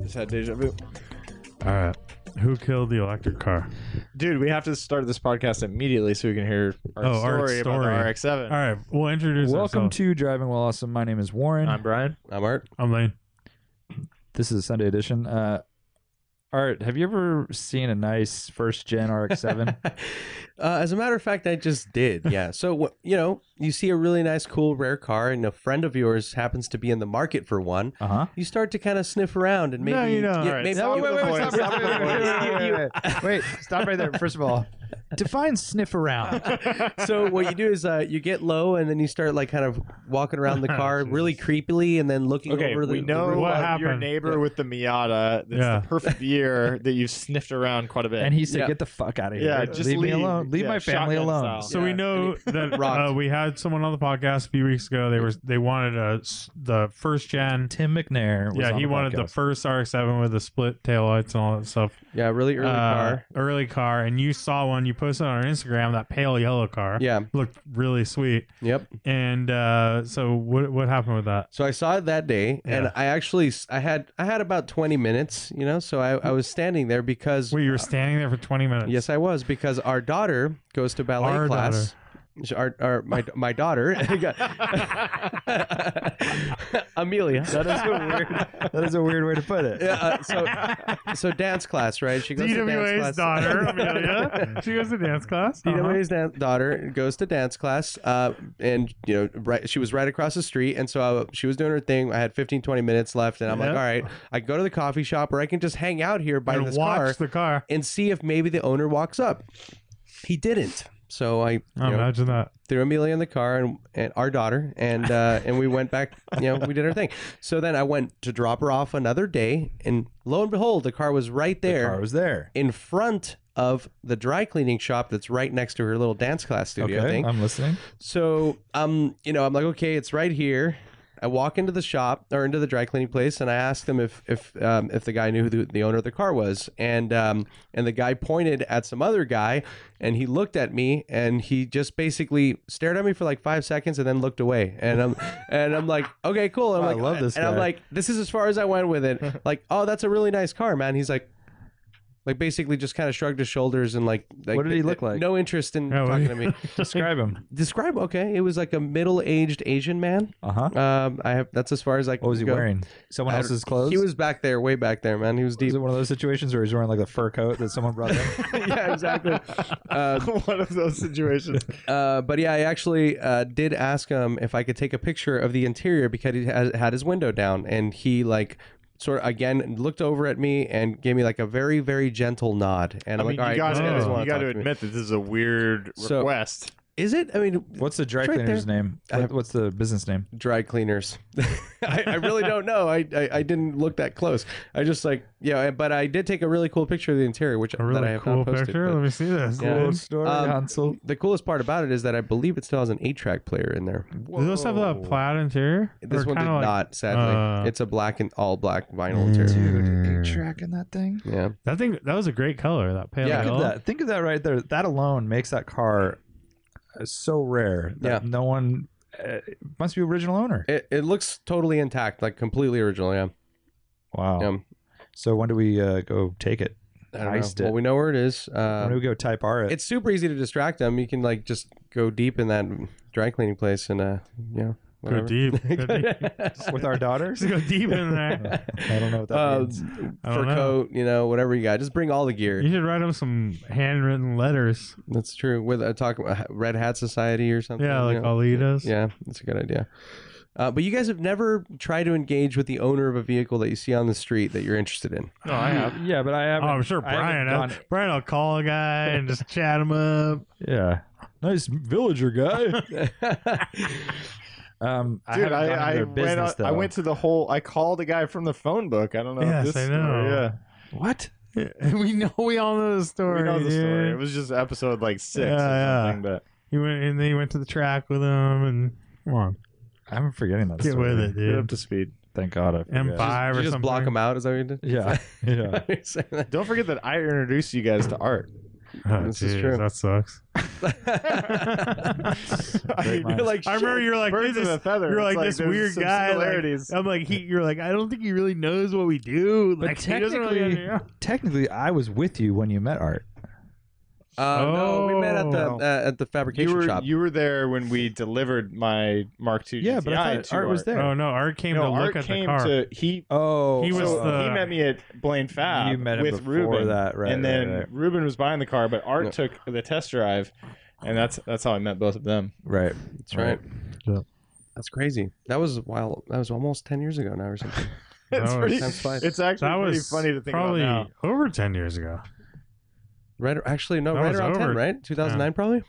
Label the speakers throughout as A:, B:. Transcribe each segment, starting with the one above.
A: Just had deja vu.
B: All right. Who killed the electric car?
C: Dude, we have to start this podcast immediately so we can hear our
B: Oh,
C: story, about
B: our story.
C: the RX-7.
B: All right, we'll introduce
D: Welcome
B: ourselves.
D: to Driving While Awesome. My name is Warren.
C: I'm Brian.
E: I'm Art.
B: I'm Lane.
D: this is a Sunday edition. Uh, Art, have you ever seen a nice first gen RX-7?
E: uh, as a matter of fact, I just did. Yeah. So wh- you know, you see a really nice, cool, rare car, and a friend of yours happens to be in the market for one.
D: uh huh.
E: You start to kind of sniff around, and maybe
B: No, you don't.
E: yeah,
B: All right,
E: maybe
C: stop
E: you-
C: with the voice. Stop with the voice.
D: Wait, stop right there. First of all, define sniff around.
E: so what you do is uh, you get low, and then you start like kind of walking around the car really creepily, and then looking
C: Okay,
E: over the.
C: we
E: the
C: know
E: roof.
B: What
C: uh, your
B: happened?
C: neighbor
E: Yeah.
C: with the Miata. That's
B: Yeah.
C: the perfect year that you've sniffed around quite a bit.
D: And he said,
E: Yeah.
D: "Get the fuck out of here.
C: Yeah, just
D: leave, me
C: leave.
D: alone. Leave
C: Yeah,
D: my family
C: shotgun style.
D: alone."
B: So we know that
E: Rocked.
B: uh, we had someone on the podcast a few weeks ago. They were they wanted a, s- the first gen.
D: Tim McNair. Was
B: Yeah,
D: on
B: he
D: the
B: wanted the
D: podcast.
B: first RX-7 with the split taillights and all that stuff.
E: Yeah, really early
B: Uh,
E: car.
B: Early car, and you saw one. You posted on our Instagram that pale yellow car.
E: Yeah.
B: looked really sweet.
E: Yep.
B: And uh, so what what happened with that?
E: So I saw it that day, and
B: Yeah.
E: I actually I had I had about twenty minutes, you know. So I, I was standing there because
B: Wait, you were standing there for 20 minutes.
E: yes, I was because our daughter goes to ballet
B: Our
E: class. She- Our, our my my daughter Amelia.
D: That is a weird. that is a weird way to put it.
E: Yeah, uh, so so dance class, right? She goes to dance class.
B: DWA's daughter, Amelia. She goes to dance class. Uh-huh.
E: DWA's dan- daughter goes to dance class, uh, and you know, right, she was right across the street, and so I, she was doing her thing. I had 15, 20 minutes left, and I'm like,
B: Yeah.
E: all right, I can go to the coffee shop, or I can just hang out here by
B: and
E: this
B: watch
E: car
B: the car.
E: and see if maybe the owner walks up. He didn't, so I you
B: Oh,
E: know,
B: imagine that.
E: threw Amelia in the car and, and our daughter, and uh, and we went back. You know, we did our thing. So then I went to drop her off another day, and lo and behold, the car was right
D: The
E: there
D: car was there.
E: in front of the dry cleaning shop that's right next to her little dance class studio
D: okay,
E: thing.
D: I'm listening.
E: So, um, you know, I'm like, okay, it's right here. I walk into the shop or into the dry cleaning place, and I asked them if if um, if the guy knew who the, the owner of the car was, and um, and the guy pointed at some other guy, and he looked at me, and he just basically stared at me for like five seconds, and then looked away, and I'm and I'm like, okay, cool. And I'm
D: I
E: like,
D: love this
E: and I'm
D: guy.
E: like, this is as far as I went with it. Like, oh, that's a really nice car, man. He's like. Like basically, just kind of shrugged his shoulders and like, like
D: What did he look like?
E: No interest in
B: Yeah, what-
E: talking to me
D: Describe him.
E: describe okay it was like a middle-aged asian man
D: Uh huh.
E: um i have that's as far as i can
D: What was he
E: go.
D: wearing? Someone
E: I-
D: else's clothes.
E: he was back there way back there man he was deep
D: Is it one of those situations where he's wearing like a fur coat that someone brought in?
E: yeah exactly uh,
C: One of those situations.
E: uh, but yeah i actually uh, did ask him if i could take a picture of the interior because he had, had his window down and he like sort of again looked over at me and gave me like a very very gentle nod and
C: I
E: i'm
C: mean,
E: like
C: you
E: all
C: gotta,
E: right this guy doesn't
B: oh,
E: wanna
C: you gotta
E: talk to me."
C: admit that this is a weird
E: So-
C: request.
E: is it i mean
D: What's the dry
E: It's right
D: cleaner's name?
E: I
D: What-
E: have-
D: What's the business name?
E: dry cleaners. I, I really don't know. I, I I didn't look that close. I just like yeah, I- but I did take a really cool picture of the interior, which
B: A
E: that I
B: really
E: have
B: cool
E: not posted.
B: picture.
E: but
B: Let me see this.
E: Yeah.
B: Dude.
D: story,
E: Um, The coolest part about it is that I believe it still has an eight track player in there.
B: Does this have a plaid interior?
E: This
B: Or
E: one did
B: kinda like-
E: not, sadly.
B: uh,
E: it's a black and all black vinyl interior.
D: Dude, eight track in that thing.
E: Yeah,
B: That thing. That was a great color. That pale
E: Yeah.
D: Think
B: yellow.
D: of that. Think of that right there. That alone makes that car uh, so rare. That
E: Yeah.
D: No one uh, it must be original owner.
E: it, it looks totally intact, like completely original. Yeah,
B: Oh,
D: Wow.
E: yeah.
D: So when do we uh, go take it?
E: I don't
D: Iced
E: know.
D: it.
E: Well, we know where it is.
D: when
E: Uh,
D: do we go type R it?
E: it's super easy to distract them. You can like just go deep in that dry cleaning place and uh, yeah,
B: Go
E: whatever.
B: deep. Go deep.
D: with our daughters?
B: Just go deep in there.
D: I don't know what that
E: uh,
D: means.
B: I
E: fur
B: don't know.
E: coat, you know, whatever you got. Just bring all the
B: You
E: gear.
B: should write him some handwritten letters.
E: That's true. With a talk about Red Hat Society or something.
B: Yeah, like
E: you know?
B: Alitas.
E: Yeah, that's a good idea. Uh, but you guys have never tried to engage with the owner of a vehicle that you see on the street that you're interested in.
B: No, I have.
D: Yeah, but
B: Oh,
D: I haven't.
B: I'm sure
D: I haven't
B: Brian. uh,
D: gone-
B: Brian will call a guy and just chat him up.
D: yeah. Nice villager guy. Um, I
F: Dude,
D: haven't
F: I,
D: gone into
F: I,
D: their
F: went,
D: business
F: on- I
D: though.
F: went to the whole. I called a guy from the phone book. I don't know.
B: Yes,
F: this
B: I
F: story,
B: know.
F: yeah.
D: what?
B: we know we all know the story.
F: We know the story.
B: dude.
F: It was just episode like six or
B: Yeah, yeah.
F: something, but
B: He went and then he went to the track with him, and come on,
D: I'm forgetting that.
B: get
D: story.
B: with it,
F: get up
B: dude.
F: to speed.
D: Thank God. I forget.
B: M five
E: Did
B: or
E: you just
B: something.
E: block him out? Is that what you did?
D: Yeah, yeah.
E: You're saying that?
F: Don't forget that I introduced you guys to art.
B: Oh,
E: This is
B: jeez,
E: true.
B: That sucks.
F: I
D: Great
F: mean,
D: mind.
E: You're like,
B: I remember
E: "Shit."
B: you're like, dude,
F: birds of
B: this,
F: a feather.
B: you're
F: It's
B: like this
F: there's
B: weird
F: some
B: guy, like-
F: Similarities.
B: I'm like, he, you're like, I don't think he really knows what we do.
D: But
B: Like, he doesn't really
D: technically-
B: under-
D: Technically, I was with you when you met Art.
E: Uh, No, we met at the
B: Oh.
E: uh, at the fabrication
F: you were
E: shop.
F: you were there when we delivered my Mark II.
D: Yeah, but I
F: GTI
D: thought
F: to
D: Art was there.
B: Oh no, Art came
F: No,
B: to
F: Art
B: look at the
F: came
B: car.
F: to he.
D: Oh,
B: He was
F: so
B: the-
F: he met me at Blaine Fab
D: you met him
F: with
D: before
F: Ruben,
D: that, right?
F: and then
D: right,
F: Ruben was buying the car, but Art
E: Yeah.
F: took the test drive, and that's that's how I met both of them.
D: right,
E: That's right.
D: Yeah.
E: That's crazy. That was a while. That was almost ten years ago now, or something.
B: That
F: it's,
B: was-
F: pretty,
E: That's fine.
F: it's actually
B: that
F: pretty
B: was
F: funny to think
B: probably
F: about now.
B: over ten years ago.
E: Right? Actually, no.
B: That
E: right
B: was
E: around
B: over.
E: ten, right? Two thousand nine, probably.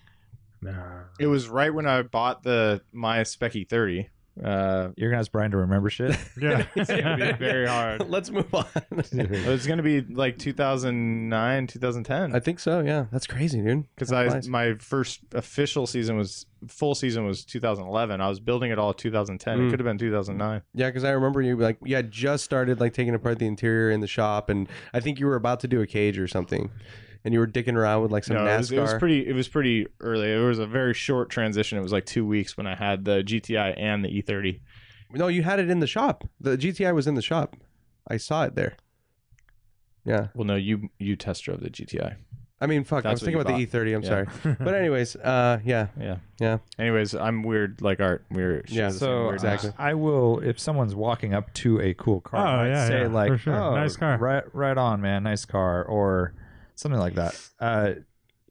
B: Nah.
F: It was right when I bought the my Specky 30. Uh,
D: You're gonna ask Brian to remember shit.
B: Yeah.
F: it's gonna be very hard.
E: Let's move on.
F: It was gonna be like 2009, 2010.
E: I think so. Yeah, that's crazy, dude.
F: because
E: That's
F: I
E: nice.
F: my first official season was full season was 2011. I was building it all 2010.
E: Mm.
F: It could have been 2009.
E: Yeah, because I remember you like you had just started like taking apart the interior in the shop, and I think you were about to do a cage or something, and you were dicking around with like some
F: no,
E: NASCAR.
F: it was, it was pretty. It was pretty early. It was a very short transition. It was like two weeks when I had the GTI and the E E30.
E: no, you had it in the shop. The GTI was in the shop. I saw it there. Yeah,
F: Well, no, you you test drove the GTI.
E: I mean, fuck, I
F: That's
E: was
F: what
E: thinking
F: you
E: about the
F: bought.
E: E30. I'm
F: Yeah.
E: sorry, but anyways, uh, yeah,
F: Yeah,
E: Yeah.
F: Anyways, I'm weird like art. We're
E: yeah.
D: so
E: exactly.
D: I will. If someone's walking up to a cool car,
B: Oh,
D: I'd
B: yeah,
D: say
B: yeah,
D: like,
B: for sure.
D: "Oh,
B: Nice car."
D: right, right on, man, nice car," or something like that. Uh,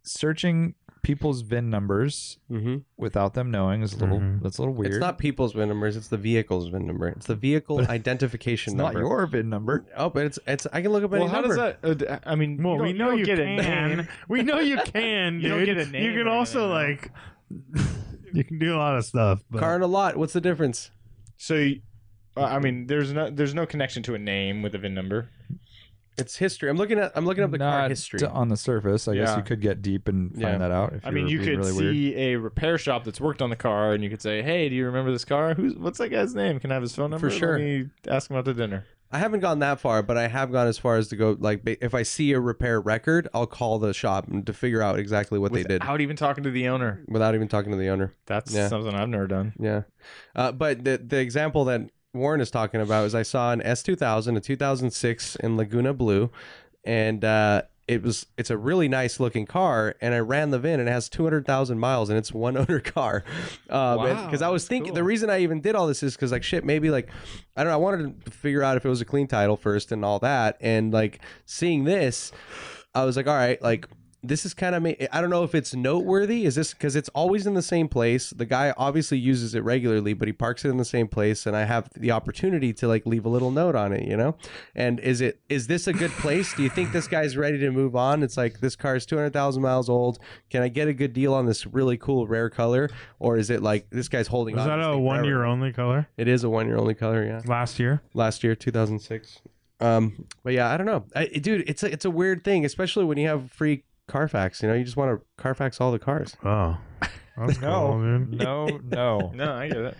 D: searching people's VIN numbers
E: hmm
D: without them knowing is a little.
B: Mhm.
D: That's a little weird.
E: It's not people's VIN numbers; it's the vehicle's VIN number. It's the vehicle identification
D: It's not
E: number.
D: your VIN number.
E: Oh, but it's it's. I can look up any
F: Well, how
E: number.
F: does that? Uh, d- I mean,
B: Well,
F: you
B: we
F: don't-
B: know
F: you,
B: you,
F: don't get a name.
B: can. We know you can, dude.
F: You don't get a name
B: You can
F: or
B: also like,
F: anything,
B: you can do a lot of stuff. But
E: Car and a lot. What's the difference?
F: So, you- uh, I mean, there's no there's no connection to a name with a VIN number.
E: It's history. I'm looking at. I'm looking up the car
D: Not
E: history.
D: d- on the surface. I guess
F: Yeah.
D: you could get deep and find
E: Yeah.
D: that out. If
F: I mean,
D: were
F: you
D: being
F: could
D: really weird.
F: see a repair shop that's worked on the car, and you could say, "Hey, do you remember this car? Who's what's that guy's name? Can I have his phone number?
E: sure.
F: Let me ask him out to dinner."
E: I haven't gone that far, but I have gone as far as to go like ba- if I see a repair record, I'll call the shop and to figure out exactly what they did
F: Without even talking to the owner.
E: without even talking to the owner.
F: That's
E: Yeah.
F: something I've never done.
E: Yeah, uh, but the the example that Warren is talking about is I saw an S two thousand, a two thousand six in Laguna Blue, and uh, it was it's a really nice looking car, and I ran the VIN and it has two hundred thousand miles, and it's one owner car. Um,
F: Wow,
E: Because I was
F: that's
E: thinking the
F: cool.
E: reason I even did all this is because like shit, maybe like I don't know, I wanted to figure out if it was a clean title first and all that, and like seeing this, I was like, all right, like this is kind of ma- I don't know if it's noteworthy. Is this because it's always in the same place? The guy obviously uses it regularly, but he parks it in the same place, and I have the opportunity to like leave a little note on it, you know. And is it is this a good place? Do you think this guy's ready to move on? It's like this car is two hundred thousand miles old. Can I get a good deal on this really cool rare color, or is it like this guy's holding
B: was
E: on?
B: that
E: to this
B: a
E: thing
B: one
E: forever?
B: year only color
E: It is a one year only color, yeah
B: last year?
E: last year, 2006. Um, but yeah, I don't know, I, dude. It's a it's a weird thing, especially when you have free Carfax. You know, you just want to Carfax all the cars.
B: Oh, that's
D: No.
B: cool, dude.
D: No, no.
F: No, I get it.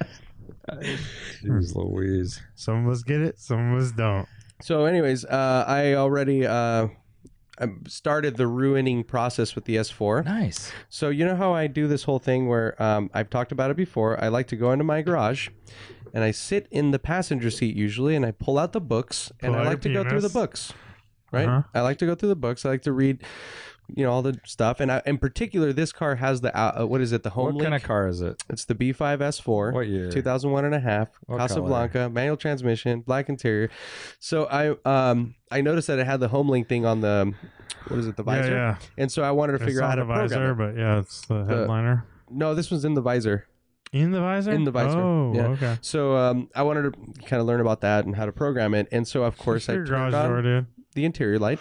D: Jeez Louise.
B: Some of us get it, some of us don't.
E: So, anyways, uh, I already uh, um, started the ruining process with the S4.
D: Nice.
E: So you know how I do this whole thing where um, I've talked about it before. I like to go into my garage, and I sit in the passenger seat usually, and I pull out the books, and
B: Pull
E: I
B: out
E: like to
B: your
E: go through the
B: penis.
E: books. Right,
B: Uh-huh.
E: I like to go through the books. I like to read, you know, all the stuff. And I, in particular, this car has the uh, uh, what is it? The home
D: What kind
E: link.
D: of car is it?
E: It's the B5S4.
D: What year?
E: 2001 and a half
D: What
E: casablanca manual transmission black interior so i um i noticed that it had the homelink thing on the what is it the visor
B: Yeah, yeah.
E: and so i wanted to
B: it's
E: figure
B: not
E: out how to program
B: the visor,
E: it.
B: but yeah, it's the headliner.
E: no this one's in the visor
B: In the visor.
E: In the visor,
B: Oh,
E: yeah.
B: okay.
E: So um, I wanted to kind of learn about that and how to program it. And so, of course, I
B: Your
E: turned
B: garage
E: on
B: door, dude.
E: the interior light.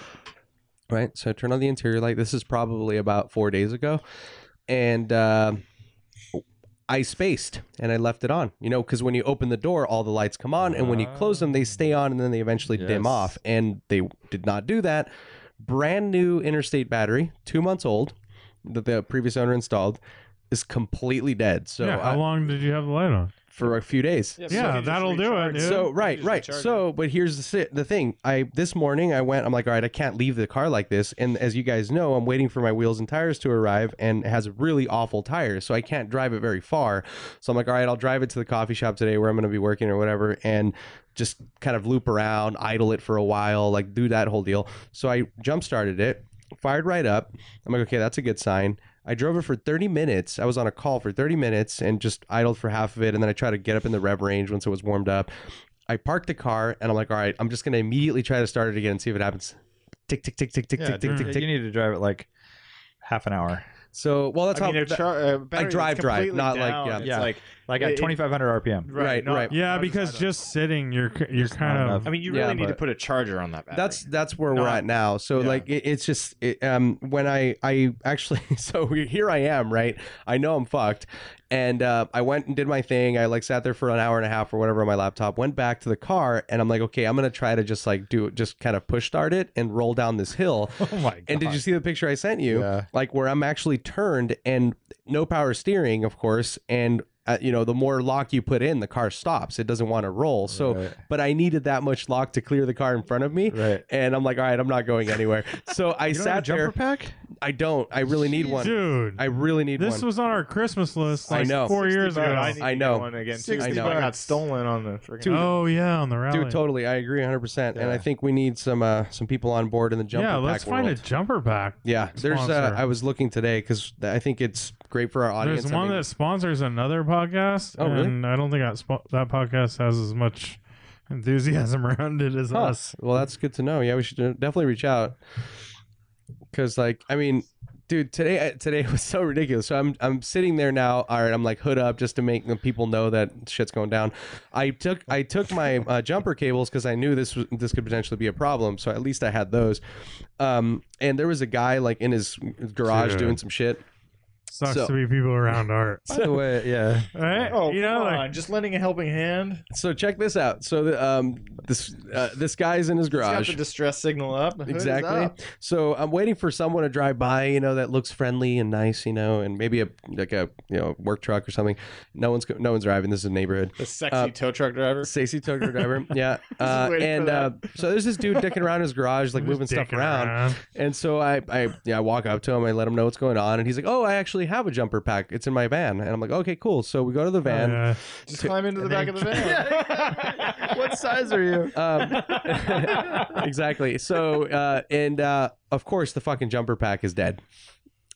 E: Right. So I turned on the interior light. This is probably about four days ago, and uh, um, I spaced and I left it on, you know, because when you open the door, all the lights come on, and when you close them, they stay on and then they eventually dim
D: Yes.
E: off. And they did not do that. Brand new interstate battery, two months old, that the previous owner installed, is completely dead. So
B: yeah, how
E: I-
B: long did you have the light on?
E: for a few days.
B: Yeah, that'll do it, dude.
E: So right, right. So, but here's the si- the thing. I this morning I went. I'm like, all right, I can't leave the car like this. And as you guys know, I'm waiting for my wheels and tires to arrive, and it has really awful tires, so I can't drive it very far. So I'm like, all right, I'll drive it to the coffee shop today where I'm going to be working or whatever, and just kind of loop around, idle it for a while, like do that whole deal. So I jump started it, fired right up. I'm like, okay, that's a good sign. I drove it for 30 minutes. I was on a call for 30 minutes and just idled for half of it. And then I tried to get up in the rev range once it was warmed up. I parked the car and I'm like, all right, I'm just going to immediately try to start it again and see if it happens. Tick, tick, tick, tick, tick,
D: Yeah,
E: tick, tick,
D: dude,
E: tick,
D: You
E: tick.
D: need to drive it like half an hour.
E: So, well, that's
F: I
E: how
F: mean, a
E: that-
F: char- a battery that's
E: drive drive,
F: completely
E: not like-
F: down,
E: yeah.
F: it's
D: Yeah.
F: like
D: Like
F: It-
D: at
F: it-
D: 2,500 RPM.
E: Right,
F: not-
E: right.
B: Yeah,
F: not
B: because
F: decided.
B: just sitting, you're c- you're
D: Just
B: kind
D: not
B: of
D: enough.
F: I mean, you
E: Yeah,
F: really need to
D: but-
F: put a charger on that battery.
E: that's that's where we're
F: Not-
E: at now. So
F: yeah.
E: like it, it's just it, um when I I actually so here I am right. I know I'm fucked, and uh, I went and did my thing. I like sat there for an hour and a half or whatever on my laptop. Went back to the car and I'm like, okay, I'm gonna try to just like do just kind of push start it and roll down this hill.
D: Oh my god.
E: And did you see the picture I sent you?
D: Yeah.
E: Like where I'm actually turned and no power steering, of course, and. Uh, you know, the more lock you put in, the car stops. It doesn't want to roll. So,
D: Right.
E: but I needed that much lock to clear the car in front of me
D: Right.
E: and I'm like, all right, I'm not going anywhere. So I
D: You don't have a
E: sat
D: jumper
E: there.
D: pack?
E: I don't. I really need one.
B: dude.
E: I really need
B: this
E: one.
B: was on our Christmas list
E: I
B: like
E: know.
B: four years ago.
F: I, need
E: I
F: to
E: know.
F: Get one again. too,
E: 60
F: 'cause it
E: bucks.
F: got stolen on the freaking.
B: oh yeah, on the rally.
E: Dude, totally. I agree 100. percent And I think we need some uh, some people on board in the jumper
B: yeah,
E: pack
B: let's
E: world.
B: find a jumper pack.
E: yeah, there's. Uh,
B: sponsor.
E: I was looking today because I think it's great for our audience.
B: There's
E: I
B: one
E: mean,
B: that sponsors another podcast,
E: Oh, really?
B: and I don't think that spo- that podcast has as much enthusiasm around it as
E: Huh.
B: us.
E: Well, that's good to know. Yeah, we should definitely reach out. Cause like I mean, dude, today today was so ridiculous. So I'm I'm sitting there now. All right, I'm like hood up just to make the people know that shit's going down. I took I took my uh, jumper cables because I knew this was, this could potentially be a problem. So at least I had those. Um, and there was a guy like in his garage
B: Dude.
E: doing some shit.
B: Sucks
E: So-
B: to be people around art,
D: By the way, yeah.
B: right?
F: Oh,
B: you know,
F: come
B: like,
F: on. Just lending a helping hand.
E: So check this out. So the, um this uh, this guy's in his
F: It's got
E: garage.
F: the distress signal up. the hood is
E: exactly.
F: up.
E: So I'm waiting for someone to drive by, you know, that looks friendly and nice, you know, and maybe a like a you know work truck or something. No one's go- no one's driving. This is a neighborhood.
F: The sexy
E: Uh,
F: tow truck driver.
E: Stacy Tucker driver, yeah, uh,
F: waiting for
E: and
F: that.
E: uh, so there's this dude dicking around his garage, like
B: just
E: moving stuff
B: dicking
E: around. And so I, I, yeah, I walk up to him. I let him know what's going on, and he's like, "Oh, I actually have a jumper pack. It's in my van." And I'm like, "Okay, cool." So
F: Oh,
E: we go to the van.
B: Yeah.
F: Just climb into the back of the van.
D: What size are you?
E: Um, exactly. So, uh, and uh, of course, the fucking jumper pack is dead.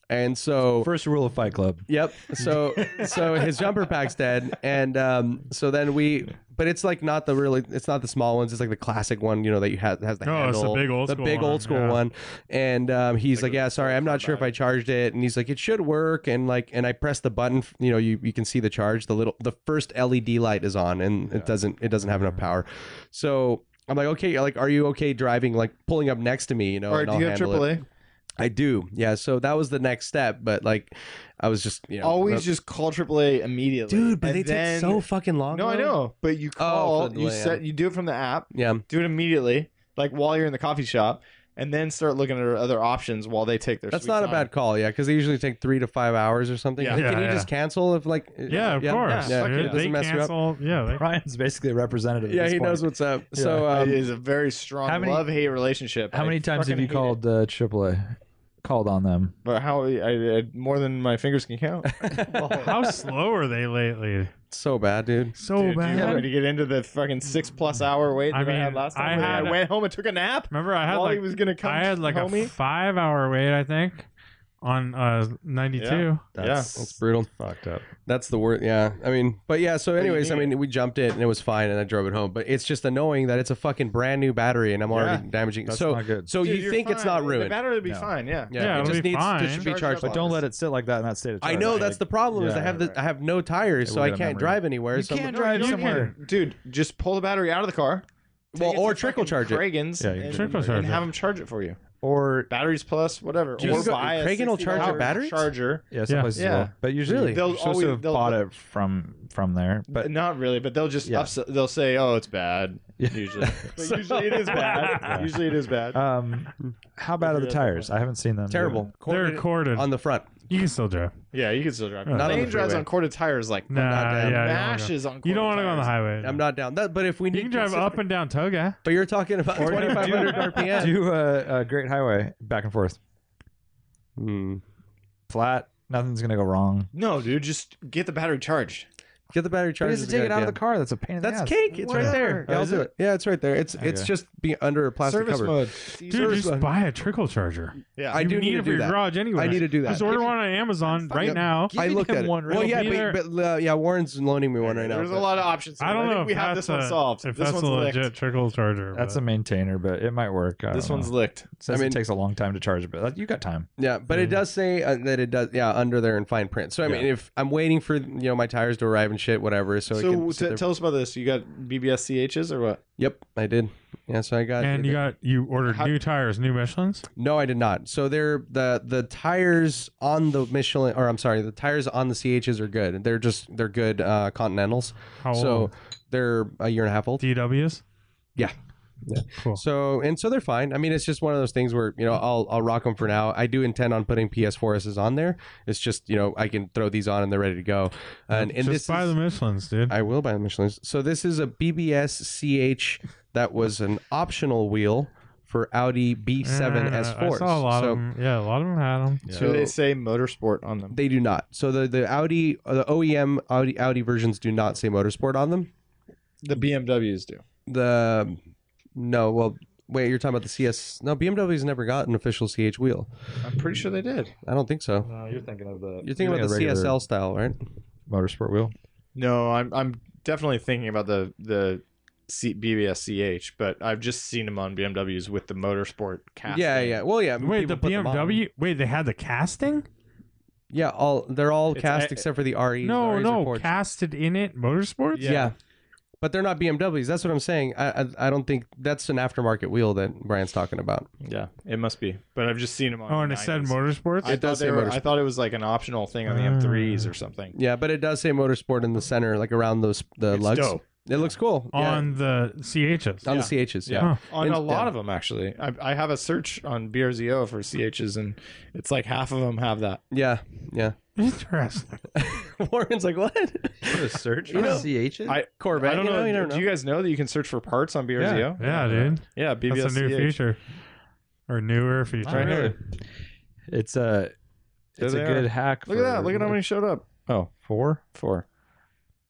E: And so,
D: First rule of Fight Club.
E: yep. So, so his jumper pack's dead, and um, so then we, but it's like not the really, it's not the small ones. It's like the classic one, you know, that you have has the
B: Oh, it's
E: handle,
B: the big old
E: the
B: school
E: big
B: one,
E: old school
B: yeah.
E: one. And um, he's like,
F: Like a
E: yeah, sorry, I'm not sure if I charged it. And he's like, it should work. And like, and I press the button, f- you know, you, you can see the charge. The little, the first LED light is on, and it doesn't, it doesn't have enough
B: Mm-hmm.
E: power. So. I'm like, okay, like, are you okay driving, like pulling up next to me, you know?
F: Or
E: and
F: do
E: I'll
F: you have
E: handle it.
F: AAA?
E: I do. Yeah. So that was the next step, but like, I was just you know,
F: Always
E: the-
F: just call AAA immediately,
E: dude. But
F: And
E: they
F: then-
E: take so fucking long.
F: No, I
E: though.
F: know, but you call,
E: for the
F: you
E: delay,
F: set, you do it from the app,
E: Yeah.
F: do it immediately, like while you're in the coffee shop, and then start looking at other options while they take their.
E: That's
F: sweet
E: not a
F: time.
E: bad call, yeah, because they usually take three to five hours or something.
F: Yeah.
E: Like, can
B: Yeah,
E: you
B: yeah.
E: just cancel if like? uh,
B: Yeah, of course.
E: Yeah,
B: dude.
E: it doesn't
B: they
E: mess you up.
B: cancel. Yeah, they,
D: Ryan's basically a representative. at
E: Yeah,
D: this
E: he
D: point.
E: knows what's up. So
F: It
E: um,
F: is a very strong
D: How many-
F: love hate relationship.
D: How
F: I
D: many times
F: fucking
D: have you
F: hate
D: called
F: it.
D: uh, AAA? Called on them?
F: But how I, I, more than my fingers can count.
B: how slow are they lately?
E: so bad, dude.
F: Dude,
B: So
F: do you want
B: bad.
F: me to get into the fucking six plus hour wait that
B: I
F: I,
B: mean,
F: had last
B: I
F: time? where I,
B: had-
F: went home and took a nap
B: Remember, I had
F: while
B: like
F: he was gonna come.
B: I had like
F: homie.
B: a five hour wait, I think, on uh 92.
F: That's-
E: That's brutal.
D: Fucked up.
E: That's the word. Yeah, I mean, but yeah. So,
F: you
E: anyways, I
F: need
E: mean, we jumped it and it was fine, and I drove it home. But it's just annoying that it's a fucking brand new battery, and I'm already damaging.
D: That's
E: so,
D: not good.
E: so
F: Dude,
E: you
F: you're
E: think it's
F: fine.
E: not ruined?
F: The battery would be
D: No.
F: fine. Yeah.
E: yeah,
B: Yeah,
E: it
B: it'll
E: just
B: be
E: needs
B: fine.
E: to just be
F: Charge
E: charged.
F: up
E: up.
D: But don't let it sit like that in that state of
E: I
D: charge.
E: know
D: Like,
E: that's the problem is
D: yeah,
E: I have
D: right.
E: the I have no tires,
D: It
E: so
D: will
E: I
D: get a
E: can't
D: memory.
E: drive anywhere.
D: You
E: so I'm-
D: can't drive
B: you
D: somewhere.
F: Dude, just pull the battery out of the car.
E: Well,
F: take it
E: or
F: to
E: trickle
F: fucking
E: charge it.
F: Kragen's
D: Yeah, you
F: and,
B: trickle
F: and
B: charge it.
F: have them charge it for you.
E: or
F: batteries plus whatever.
E: Jesus.
F: or buy a
E: Kraken will charge your
F: $60
E: batteries?
F: charger.
D: Yeah, some places
F: Yeah.
D: will. But usually
F: Really? They'll
D: they'll always
F: always-
D: have
F: they'll-
D: bought it from from there. But
F: But not really, but they'll just
D: Yeah.
F: ups- they'll say, "Oh, it's bad."
D: Yeah.
F: Usually, but usually it is bad.
D: Yeah.
F: Usually it is bad.
D: um, how bad are the tires? I haven't seen them.
E: terrible.
B: They're
E: Corded
B: corded.
E: on the front.
B: you can still drive.
F: yeah, you can still drive.
B: Not
E: on
F: Lane
E: the
F: drives
E: freeway.
F: on quarter tires like
B: Nah, yeah, you don't wanna
F: mash
B: go.
F: is on.
B: You don't want
F: quarter
B: to go on the
F: tires.
B: highway.
E: I'm not down. That, but if we need
B: You can drive
E: consistent-
B: up and down eh? Toga.
E: But you're talking about
D: Or do-
E: 2,500 RPM.
D: Do uh, a, a great highway back and forth,
E: Hmm.
D: flat. Nothing's gonna go wrong.
F: No, dude, just get the battery charged.
E: Get the battery
D: But
E: charger.
D: just to take it out of the car. That's a pain. In
E: That's
D: the ass.
E: cake. It's right there.
D: Oh,
E: Yeah,
D: is
E: I'll do
D: it?
E: it. Yeah, it's right there. It's it's
D: Okay.
E: just be under a plastic
F: Service
E: cover.
F: mode,
B: Dude, just buy a trickle charger.
F: Yeah,
E: I
B: You
E: do need
B: it
E: to
B: for
E: do
B: your
E: that.
B: garage anyway.
E: I need to do that.
B: Just order one on Amazon right
E: Yep.
B: now.
E: I
D: Giving
E: looked
D: him
E: at it.
D: one right
E: well,
D: over
E: yeah,
B: there.
E: but, but uh, yeah, Warren's loaning me one right now.
F: There's a
E: but-
F: lot of options.
B: I don't know
F: think
B: if
F: we have
B: that's
F: this one
B: a-
F: solved.
B: If
F: this
B: that's
F: one's
B: a legit
F: licked.
B: trickle charger.
D: That's a
B: but-
D: maintainer, but it might work. I
F: This
D: don't
F: one's
D: know.
F: licked.
E: I
D: Since
E: mean-
D: it takes a long time to charge, but that- you got time.
E: Yeah, but
B: Mm-hmm.
E: it does say uh, that it does. Yeah, under there in fine print. So I mean, if I'm waiting for you know my tires to arrive and shit, whatever. So, it
F: So
E: can sit
F: t-
E: there-
F: tell us about this. You got BBSCHs or what?
E: yep, I did. Yeah, so I got.
B: And you got you ordered
F: How-
B: new tires, new Michelin's.
E: no, I did not. So they're the the tires on the Michelin, or I'm sorry, the tires on the CHs are good. They're just they're good uh, Continentals.
B: How
E: So
B: old?
E: they're a year and a half old.
B: DWs.
E: Yeah. Yeah.
B: Cool.
E: So and so they're fine. I mean, it's just one of those things where you know I'll I'll rock them for now. I do intend on putting PS4s on there. It's just you know I can throw these on and they're ready to go. And and
B: just
E: this
B: buy
E: is,
B: the Michelin's, dude.
E: I will buy the Michelin's. So this is a BBS CH that was an optional wheel for Audi B7
B: Yeah,
E: S4s.
B: Ah, Eh, I saw a lot
E: so
B: of them. Yeah, a lot of them had them.
F: Do they say motorsport on them?
E: They do not. So the the Audi uh, the OEM Audi Audi versions do not say motorsport on them.
F: The BMWs do.
E: The no, well, wait, you're talking about the CS. No, BMW's never got an official CH wheel.
F: I'm pretty sure they did.
E: I don't think so.
D: No, you're thinking of the
E: You're thinking about the CSL style, right?
D: motorsport wheel.
F: No, I'm I'm definitely thinking about the the C- BBSCH, but I've just seen them on BMWs with the motorsport cast.
E: Yeah, yeah. Well, yeah.
B: Wait,
E: people
B: the
E: put them on.
B: BMW. Wait, they had the casting?
E: Yeah, all they're all
F: It's
E: cast
F: a-
E: except for the E, REs.
B: No,
E: The REs are
B: no,
E: forged.
B: casted in it motorsports.
E: Yeah. But they're not BMWs. That's what I'm saying. I, I I don't think that's an aftermarket wheel that Brian's talking about.
F: yeah. It must be, but I've just seen them on.
B: Oh, and it said
F: 90s.
B: motorsports.
F: I
E: It does
F: thought, they
E: say
F: were,
E: motorsport.
F: I thought it was like an optional thing on the
B: Ah.
F: M3s or something.
E: Yeah, but it does say motorsport in the center, like around those the
F: It's
E: lugs.
F: dope.
E: It looks cool. Yeah.
B: on the CHs.
E: on
F: yeah.
E: the CHs. Yeah.
B: Huh.
F: On
E: And-
F: a lot
E: yeah.
F: of them, actually. I, I have a search on BRZO for CHs, and it's like half of them have that.
E: Yeah. Yeah.
B: Interesting.
E: Warren's like, what?
D: search
E: You know-
D: CH.
F: I,
E: Corvette.
F: I don't
E: you
F: know.
E: know, you don't
F: do
E: know.
F: you guys know that you can search for parts on BRZO?
B: Yeah, dude.
F: Yeah, BBSCH.
B: That's a new feature or newer feature.
F: Right here.
D: It's a
F: There
D: it's a
F: they
D: good
F: are.
D: hack.
F: Look at that.
D: for-
F: Look at how many showed up. Oh,
D: four.
F: four.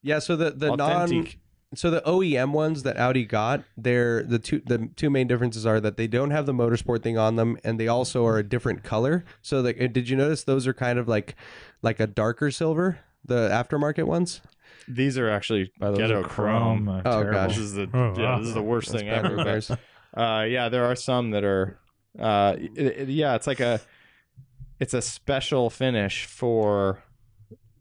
E: Yeah. So the the non
F: Authentic.
E: so the OEM ones that Audi got, they're the two the two main differences are that they don't have the motorsport thing on them, and they also are a different color. So like, uh, did you notice those are kind of like like a darker silver, the aftermarket ones?
F: These are actually
D: By the way,
F: ghetto chrome.
D: chrome. uh,
E: Oh,
D: terrible.
E: gosh.
F: This is the
B: Oh,
F: yeah,
B: wow.
F: this is the worst thing
E: Bad
F: ever. but,
E: compares.
F: uh, yeah, there are some that are. Uh, it- it- yeah, it's like a, it's a special finish for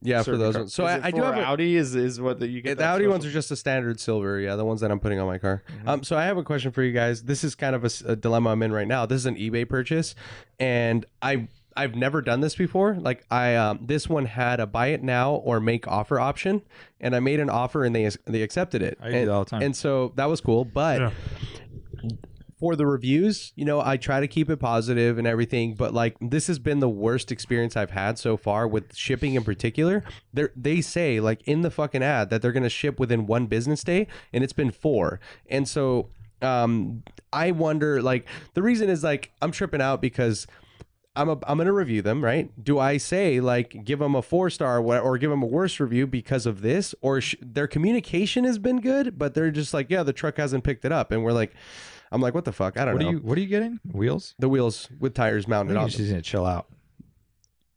E: yeah, for
F: certain
E: those
F: car-
E: ones. So
F: Is
E: I,
F: it
E: I do
F: for
E: have a,
F: Audi is is what the, you
E: Yeah,
F: get. that
E: the
F: Mm-hmm.
E: Audi
F: special-
E: ones are just a standard silver, yeah, the ones that I'm putting on my car. Um, so I have a question for you guys. This is kind of a, s- a dilemma I'm in right now. This is an eBay purchase, and I I've never done this before. Like I um, this one had a buy it now or make offer option, and I made an offer and they they accepted it.
D: I do
E: and,
D: that all the time.
E: and so that was cool, but.
B: Yeah.
E: For the reviews, you know, I try to keep it positive and everything, but like this has been the worst experience I've had so far with shipping in particular they they say like in the fucking ad that they're gonna ship within one business day, and it's been four. And so, um, I wonder like the reason is like I'm tripping out because. I'm, a, I'm gonna review them, right? Do I say like give them a four star or, or give them a worse review because of this, or sh- their communication has been good, but they're just like, yeah, the truck hasn't picked it up, and we're like, I'm like, what the fuck? I don't
D: What
E: know.
D: are you What are you getting? Wheels.
E: the wheels with tires
D: I
E: mounted
D: think you
E: on.
D: just
E: them.
D: need to chill out.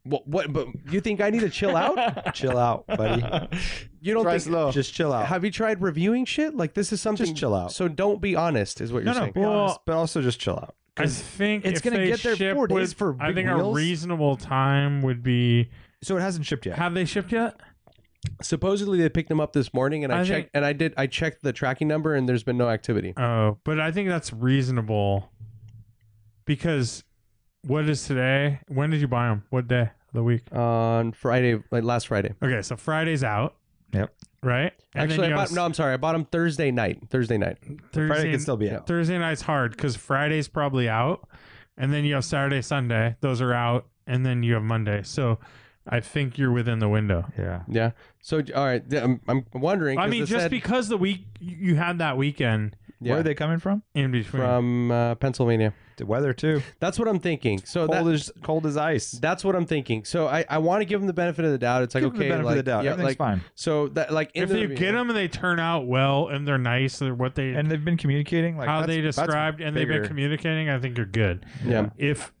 E: What, what? But you think I need to chill out?
D: Chill out, buddy.
E: You don't
F: Try
E: think
F: slow.
D: Just chill out.
E: Have you tried reviewing shit? Like this is something.
D: Just chill out.
E: So don't be honest, is what you're
D: no, no.
E: saying.
D: Be
B: Well-
F: Oh.
D: honest, but also just chill out.
B: I think
D: it's
B: if
D: gonna
B: they
D: get there
B: ship
D: four days
B: with-
D: for
B: I
D: big
B: think a
D: wheels.
B: reasonable time would be.
D: So it hasn't shipped yet.
B: Have they shipped yet?
E: Supposedly they picked them up this morning, and I,
B: I
E: checked,
B: think-
E: and I did. I checked the tracking number, and there's been no activity.
B: Oh, but I think that's reasonable. because what is today? When did you buy them? What day of the week?
E: on Friday, like last Friday.
B: Okay, so Friday's out.
D: Yep.
B: Right. And then
E: Actually,
B: you
E: I
B: have
E: bought, no, I'm sorry. I bought them Thursday night. Thursday night.
B: Thursday,
D: Friday could still be out.
B: Thursday night's hard because Friday's probably out, and then you have Saturday, Sunday. Those are out, and then you have Monday. So I think you're within the window.
D: Yeah.
E: Yeah. So all right, th- I'm, I'm wondering.
B: I
E: 'cause
B: mean,
E: this
B: just
E: said-
B: because the week you had that weekend
E: yeah,
D: Where are they coming from?
B: in between.
E: from uh, Pennsylvania.
D: The weather too.
E: That's what I'm thinking. So
D: Cold
E: that,
D: as cold as ice.
E: that's what I'm thinking. So I, I want to give them the benefit of the doubt. It's like
D: Give them
E: okay,
D: the benefit
E: like,
D: of the doubt.
E: Yeah,
D: Everything's
E: like
D: fine.
E: so that like in
B: if
E: the,
B: you get them and they turn out well and they're nice, they're what they
D: And they've been communicating like
B: how
D: that's-
B: they
D: that's
B: described and they've been
D: bigger.
B: communicating, I think you're good.
E: yeah.
B: If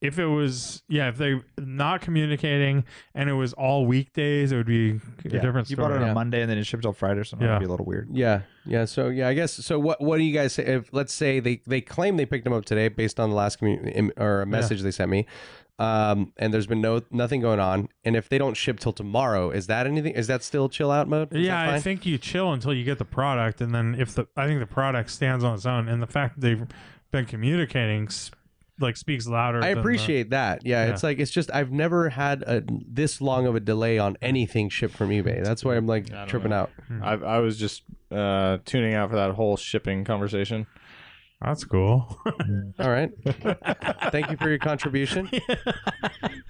B: if it was yeah, if they not communicating and it was all weekdays, it would be a
D: Yeah.
B: different story.
D: You bought it on
E: Yeah.
D: a Monday and then it shipped till Friday or something.
B: Yeah.
D: That'd be a little weird.
E: Yeah, yeah. So yeah, I guess. So what? What do you guys say? If let's say they they claim they picked them up today based on the last commu- im- or a message they sent me, um, and there's been no nothing going on, and if they don't ship till tomorrow, is that anything? Is that still chill out mode? Is
B: yeah,
E: that
B: I
E: fine?
B: think you chill until you get the product, and then if the I think the product stands on its own, and the fact that they've been communicating s- like speaks louder.
E: I
B: than the-
E: appreciate that. Yeah, it's like it's just I've never had a this long of a delay on anything shipped from eBay. That's why I'm like
F: I don't
E: tripping
F: know.
E: out.
F: I, I was just uh, tuning out for that whole shipping conversation.
B: That's cool.
E: All right. Thank you for your contribution.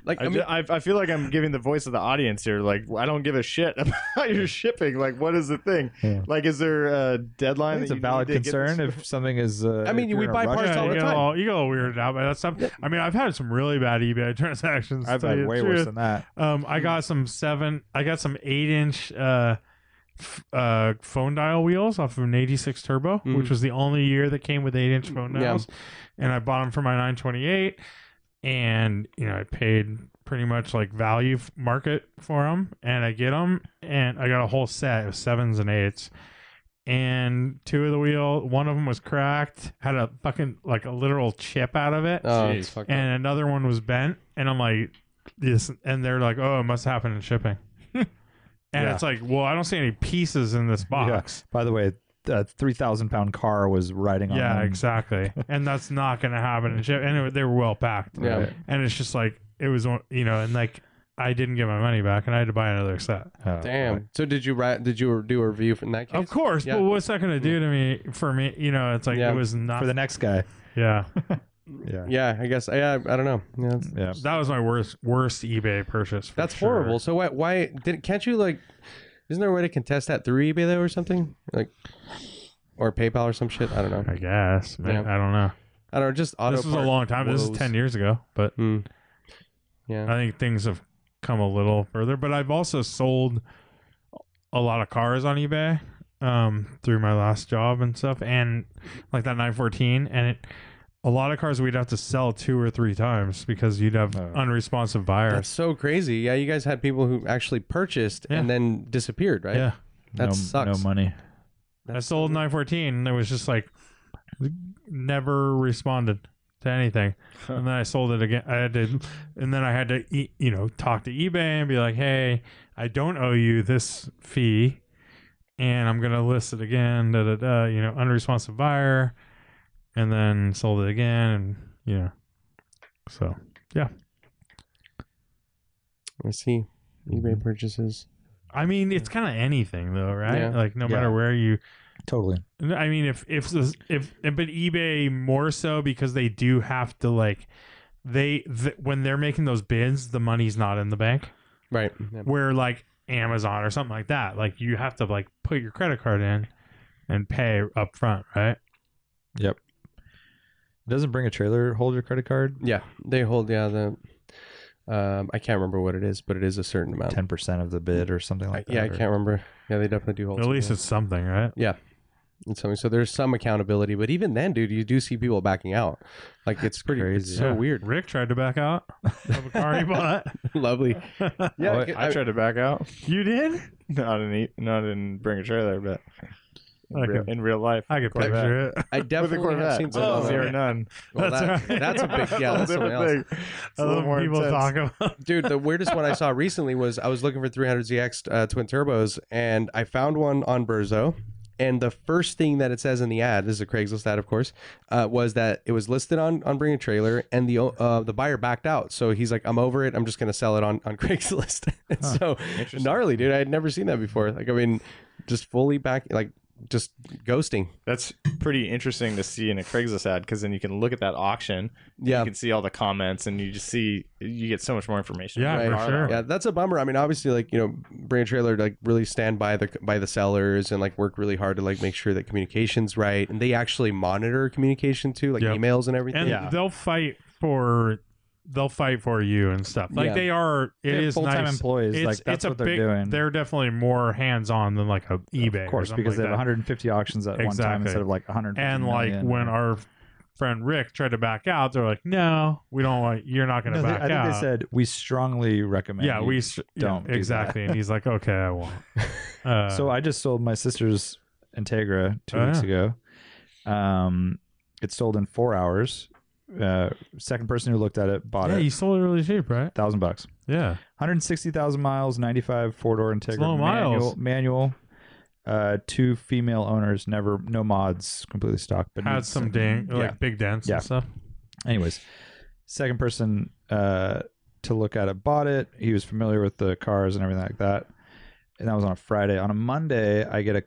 E: Like
F: I,
E: I mean,
F: ju- I, I feel like I'm giving the voice of the audience here. Like, I don't give a shit about your shipping. Like, what is the thing?
D: Yeah.
F: Like, is there a deadline?
D: It's
F: that
D: a
F: you
D: valid
F: need to get
D: concern
F: this-
D: if something is. Uh,
E: I mean,
D: if you're
E: we
D: in a
E: buy
D: rush.
E: parts
B: Yeah,
E: all the
B: you,
E: time.
B: Get all, you get all weirded out by that stuff. I mean, I've had some really bad eBay transactions. to
D: I've
B: tell you
D: had
B: the
D: way
B: truth.
D: worse than that.
B: Um,
E: Hmm.
B: I got some seven. I got some eight inch uh, f- uh, phone dial wheels off of an '86 Turbo,
E: Mhm.
B: which was the only year that came with eight inch phone
E: Yeah.
B: dials, and I bought them for my 928, and you know I paid pretty much like value f- market for them, and I get them, and I got a whole set of sevens and eights. And two of the wheel, one of them was cracked, had a fucking like a literal chip out of it
E: oh, it's fucked up.
B: and another one was bent and i'm like this and they're like oh it must happen in shipping and
D: Yeah.
B: it's like well i don't see any pieces in this box
D: By the way, a three thousand pound car was riding
B: yeah,
D: on. them.
B: exactly and that's not gonna happen in shipping and it, they were well packed
E: Yeah.
D: Right.
B: and it's just like it was one- you know and like i didn't get my money back and i had to buy another set
D: Oh,
E: Damn.
D: right.
E: So did you write? Did you do a review in that case?
B: of course
E: Yeah.
B: but what's that gonna do to me for me you know it's like
E: Yeah.
B: it was not
D: For the next guy.
B: yeah
D: Yeah.
E: Yeah, I guess. Yeah, I, I don't know. Yeah, that's-
D: Yeah.
B: that was my worst worst ebay purchase for
E: that's
B: sure.
E: horrible. So why? Why did? Can't you like? Isn't there a way to contest that through eBay though, or something like, or PayPal or some shit? I don't know.
B: i guess man,
E: Yeah.
B: i don't know
E: I don't know. Just auto.
B: this was a
E: part
B: long time this is
E: woes.
B: 10 years ago but
E: Hmm. Yeah.
B: I think things have come a little further, but I've also sold a lot of cars on eBay um, through my last job and stuff, and like that 914, and it, a lot of cars we'd have to sell two or three times because you'd have
D: Oh.
B: unresponsive buyers.
E: that's so crazy. Yeah, you guys had people who actually purchased and
B: Yeah.
E: then disappeared, right?
B: Yeah,
E: That
D: no,
E: sucks.
D: No money.
B: I sold 914, and it was just like never responded to anything. And then I sold it again. I had to, and then I had to, e- you know, talk to eBay and be like, "Hey, I don't owe you this fee, and I'm gonna list it again." Da da da. You know, unresponsive buyer, and then sold it again, and you know, so
E: I see. eBay purchases.
B: I mean, it's kind of anything though, right?
E: Yeah.
B: Like no
D: Yeah.
B: matter where you
D: Totally.
B: I mean, if if this- if but eBay more so because they do have to like they th- when they're making those bids, the money's not in the bank.
E: Right. Yeah.
B: Where like Amazon or something like that, like you have to like put your credit card in and pay up front, right?
D: Yep. It doesn't bring a trailer. Hold your credit card.
E: Yeah, They hold. Yeah. The. Um, I can't remember what it is, but it is a certain amount.
D: Ten percent of the bid or something
E: I-
D: like that.
E: yeah, I
D: or-
E: can't remember. Yeah, they definitely do hold.
B: At
E: something.
B: least it's something, right?
E: and something. So there's some accountability, but even then, dude, you do see people backing out. Like it's pretty it's
D: crazy.
E: so
B: Yeah.
E: weird.
B: Rick tried to back out of a car he bought.
E: Lovely. Yeah,
D: Oh,
E: I-
F: I tried to back out.
B: You did?
F: Not in, e- not in bring a trailer, but in,
B: Okay.
F: real, in real life.
B: I could
F: Corvette.
B: picture it.
E: I
F: With a
E: definitely have
F: Corvette.
E: seen some.
F: Oh,
E: of
F: zero
E: them.
F: none.
E: Well,
B: That's
E: that-
B: right.
E: that's a big yeah.
F: Whole
E: That's something
F: different
E: else.
F: thing. It's a
B: I
F: little
B: love
F: more
B: people
F: intense.
B: talk about.
E: Dude, the weirdest one I saw recently was I was looking for 300ZX uh, twin turbos, and I found one on Burzo, And the first thing that it says in the ad, this is a Craigslist ad, of course, uh, was that it was listed on on Bring a Trailer, and the o- uh, the buyer backed out. So he's like, "I'm over it. I'm just gonna sell it on on Craigslist." and so
F: Interesting.
E: gnarly, dude. I had never seen that before. Like, I mean, just fully back, like just ghosting.
F: That's pretty interesting to see in a Craigslist ad because then you can look at that auction.
E: Yeah.
F: You can see all the comments and you just see, you get so much more information.
B: Yeah,
F: about
B: for
F: the car.
B: sure.
E: Yeah, that's a bummer. I mean, obviously, like you know, Brand Trailer like really stand by the by the sellers and like work really hard to like make sure that communication's right, and they actually monitor communication too, like
B: Yep.
E: emails and everything.
B: and
F: Yeah.
B: they'll fight for they'll fight for you and stuff. Like
E: Yeah.
B: they are. It
D: They're
B: is
D: full-time
B: nice.
D: employees.
B: It's,
D: like that's
B: it's a
D: what they're
B: big,
D: doing.
B: They're definitely more hands on than like a eBay,
D: of course
B: or something
D: because they
B: like
D: have
B: that.
D: 150 auctions at one time
B: Exactly.
D: instead of like 100.
B: And like when our friend Rick tried to back out, they're like, "No, we don't want. You're not going to
D: no, they,
B: back
D: I think
B: out."
D: they said we strongly recommend.
B: yeah,
D: you
B: we s- yeah,
D: don't do that."
B: exactly. and he's like, "Okay, I won't." Uh,
D: So I just sold my sister's Integra two
B: Oh,
D: weeks ago. Um, it sold in four hours. Uh, second person who looked at it bought
B: yeah,
D: it.
B: you sold it really cheap, right?
D: Thousand bucks.
B: Yeah,
D: 160,000 miles, 95 four door Integra
B: low
D: manual.
B: miles.
D: manual uh, two female owners, never no mods, completely stock. But
B: had
D: needs
B: some ding,
D: yeah.
B: like big dents
D: Yeah.
B: and stuff.
D: Anyways, second person uh, to look at it bought it. He was familiar with the cars and everything like that. And that was on a Friday. On a Monday, I get a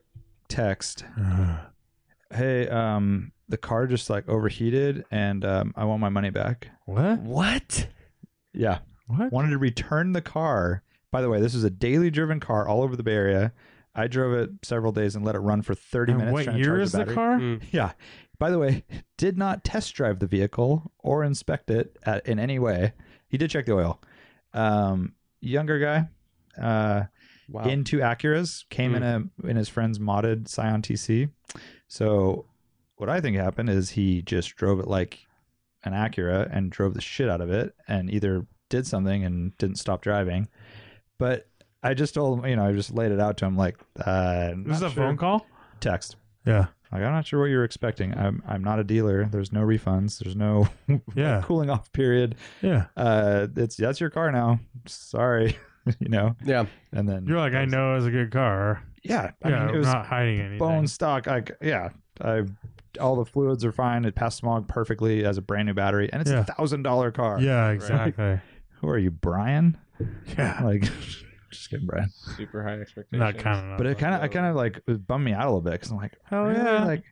D: text hey um the car just like overheated and um i want my money back
B: what?
E: What?
D: yeah
B: What?
D: wanted to return the car by the way this was a daily driven car all over the bay area i drove it several days and let it run for 30
B: And
D: minutes
B: what
D: trying to
B: year
D: charge
B: is the
D: battery.
B: car?
E: Mm.
D: yeah by the way did not test drive the vehicle or inspect it at, in any way he did check the oil um younger guy uh
E: Wow.
D: into Acuras, came in
B: Hmm.
D: a in his friend's modded Scion TC. So what I think happened is he just drove it like an Acura and drove the shit out of it and either did something and didn't stop driving. But I just told him, you know, I just laid it out to him like uh
B: This is
D: not
B: a
D: sure.
B: phone call.
D: text.
B: Yeah,
D: Like I'm not sure what you're expecting. I'm I'm not a dealer. There's no refunds. There's no
B: yeah,
D: cooling off period.
B: yeah.
D: Uh it's that's your car now. Sorry. you know.
E: Yeah.
D: And then
B: You're like, I know it's a good car.
D: Yeah. I
B: yeah,
D: mean it was
B: not hiding anything.
D: bone stock. Like, yeah, I, all the fluids are fine. It passed smog perfectly as a brand new battery, and it's
B: Yeah.
D: a thousand dollar car.
B: Yeah, exactly.
D: Who are you, Brian?
B: Yeah,
D: Like, just kidding, Brian.
F: Super high expectations.
B: not counting.
D: But it kind of, I kind of like it bummed me out a little bit because I'm like,
B: Hell
D: really?
B: Oh, yeah.
D: like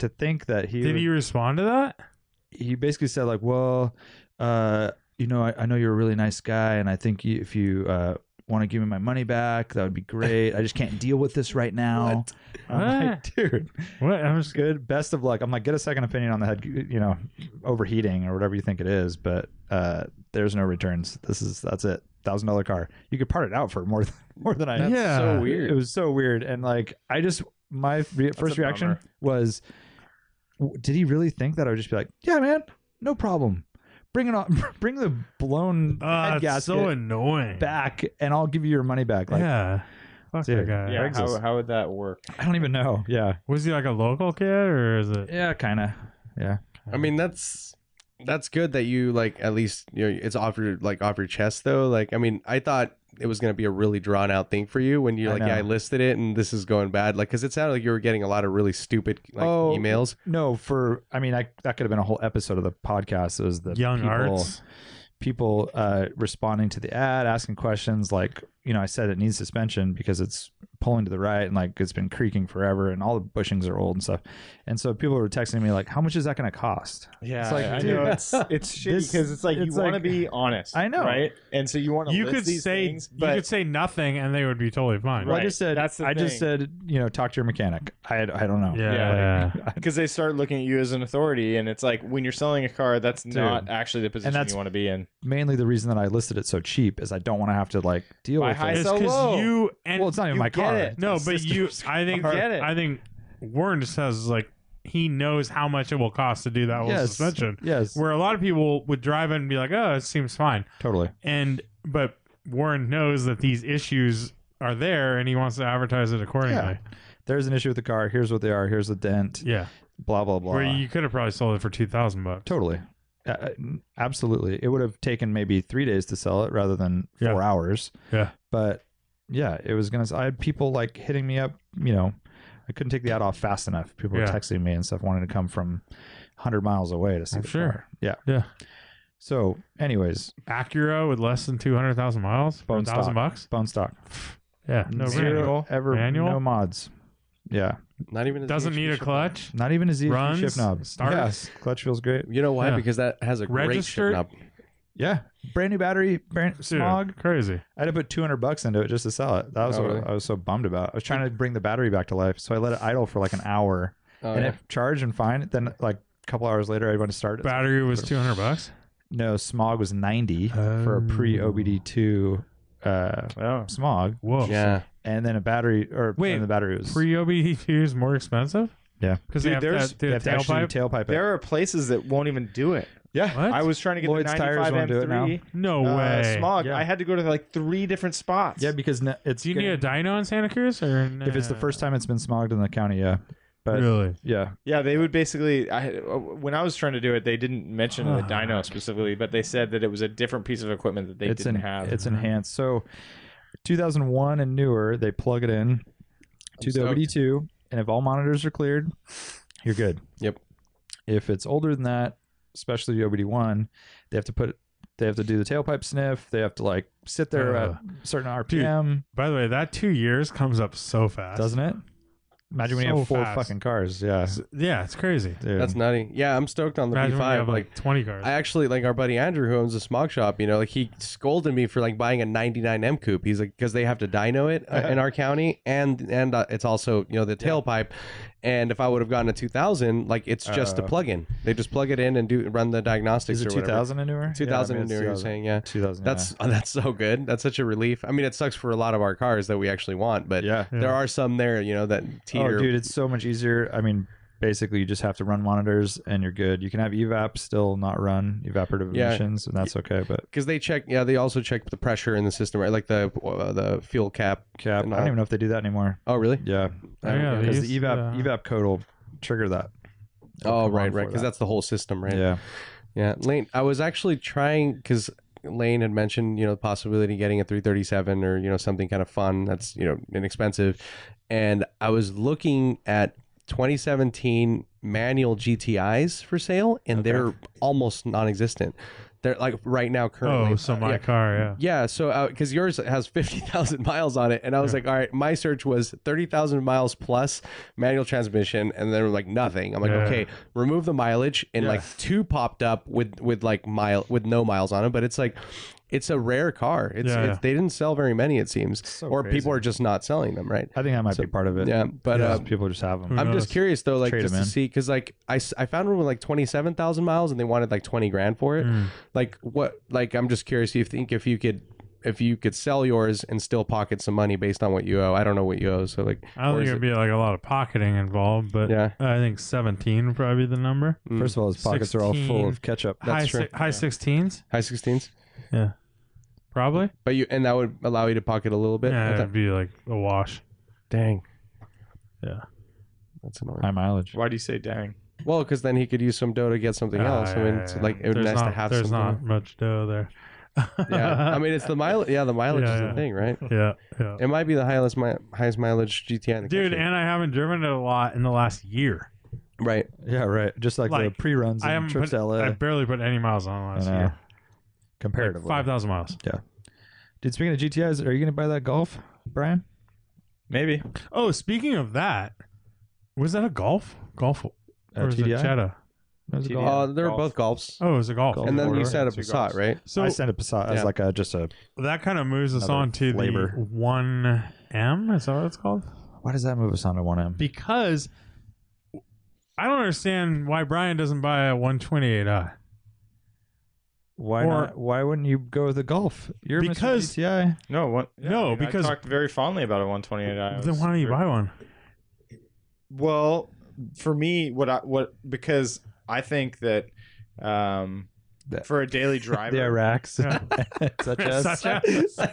D: to think that he
B: Did
D: would-
B: he respond to that?
D: he basically said like, well, uh, you know, I, I know you're a really nice guy, and I think you, if you uh, want to give me my money back, that would be great. I just can't deal with this right now. I'm like, dude.
B: What? I'm just.
D: good. Best of luck. I'm like, get a second opinion on the head, you know, overheating or whatever you think it is. But uh, there's no returns. This is that's it. Thousand dollar car. You could part it out for more than more than I.
B: That's Yeah. so
E: weird.
D: It was so weird. And like, I just my re- first
F: a
D: reaction
F: bummer.
D: was, w- did he really think that I would just be like, yeah, man, no problem. Bring it on. Bring the blown
B: Uh,
D: head
B: it's
D: gasket
B: so annoying.
D: back, and I'll give you your money back. Like,
B: yeah. Fuck that
D: Dude,
B: guy.
F: Yeah, how,
D: Craigslist.
F: how would that work?
D: I don't even know. Yeah.
B: Was he like a local kid or is it?
D: Yeah, kind of. Yeah.
E: I mean, that's that's good that you like at least you know it's off your like off your chest though. Like, I mean, I thought it was gonna be a really drawn out thing for you when you're
D: I
E: like, yeah,
D: know.
E: I listed it and this is going bad. Like, because it sounded like you were getting a lot of really stupid like
D: Oh.
E: emails.
D: No, for I mean, I that could have been a whole episode of the podcast. Is the
B: Young
D: people,
B: Arts.
D: people uh, responding to the ad, asking questions like, you know, I said it needs suspension because it's pulling to the right and like it's been creaking forever, and all the bushings are old and stuff. And so people were texting me like, "How much is that going to cost?"
F: Yeah,
D: It's like,
F: I
D: dude,
F: know it's it's shitty
D: this-
F: because it's like
D: it's
F: you want to
D: like-
F: be honest.
D: I know.
F: right? And so you want to.
B: You
F: list
B: could
F: these
B: say
F: things,
B: you
F: but
B: could say nothing and they would be totally fine.
D: Well, I
F: Right.
D: just said,
F: That's the
D: I just
F: thing.
D: said, you know, talk to your mechanic. I I don't know.
B: Yeah.
F: because they start looking at you as an authority, and it's like when you're selling a car, that's not actually the position
D: that's
F: you want to be in.
D: Mainly the reason that I listed it so cheap is I don't want to have to like deal
F: Buy
D: with
F: high,
D: it.
B: It's
F: So
B: because
F: low.
B: you and
D: Well, it's not even
F: you
D: my
F: get
D: car.
F: it.
B: no,
D: It's my
B: but you.
D: sister's
B: I think.
F: car. Get it.
B: I think Warren just says like he knows how much it will cost to do that whole
D: Yes.
B: suspension.
D: Yes,
B: Where a lot of people would drive in and be like, "Oh, it seems fine,"
D: totally.
B: and but Warren knows that these issues are there, and he wants to advertise it accordingly.
D: There's an issue with the car. Here's what they are. Here's the dent.
B: Yeah,
D: Blah blah blah.
B: where you could have probably sold it for two thousand bucks.
D: Totally. Uh, absolutely. It would have taken maybe three days to sell it rather than four
B: Yeah.
D: hours.
B: Yeah.
D: But yeah, it was going to, I had people like hitting me up, you know, I couldn't take the ad off fast enough. People were
B: Yeah.
D: texting me and stuff, wanting to come from 100 miles away to see
B: I'm
D: the
B: sure.
D: car. Yeah.
B: Yeah.
D: So, anyways,
B: Acura with less than 200,000 miles for
D: Bone
B: a thousand
D: stock.
B: bucks.
D: bone stock,
B: Yeah. No
D: zero
B: brainer.
D: ever,
B: Manual?
D: no mods. Yeah,
E: Not even a
B: Doesn't
E: ZHP
B: need a
E: shift.
B: clutch.
D: not even a Z
B: Runs,
D: shift knob.
B: starts.
D: Yes, clutch feels great.
E: You know why?
B: Yeah.
E: Because that has a great
B: Registered-
E: shift knob.
D: Yeah, brand new battery, brand
B: Dude,
D: smog.
B: Crazy.
D: I had to put 200 bucks into it just to sell it. That was
E: Oh,
D: what
E: really?
D: I was so bummed about. I was trying to bring the battery back to life, so I let it idle for like an hour,
E: Oh,
D: and
E: yeah.
D: it charged and fine. Then like a couple hours later, I went to start it.
B: Battery was 200 bucks.
D: No, smog was 90 for a pre
B: Oh.
D: OBD2 uh,
F: Oh.
D: smog,
B: Whoa.
E: yeah.
D: and then a battery or
B: Wait,
D: and the battery was
B: Pre OBD2 is more expensive?
D: Yeah.
B: Because they
F: Dude,
B: have
F: there's-
B: that, they
D: you
B: have
D: have to actually
B: tailpipe.
D: tailpipe it.
F: There are places that won't even do it.
D: Yeah,
B: What?
F: I was trying to get
D: Lloyd's
F: the
D: tires
F: 95
D: won't do it now.
F: M3
B: no
F: uh,
B: way.
F: smog.
D: Yeah.
F: I had to go to like three different spots.
D: yeah, because n- it's
B: Do you
D: gonna-
B: need a dyno in Santa Cruz or nah?
D: if it's the first time it's been smogged in the county. Yeah, but
B: Really?
D: yeah,
F: Yeah, they would basically. I when I was trying to do it, they didn't mention the dyno specifically, but they said that it was a different piece of equipment that they
D: it's
F: didn't
D: en-
F: have.
D: it's enhanced. So 2001 and newer, they plug it in to the
E: stoked.
D: OBD2, and if all monitors are cleared, you're good.
E: Yep.
D: If it's older than that, especially the OBD1, they have to put they have to do the tailpipe sniff. They have to like sit there
B: Uh,
D: at certain RPM,
B: By the way, that two years comes up so fast.
D: doesn't it? Imagine when you
B: So
D: have four
B: fast.
D: fucking cars. Yeah,
B: Yeah, it's crazy.
D: dude.
E: That's nutty. Yeah, I'm stoked on the
B: Imagine when you
E: P5.
B: have
E: Like,
B: like 20 cars.
E: I actually like our buddy Andrew who owns a smog shop. You know, like he scolded me for like buying a 99 M coupe. He's like because they have to dyno it uh, in our county, and and uh, it's also you know the tailpipe. And if I would have gotten a 2000, like it's just a
D: Uh,
E: plug in. They just plug it in and do run the diagnostics.
D: Is it
E: or whatever.
D: 2000 and newer?
E: 2000
D: Yeah, I
E: and
D: mean,
E: newer. You're
D: it's
E: saying yeah.
D: 2000.
E: That's oh, that's so good. That's such a relief. I mean, it sucks for a lot of our cars that we actually want, but
D: yeah.
B: Yeah.
E: there are some there, you know, that teeter.
D: Oh, dude, it's so much easier. I mean, basically, you just have to run monitors and you're good. You can have E evap still not run evaporative
E: Yeah.
D: emissions, and that's okay. But
E: because they check, yeah, they also check the pressure in the system, right? Like the uh, the fuel cap.
D: cap,
E: And
D: I don't
E: all-
D: even know if they do that anymore.
E: Oh, really?
D: Yeah,
B: Oh, yeah, they
D: because
B: used-
D: the E evap
B: yeah.
D: evap code will trigger that. It'll
E: Oh,
D: come
E: right,
D: on
E: right.
D: for
E: Because
D: that.
E: that's the whole system, right?
D: yeah,
E: Yeah. Lane, I was actually trying because Lane had mentioned, you know, the possibility of getting a 337 or, you know, something kind of fun that's, you know, inexpensive. And I was looking at 2017 manual GTIs for sale, and they're almost non existent. They're like right now, currently.
B: oh, so my
E: yeah.
B: car, yeah.
E: Yeah, so because yours has fifty thousand miles on it, and I was like, all right, my search was thirty thousand miles plus manual transmission, and then like nothing. I'm like,
B: Yeah.
E: okay, remove the mileage, and like two popped up with with like mile with no miles on it, but it's like. It's a rare car. It's,
B: Yeah.
E: it's they didn't sell very many, it seems,
D: So
E: or
D: crazy.
E: people are just not selling them, right?
D: I think that might
E: So-
D: be part of it.
E: Yeah, but
D: Because
E: uh,
D: people just have them.
B: Who
E: I'm just
B: knows?
E: curious though, like
D: Trade
E: just
D: 'em
E: to
D: in.
E: see, because like I, s- I found one with like twenty seven thousand miles, and they wanted like twenty grand for it.
B: Mm.
E: Like what? Like I'm just curious. You think if you could, if you could sell yours and still pocket some money based on what you owe? I don't know what you owe, so like,
B: I don't
E: or
B: think
E: is
B: it'd be like a lot of pocketing involved, but
E: yeah,
B: I think 17 would probably be the number.
E: Mm.
D: First of all, his pockets are all
B: 16.
D: full of ketchup.
B: high
E: true.
B: si- high 16s,
E: high sixteens.
B: probably.
E: But you and that would allow you to pocket a little bit.
B: yeah,
E: I thought-
B: it'd be like a wash.
E: Dang.
B: Yeah.
E: That's annoying.
D: High mileage.
F: Why do you say dang?
E: Well, because then he could use some dough to get something
B: Ah,
E: else. I mean, it's like it would be
B: Uh, There's
E: nice
B: not,
E: to have
B: There's
E: something.
B: not much dough there.
E: Yeah, I mean, it's the mileage. Yeah, the mileage
B: Yeah,
E: is
B: yeah.
E: the thing, right?
B: yeah, yeah.
E: It might be the highest mi- highest mileage GTI in the
B: Dude,
E: country.
B: and I haven't driven it a lot in the last year.
E: right.
D: Yeah, right. Just like,
B: Like,
D: the pre-runs
B: I
D: and
B: haven't
D: trips
B: put,
D: to LA.
B: I barely put any miles on last
D: I know.
B: year.
D: comparatively,
B: Five thousand miles.
D: Dude, speaking of GTIs, are you going to buy that Golf, Brian?
F: Maybe.
B: Oh, speaking of that, was that a golf? Golf
D: Uh,
B: or was it
D: TDI?
B: Jetta?
D: No, it's a
F: TDI.
D: Golf.
E: Uh, they're
F: golf.
E: both golfs.
B: Oh, it was a golf.
D: Golf.
E: and then you
D: Or
E: said a
F: two
E: Passat,
F: golfs.
E: right?
B: So
D: I sent a Passat
E: Yeah.
D: as like a just a
B: that kind of moves us
D: Another
B: on to
D: flavor.
B: the one M. Is that what it's called?
D: Why does that move us on to one M?
B: Because I don't understand why Brian doesn't buy a 128i.
D: Why
B: or-
D: not? Why wouldn't you go with the golf? You're
B: Because-
D: Mr. GTI.
F: No. What? I
B: No,
F: mean,
B: because-
F: I talked very fondly about a 128. I
B: Then
F: was-
B: why don't you buy one?
F: Well, for me, what I what because I think that um
D: That-
F: for a daily driver.
D: the Iraqs, such as
B: Such a-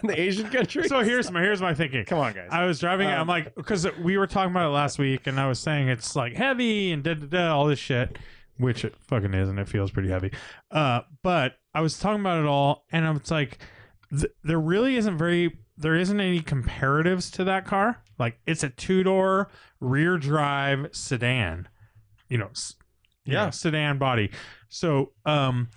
E: the Asian country.
B: so here's my here's my thinking.
F: Come on, guys.
B: I was driving it. I'm like, because we were talking about it last week, and I was saying it's like heavy and da da da, all this shit, which it fucking is, and it feels pretty heavy. Uh, but I was talking about it all, and I was like, th- there really isn't very there isn't any comparatives to that car. Like it's a two door rear drive sedan, you know, s- you
F: Yeah.
B: know, sedan body. So um,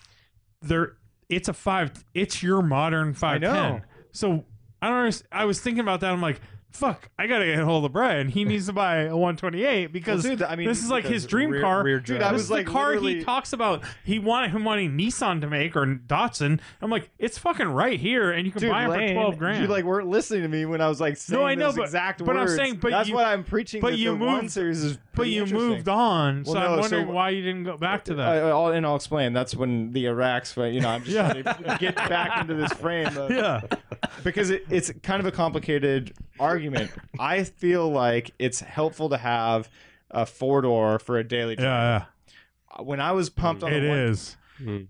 B: there it's a five. It's your modern
F: I
B: five
F: know.
B: ten. So I don't. Understand, I was thinking about that. I'm like, fuck. I gotta get hold of Brian. He needs to buy a 128 because
F: Well, dude, I mean,
B: this is like his
F: because
B: dream
F: rear-
B: car.
F: rear
B: dude,
F: drive.
B: I
F: I
B: was
F: was,
B: this is the
F: like,
B: car he
F: literally-
B: talks about. He wanted him wanting Nissan to make or Datsun. I'm like, it's fucking right here, and you can
F: Dude,
B: buy it for
F: Lane,
B: twelve grand.
F: You like weren't listening to me when I was like saying
B: I know,
F: those
B: but-
F: exact
B: but I'm
F: words.
B: saying- but
F: that's
B: you-
F: what I'm preaching.
B: but
F: that
B: you
F: the one
B: moved-
F: series is
B: but
F: pretty
B: you
F: interesting.
B: moved on, so
F: Well,
B: I'm
F: no,
B: wondering
F: so-
B: why you didn't go back to that.
F: I, I'll, and I'll explain. That's when the Iraqs, but you know, I'm just
B: Yeah.
F: trying to get back into this frame of,
B: yeah,
F: because it, it's kind of a complicated argument. I feel like it's helpful to have a four door for a daily. drive.
B: yeah,
F: When I was pumped
B: yeah.
F: on
B: It
F: the one,
B: is.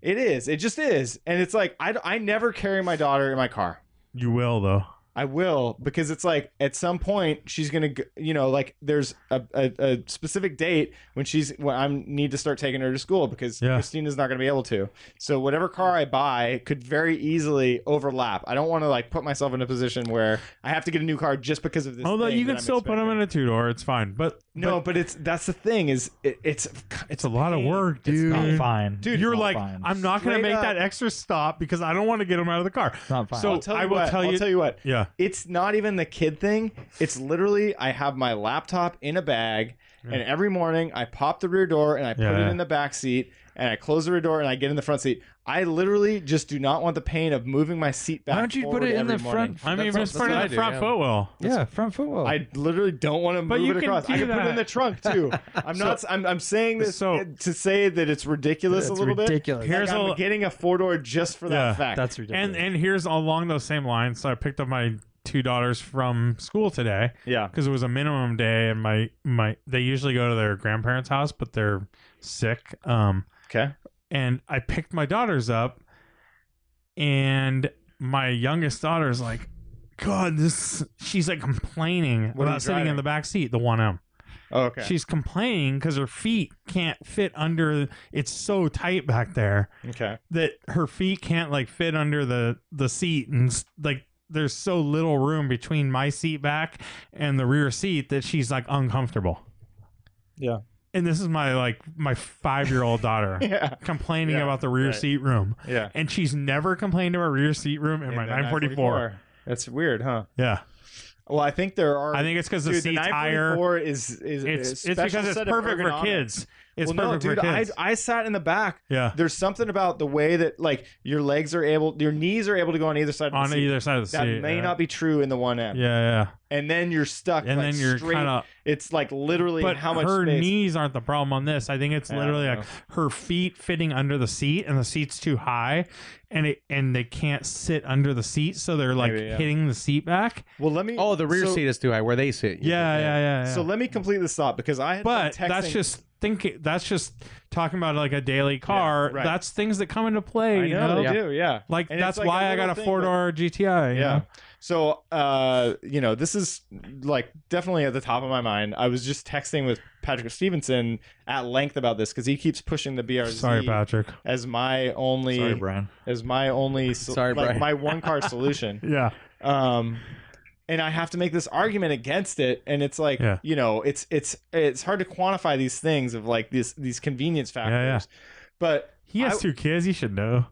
F: it is, it just is, and it's like I, I never carry my daughter in my car.
B: You will though.
F: I will because it's like at some point she's gonna g- you know like there's a, a, a specific date when she's when I need to start taking her to school because
B: Yeah.
F: Christina's not gonna be able to. So whatever car I buy could very easily overlap. I don't want to like put myself in a position where I have to get a new car just because of this.
B: Although
F: thing
B: you
F: that
B: can
F: I'm
B: still put them in
F: expecting.
B: a two door, it's fine. But
F: No, but, it's that's the thing is it, it's
B: it's a lot of work, dude.
D: Not fine.
F: Dude,
D: It's
B: You're
D: not
B: like,
D: fine.
B: I'm not gonna
F: Straight
B: make
F: up.
B: that extra stop because I don't want to get him out of the car.
D: It's not fine.
B: so-
F: I'll tell you
B: I will
F: what,
B: tell you-
F: I'll tell you what.
B: Yeah,
F: it's not even the kid thing. It's literally I have my laptop in a bag,
B: Yeah.
F: and every morning I pop the rear door and I put
B: Yeah.
F: it in the back seat, and I close the rear door and I get in the front seat. I literally just do not want the pain of moving my seat back.
D: Why don't you put
F: forward
D: it in
F: every
D: the
F: morning.
D: front?
B: I mean,
D: that's what-
B: it's
D: that's
B: part
D: what I
B: of the
D: do,
B: front
D: yeah.
B: footwell.
D: Yeah, front footwell.
F: I literally don't want to
B: But
F: move
B: you
F: it
B: can
F: across. I
B: do
F: can put it
B: that.
F: in the trunk too. I'm not. I'm, I'm saying this
B: So-
F: to say that it's ridiculous
D: That's
F: a little
D: ridiculous.
F: bit. Like
B: Here's
F: I'm
B: a-
F: getting a four door just for
B: Yeah,
F: that fact.
D: That's
B: and
D: ridiculous.
B: and here's along those same lines. So I picked up my two daughters from school today
F: yeah.
B: because it was a minimum day, and my my they usually go to their grandparents' house, but they're sick. Um,
F: Okay.
B: and I picked my daughters up, and my youngest daughter's like, "God, this." She's like complaining
F: What are you
B: about sitting in
F: driving?
B: the back seat, the one M.
F: Oh, okay.
B: She's complaining because her feet can't fit under. It's so tight back there
F: okay.
B: that her feet can't like fit under the the seat and s- like there's so little room between my seat back and the rear seat that she's like uncomfortable.
F: Yeah.
B: And this is my like my 5-year-old daughter
F: Yeah.
B: complaining
F: Yeah,
B: about the rear
F: right.
B: seat room.
F: Yeah.
B: And she's never complained about rear seat room in,
F: In
B: my
F: the
B: 944.
F: That's weird, huh?
B: Yeah.
F: Well, I think there are.
B: I think it's cuz the
F: dude,
B: seat's higher.
F: 944 is is
B: It's
F: a
B: it's
F: special
B: because it's
F: set of
B: perfect for
F: ergonomics.
B: kids. It's
F: well,
B: perfect
F: no, dude,
B: for kids.
F: I I sat in the back.
B: yeah.
F: There's something about the way that like your legs are able, your knees are able to go on either side of
B: On
F: the seat.
B: either side of the
F: that
B: seat.
F: may
B: yeah.
F: not be true in the one M.
B: Yeah,
F: And then you're stuck.
B: yeah. And
F: like,
B: then you're
F: straight.
B: kind of
F: It's like literally
B: but
F: how much
B: her
F: space.
B: knees aren't the problem on this. I think it's
F: Yeah, I
B: literally
F: don't
B: like her feet fitting under the seat, and the seat's too high, and it and they can't sit under the seat, so they're like
F: Maybe, yeah.
B: hitting the seat back.
F: well, let me.
E: Oh, the rear
F: so-
E: seat is too high where they sit.
B: Yeah, yeah, yeah. yeah.
F: So let me complete this thought because I had
B: but
F: been texting.
B: that's just thinking. That's just talking about like a daily car.
F: right.
B: That's things that come into play.
F: I
B: you
F: know,
B: know?
F: they do, yeah.
B: Like
F: And it's
B: that's
F: like a
B: why I
F: little
B: got a
F: thing,
B: four door GTI. you
F: Yeah.
B: know?
F: So, uh, you know, this is like definitely at the top of my mind. I was just texting with Patrick Stevenson at length about this because he keeps pushing the BRZ
B: Sorry, Patrick.
F: as my only
D: Sorry, Brian.
F: as my only so-
E: Sorry,
F: like
E: Brian.
F: my one car solution.
B: Yeah.
F: Um, and I have to make this argument against it, and it's like
B: Yeah.
F: you know, it's it's it's hard to quantify these things of like these these convenience
B: yeah.
F: factors, but.
B: He has
F: I-
B: two kids. He should know.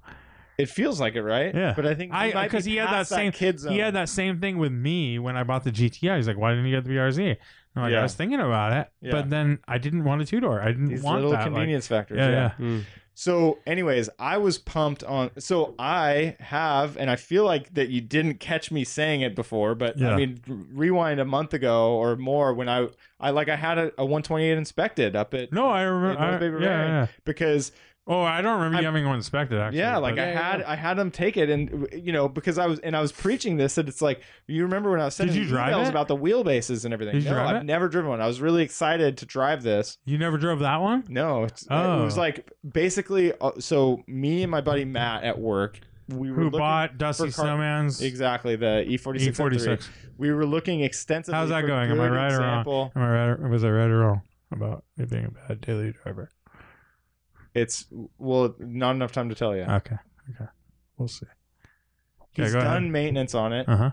F: It feels like it, right?
B: Yeah.
F: But I think
B: I-
F: because
B: 'cause he had that same-
F: kids.
B: He had that same thing with me when I bought the GTI. He's like, "Why didn't you get the BRZ?" I'm like,
F: Yeah.
B: "I was thinking about it,
F: Yeah.
B: but then I didn't want a two door. I didn't
F: these
B: want
F: little
B: that." like-
F: convenience factors.
B: yeah,
F: yeah.
B: yeah,
F: So, anyways, I was pumped on. So I have, and I feel like that you didn't catch me saying it before, but
B: Yeah.
F: I mean, rewind a month ago or more when I, I like I had a, a 128 inspected up at
B: No, I remember.
F: It was
B: I-
F: Big Red.
B: yeah, yeah.
F: because
B: Oh, I don't remember you
F: I'm-
B: having one inspected. Actually,
F: yeah, like
B: but-
F: I had I had them take it, and you know because I was and I was preaching this that it's like you remember when I was
B: Did
F: sending
B: you drive
F: emails
B: it?
F: about the wheelbases and everything.
B: Did you
F: no,
B: drive
F: I've
B: it?
F: never driven one. I was really excited to drive this.
B: you never drove that one.
F: No, it's,
B: Oh.
F: it was like basically. Uh, so me and my buddy Matt at work, we were
B: Who
F: looking-
B: bought Dusty
F: for car-
B: Snowman's
F: Exactly, the E46.
B: E forty six?
F: We were looking extensively.
B: How's that
F: for
B: going? Am I
F: good
B: right or wrong?
F: example.
B: Am I right? Or, was I right or wrong about it being a bad daily driver?
F: It's well, not enough time to tell you.
B: Okay, okay, we'll see. Okay,
F: He's
B: go ahead.
F: done maintenance on it,
B: Uh huh.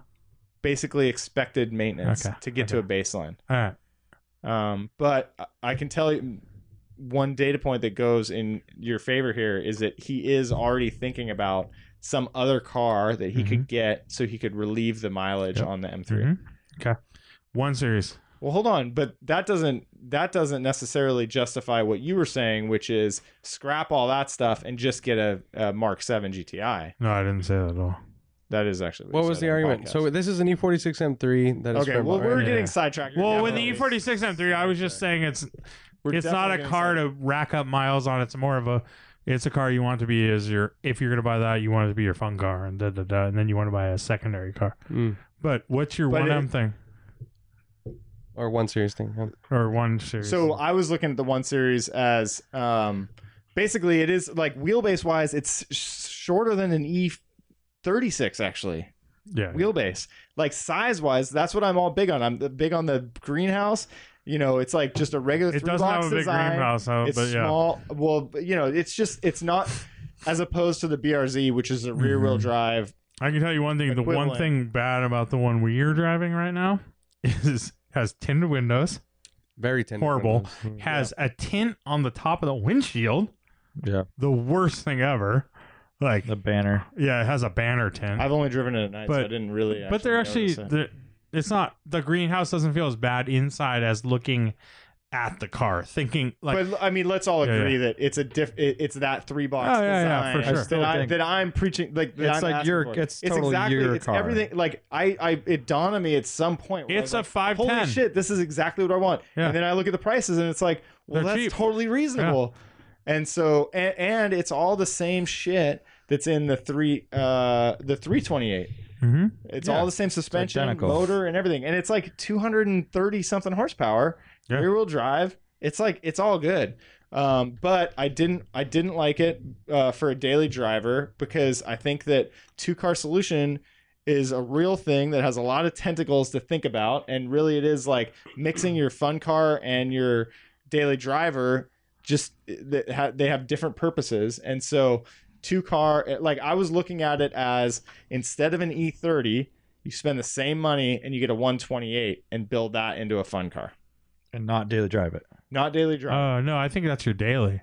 F: basically expected maintenance
B: Okay,
F: to get to a baseline.
B: All right.
F: Um, but I- I can tell you one data point that goes in your favor here is that he is already thinking about some other car that he could get so he could relieve the mileage
B: Mm-hmm. Yep.
F: on the M3.
B: Mhm.
F: Mm-hmm.
B: Okay. One series.
F: Well, hold on, but that doesn't that doesn't necessarily justify what you were saying, which is scrap all that stuff and just get a, a Mark 7 GTI.
B: No, I didn't say that at all.
F: That is actually
E: What was the argument? So this is an E E46 M3. That is
F: okay,
E: from
F: well
E: Bahrain.
F: we're
B: yeah.
F: getting sidetracked. here.
B: Well, with the E
F: Definitely.
B: E46 M3, I was just saying it's
F: We're
B: it's not
F: definitely
B: a
F: getting
B: car to rack up miles on. It's more of a it's a car you want to be as your if you're gonna buy that you want it to be your fun car and da da da and then you want to buy a secondary car.
E: Mm.
B: But what's your
F: But
B: one
F: it-
B: M thing
E: or one series thing. yeah.
B: or one series?
F: So I was looking at the one series as um, basically it is like wheelbase wise, it's sh- shorter than an E36 actually
B: yeah,
F: wheelbase. Like size wise, that's what I'm all big on. I'm the- big on the greenhouse. You know, it's like just a regular.
B: it
F: three
B: doesn't have
F: box
B: a big
F: design.
B: greenhouse, though,
F: It's
B: but yeah,
F: small. Well, but, you know, it's just it's not as opposed to the BRZ, which is a rear wheel
B: Mhm.
F: drive.
B: I can tell you one thing. The one
F: Equivalent.
B: thing bad about the one we're driving right now is has tinted windows,
E: Very tender.
B: Horrible.
E: windows.
B: has a tint on the top of the windshield.
D: Yeah.
B: the worst thing ever. Like
D: The banner.
B: yeah, it has a banner tint.
F: I've only driven it at night, so I
B: But-
F: didn't really.
B: but they're actually
F: notice it.
B: they're, it's not the greenhouse doesn't feel as bad inside as looking at the car thinking like
F: but I mean, let's all
B: Yeah,
F: agree that it's a diff. It, it's that three box
B: Oh, yeah, yeah, for
F: design
B: sure. I
D: still
F: that, I,
D: think-
F: that I'm preaching. Like that
D: It's
F: I'm
D: like
F: asking
D: your-
F: for.
D: it's totally
F: exactly,
D: your
F: it's
D: car.
F: Everything like I, I, it dawned on me at some point. where I
B: it's
F: was
B: a
F: like, Holy
B: 510
F: shit! This is exactly what I want.
B: Yeah.
F: And then I look at the prices, and it's like, well,
B: They're
F: that's
B: cheap.
F: totally reasonable. And so, and, and it's all the same shit that's in the three, uh, the three twenty eight.
B: mm-hmm.
F: It's
D: Yeah.
F: all the same suspension,
D: identical.
F: motor, and everything. And it's like 230 something horsepower,
B: Yeah.
F: rear wheel drive. It's like it's all good. Um, but I didn't I didn't like it uh, for a daily driver because I think that two car solution is a real thing that has a lot of tentacles to think about, and really it is like mixing your fun car and your daily driver. Just that ha- they have different purposes, and so two car like I was looking at it as instead of an E30, you spend the same money and you get a 128 and build that into a fun car,
D: And not daily drive it.
F: not daily drive.
B: oh no i think that's your daily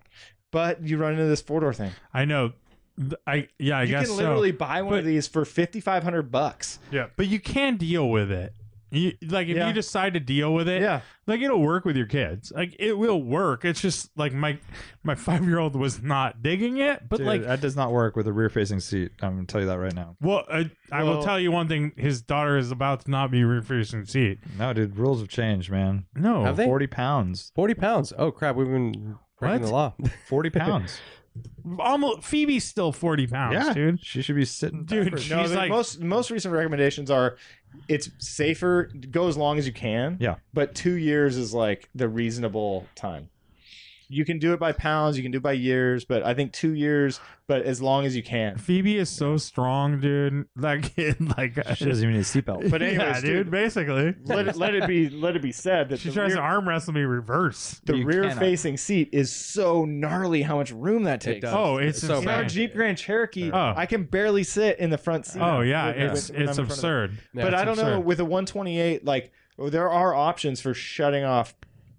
F: but you run into this four door thing.
B: i know Th- i yeah i
F: you
B: guess
F: can
B: so.
F: literally buy one of
B: But-
F: these for 5,500 bucks.
B: yeah but you can deal with it you, like if
F: Yeah.
B: you decide to deal with it
F: Yeah,
B: like it'll work with your kids like it will work it's just like my my five-year-old was not digging it but
D: Dude,
B: like
D: that does not work with a rear facing seat. I'm gonna tell you that right now.
B: well, I, I will
F: Well-
B: tell you one thing. His daughter is about to not be refusing seat.
D: No, dude, rules have changed, man.
B: No,
E: Have they?
D: Forty pounds.
E: 40 pounds. Oh, crap. We've been breaking
B: What?
E: the law.
D: Forty pounds.
B: almost Phoebe's still forty pounds,
D: yeah,
B: dude.
D: She should be sitting.
B: Dude,
D: backwards.
B: she's
F: no, the
B: like,
F: most most recent recommendations are it's safer, go as long as you can.
D: Yeah.
F: but two years is like the reasonable time. You can do it by pounds, you can do it by years, but I think two years, but as long as you can.
B: Phoebe is so strong, dude. That kid, like,
D: she doesn't even need a seatbelt.
F: But anyways,
B: yeah, dude,
F: dude.
B: basically,
F: let it let it be let it be said that
B: she
F: the
B: tries
F: rear-
B: to arm wrestle me reverse.
F: the
D: You
F: rear
D: cannot.
F: facing seat is so gnarly how much room that takes.
E: does.
B: Oh, it's
E: So
B: so
F: In our
E: bad.
F: Jeep Grand Cherokee,
B: Oh.
F: I can barely sit in the front seat.
B: Oh yeah,
F: With-
B: it's
F: with- when
B: it's
F: I'm in front of it.
B: absurd.
E: Yeah,
F: but
E: it's
F: I don't know
E: absurd.
F: with a 128 like oh, there are options for shutting off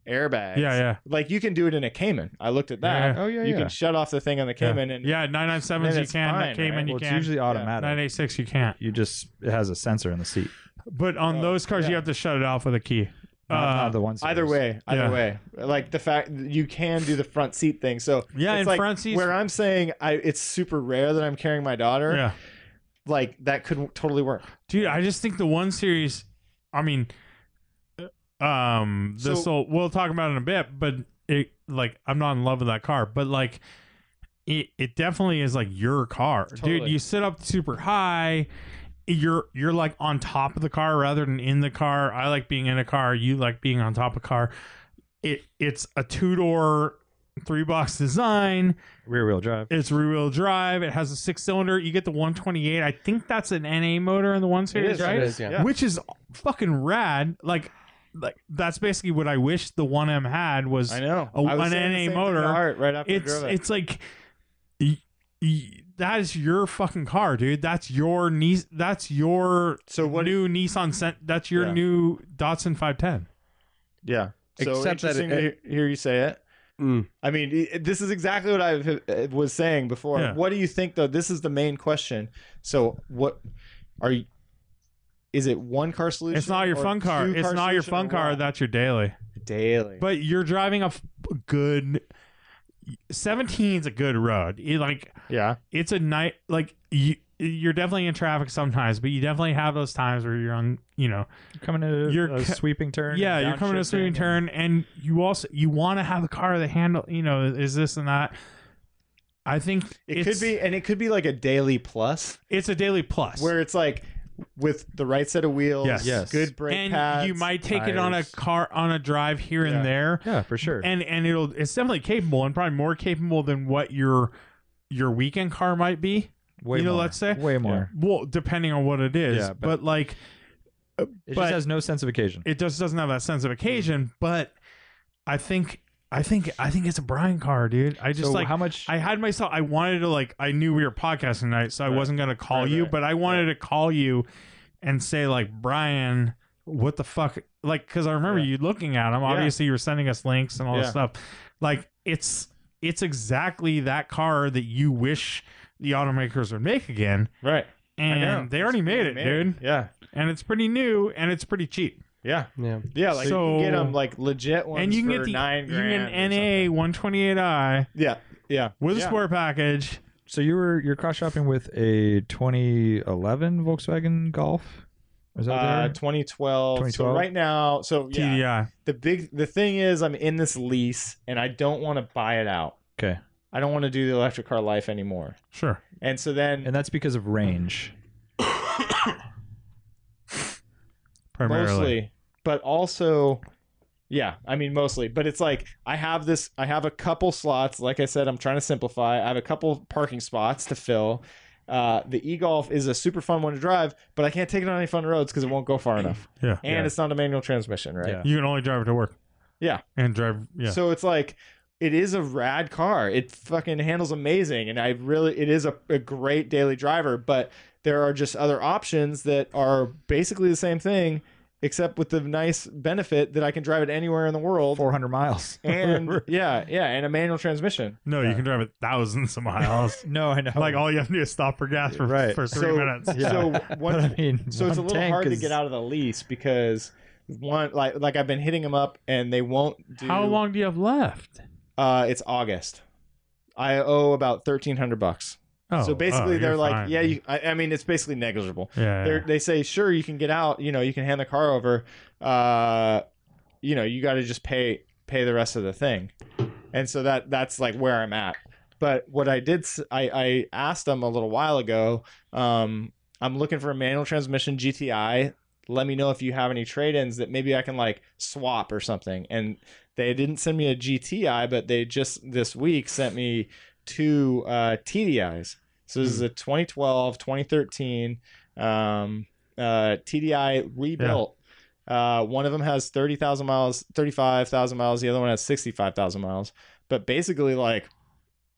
F: airbags.
B: Yeah, yeah,
F: Like you can do it in a Cayman. I looked at that.
B: Yeah.
D: oh yeah,
F: you
D: yeah.
F: can shut off the thing on the
B: yeah.
F: Cayman and
B: yeah, nine nine sevens
F: then
B: you
F: it's
B: can,
F: fine,
B: Cayman
F: right?
B: you
D: well, it's
B: can,
D: usually automatic.
B: nine eight six you can't.
D: You just it has a sensor in the seat.
B: But on
F: Oh,
B: those cars,
F: yeah.
B: you have to shut it off with a key.
D: Not,
B: Uh,
D: not the one.
F: Either
D: series.
F: way, either
B: Yeah.
F: way, like the fact that you can do the front seat thing. So
B: Yeah,
F: it's
B: and
F: like
B: front seats-
F: Where I'm saying I, it's super rare that I'm carrying my daughter.
B: yeah,
F: Like that could totally work.
B: dude i just think the one series i mean uh, um this
F: So-
B: will we'll talk about it in a bit but it like i'm not in love with that car but like it, it definitely is like your car dude
F: Totally.
B: you sit up super high you're you're like on top of the car rather than in the car i like being in a car you like being on top of a car it it's a two-door three box design
D: rear wheel drive.
B: it's rear wheel drive it has a six cylinder you get the 128 i think that's an na motor in the one series
F: is,
B: right
E: It is, yeah.
F: Yeah.
B: which is fucking rad. Like, like that's basically what I wish the one M had was.
F: I know.
B: a
F: I was
B: an
F: saying the same
B: NA
F: thing to
B: motor,
F: Art right after I
B: It's
F: drove it.
B: it's like y- y- that is your fucking car, dude. That's your niece. That's your
F: So what do
B: new Nissan Sent. That's your
F: Yeah.
B: new Datsun 510.
A: Yeah.
F: So
E: Except that it-
F: interesting to he- hear you say it.
E: Mm.
F: I mean, i- this is exactly what I uh, was saying before.
B: Yeah.
F: What do you think, though? This is the main question. So, what are you? Is it one car solution?
B: It's not your
F: or
B: fun car.
F: two
B: It's not your
F: solution
B: fun
F: or
B: car.
F: what?
B: That's your daily.
F: daily.
B: But you're driving a f- good. 17 is a good road. You, like
F: yeah,
B: it's a night like you. You're definitely in traffic sometimes, but you definitely have those times where you're on, you know,
D: coming in a,
B: You're
D: a
B: ca-
D: sweeping turn.
B: yeah,
D: and
B: you're coming to a
D: downshifting
B: sweeping
D: and-
B: turn, and you also you want to have the car that handle, you know, is this and that. I think
F: it
B: it's-
F: could be, and it could be like a daily plus,
B: It's a daily plus.
F: where it's like with the right set of wheels,
B: Yes.
D: Yes.
F: good brake
B: and
F: pads.
B: you might take it on a
F: tires.
B: car on a drive here
F: Yeah.
B: and there,
D: Yeah, for sure.
B: and and it'll it's definitely capable and probably more capable than what your your weekend car might be.
D: way
B: you know,
D: more.
B: let's say-
D: way more.
B: Well, depending on what it is,
D: Yeah,
B: but,
D: but-
B: like
D: It
B: But-
D: just has no sense of occasion.
B: it just doesn't have that sense of
F: Mm.
B: occasion. But I think I think I think it's a Brian car, dude. I just
D: so
B: like
D: how much?
B: I had myself. I wanted to like. I knew we were podcasting tonight, so I wasn't gonna call
F: Right,
B: you,
F: right,
B: but I wanted to call you and say like, Brian, what the fuck? Like, because I remember
F: Yeah.
B: you looking at him. Obviously, you were sending us links and all this
F: Yeah.
B: stuff. Like, it's it's exactly that car that you wish the automakers would make again,
F: right. know.
B: and they already made it, dude.
F: Yeah,
B: And it's pretty new and it's pretty cheap.
F: yeah,
E: Yeah.
F: yeah. Like you can get
B: So-
F: them like legit ones
B: and you can
F: for
B: get the
F: nine
B: you can
F: grand.
B: get
F: or something.
B: an NA 128i
F: Yeah, yeah.
B: with a
F: Yeah.
B: sport package.
D: so you were you're cross shopping with a 2011 Volkswagen Golf. Is that
F: Uh,
D: there?
F: 2012. So
D: 2012?
F: right now, so yeah,
B: TDI.
F: the big the thing is, I'm in this lease and I don't want to buy it out.
D: Okay,
F: I don't want to do the electric car life anymore.
B: Sure.
F: And so then
D: and that's because of range.
B: Primarily.
F: mostly, but also, yeah, I mean mostly, but it's like I have this, I have a couple slots. Like I said, I'm trying to simplify. I have a couple parking spots to fill. Uh, the e golf is a super fun one to drive, but I can't take it on any fun roads because it won't go far enough,
B: Yeah.
F: and it's not a manual transmission, right?
D: Yeah.
B: You can only drive it to work.
F: Yeah.
B: And drive. Yeah.
F: So it's like it is a rad car. It fucking handles amazing and I really it is a, a great daily driver, but there are just other options that are basically the same thing except with the nice benefit that I can drive it anywhere in the world
D: 400 miles.
F: and yeah, yeah, and a manual transmission.
B: no, you can drive it thousands of miles.
D: no, I know.
B: like all you have to do is stop for gas for,
D: Right.
B: for three
F: So-
B: minutes.
D: Yeah.
F: So
D: But
F: one
D: I mean,
F: so it's a
D: one
F: little
D: tank
F: hard
D: is-
F: to get out of the lease because one like like I've been hitting them up and they won't do
B: How long do you have left?
F: uh it's August. I owe about 1300 bucks.
B: Oh,
F: so
B: oh,
F: basically,
B: you're
F: they're like,
B: fine.
F: yeah, you, I, I mean, it's basically negligible.
B: yeah,
F: They're, they say, sure, you can get out. You know, you can hand the car over. Uh, you know, you got to just pay pay the rest of the thing. And so that that's like where I'm at. But what I did, s- I, I asked them a little while ago. Um, I'm looking for a manual transmission GTI. Let me know if you have any trade-ins that maybe I can like swap or something. And they didn't send me a GTI, but they just this week sent me two uh, TDIs. So this is
B: Hmm.
F: a 2012, 2013 um, uh, TDI rebuilt. Uh, one of them has 30,000 miles, 35,000 miles. The other one has 65,000 miles. But basically, like,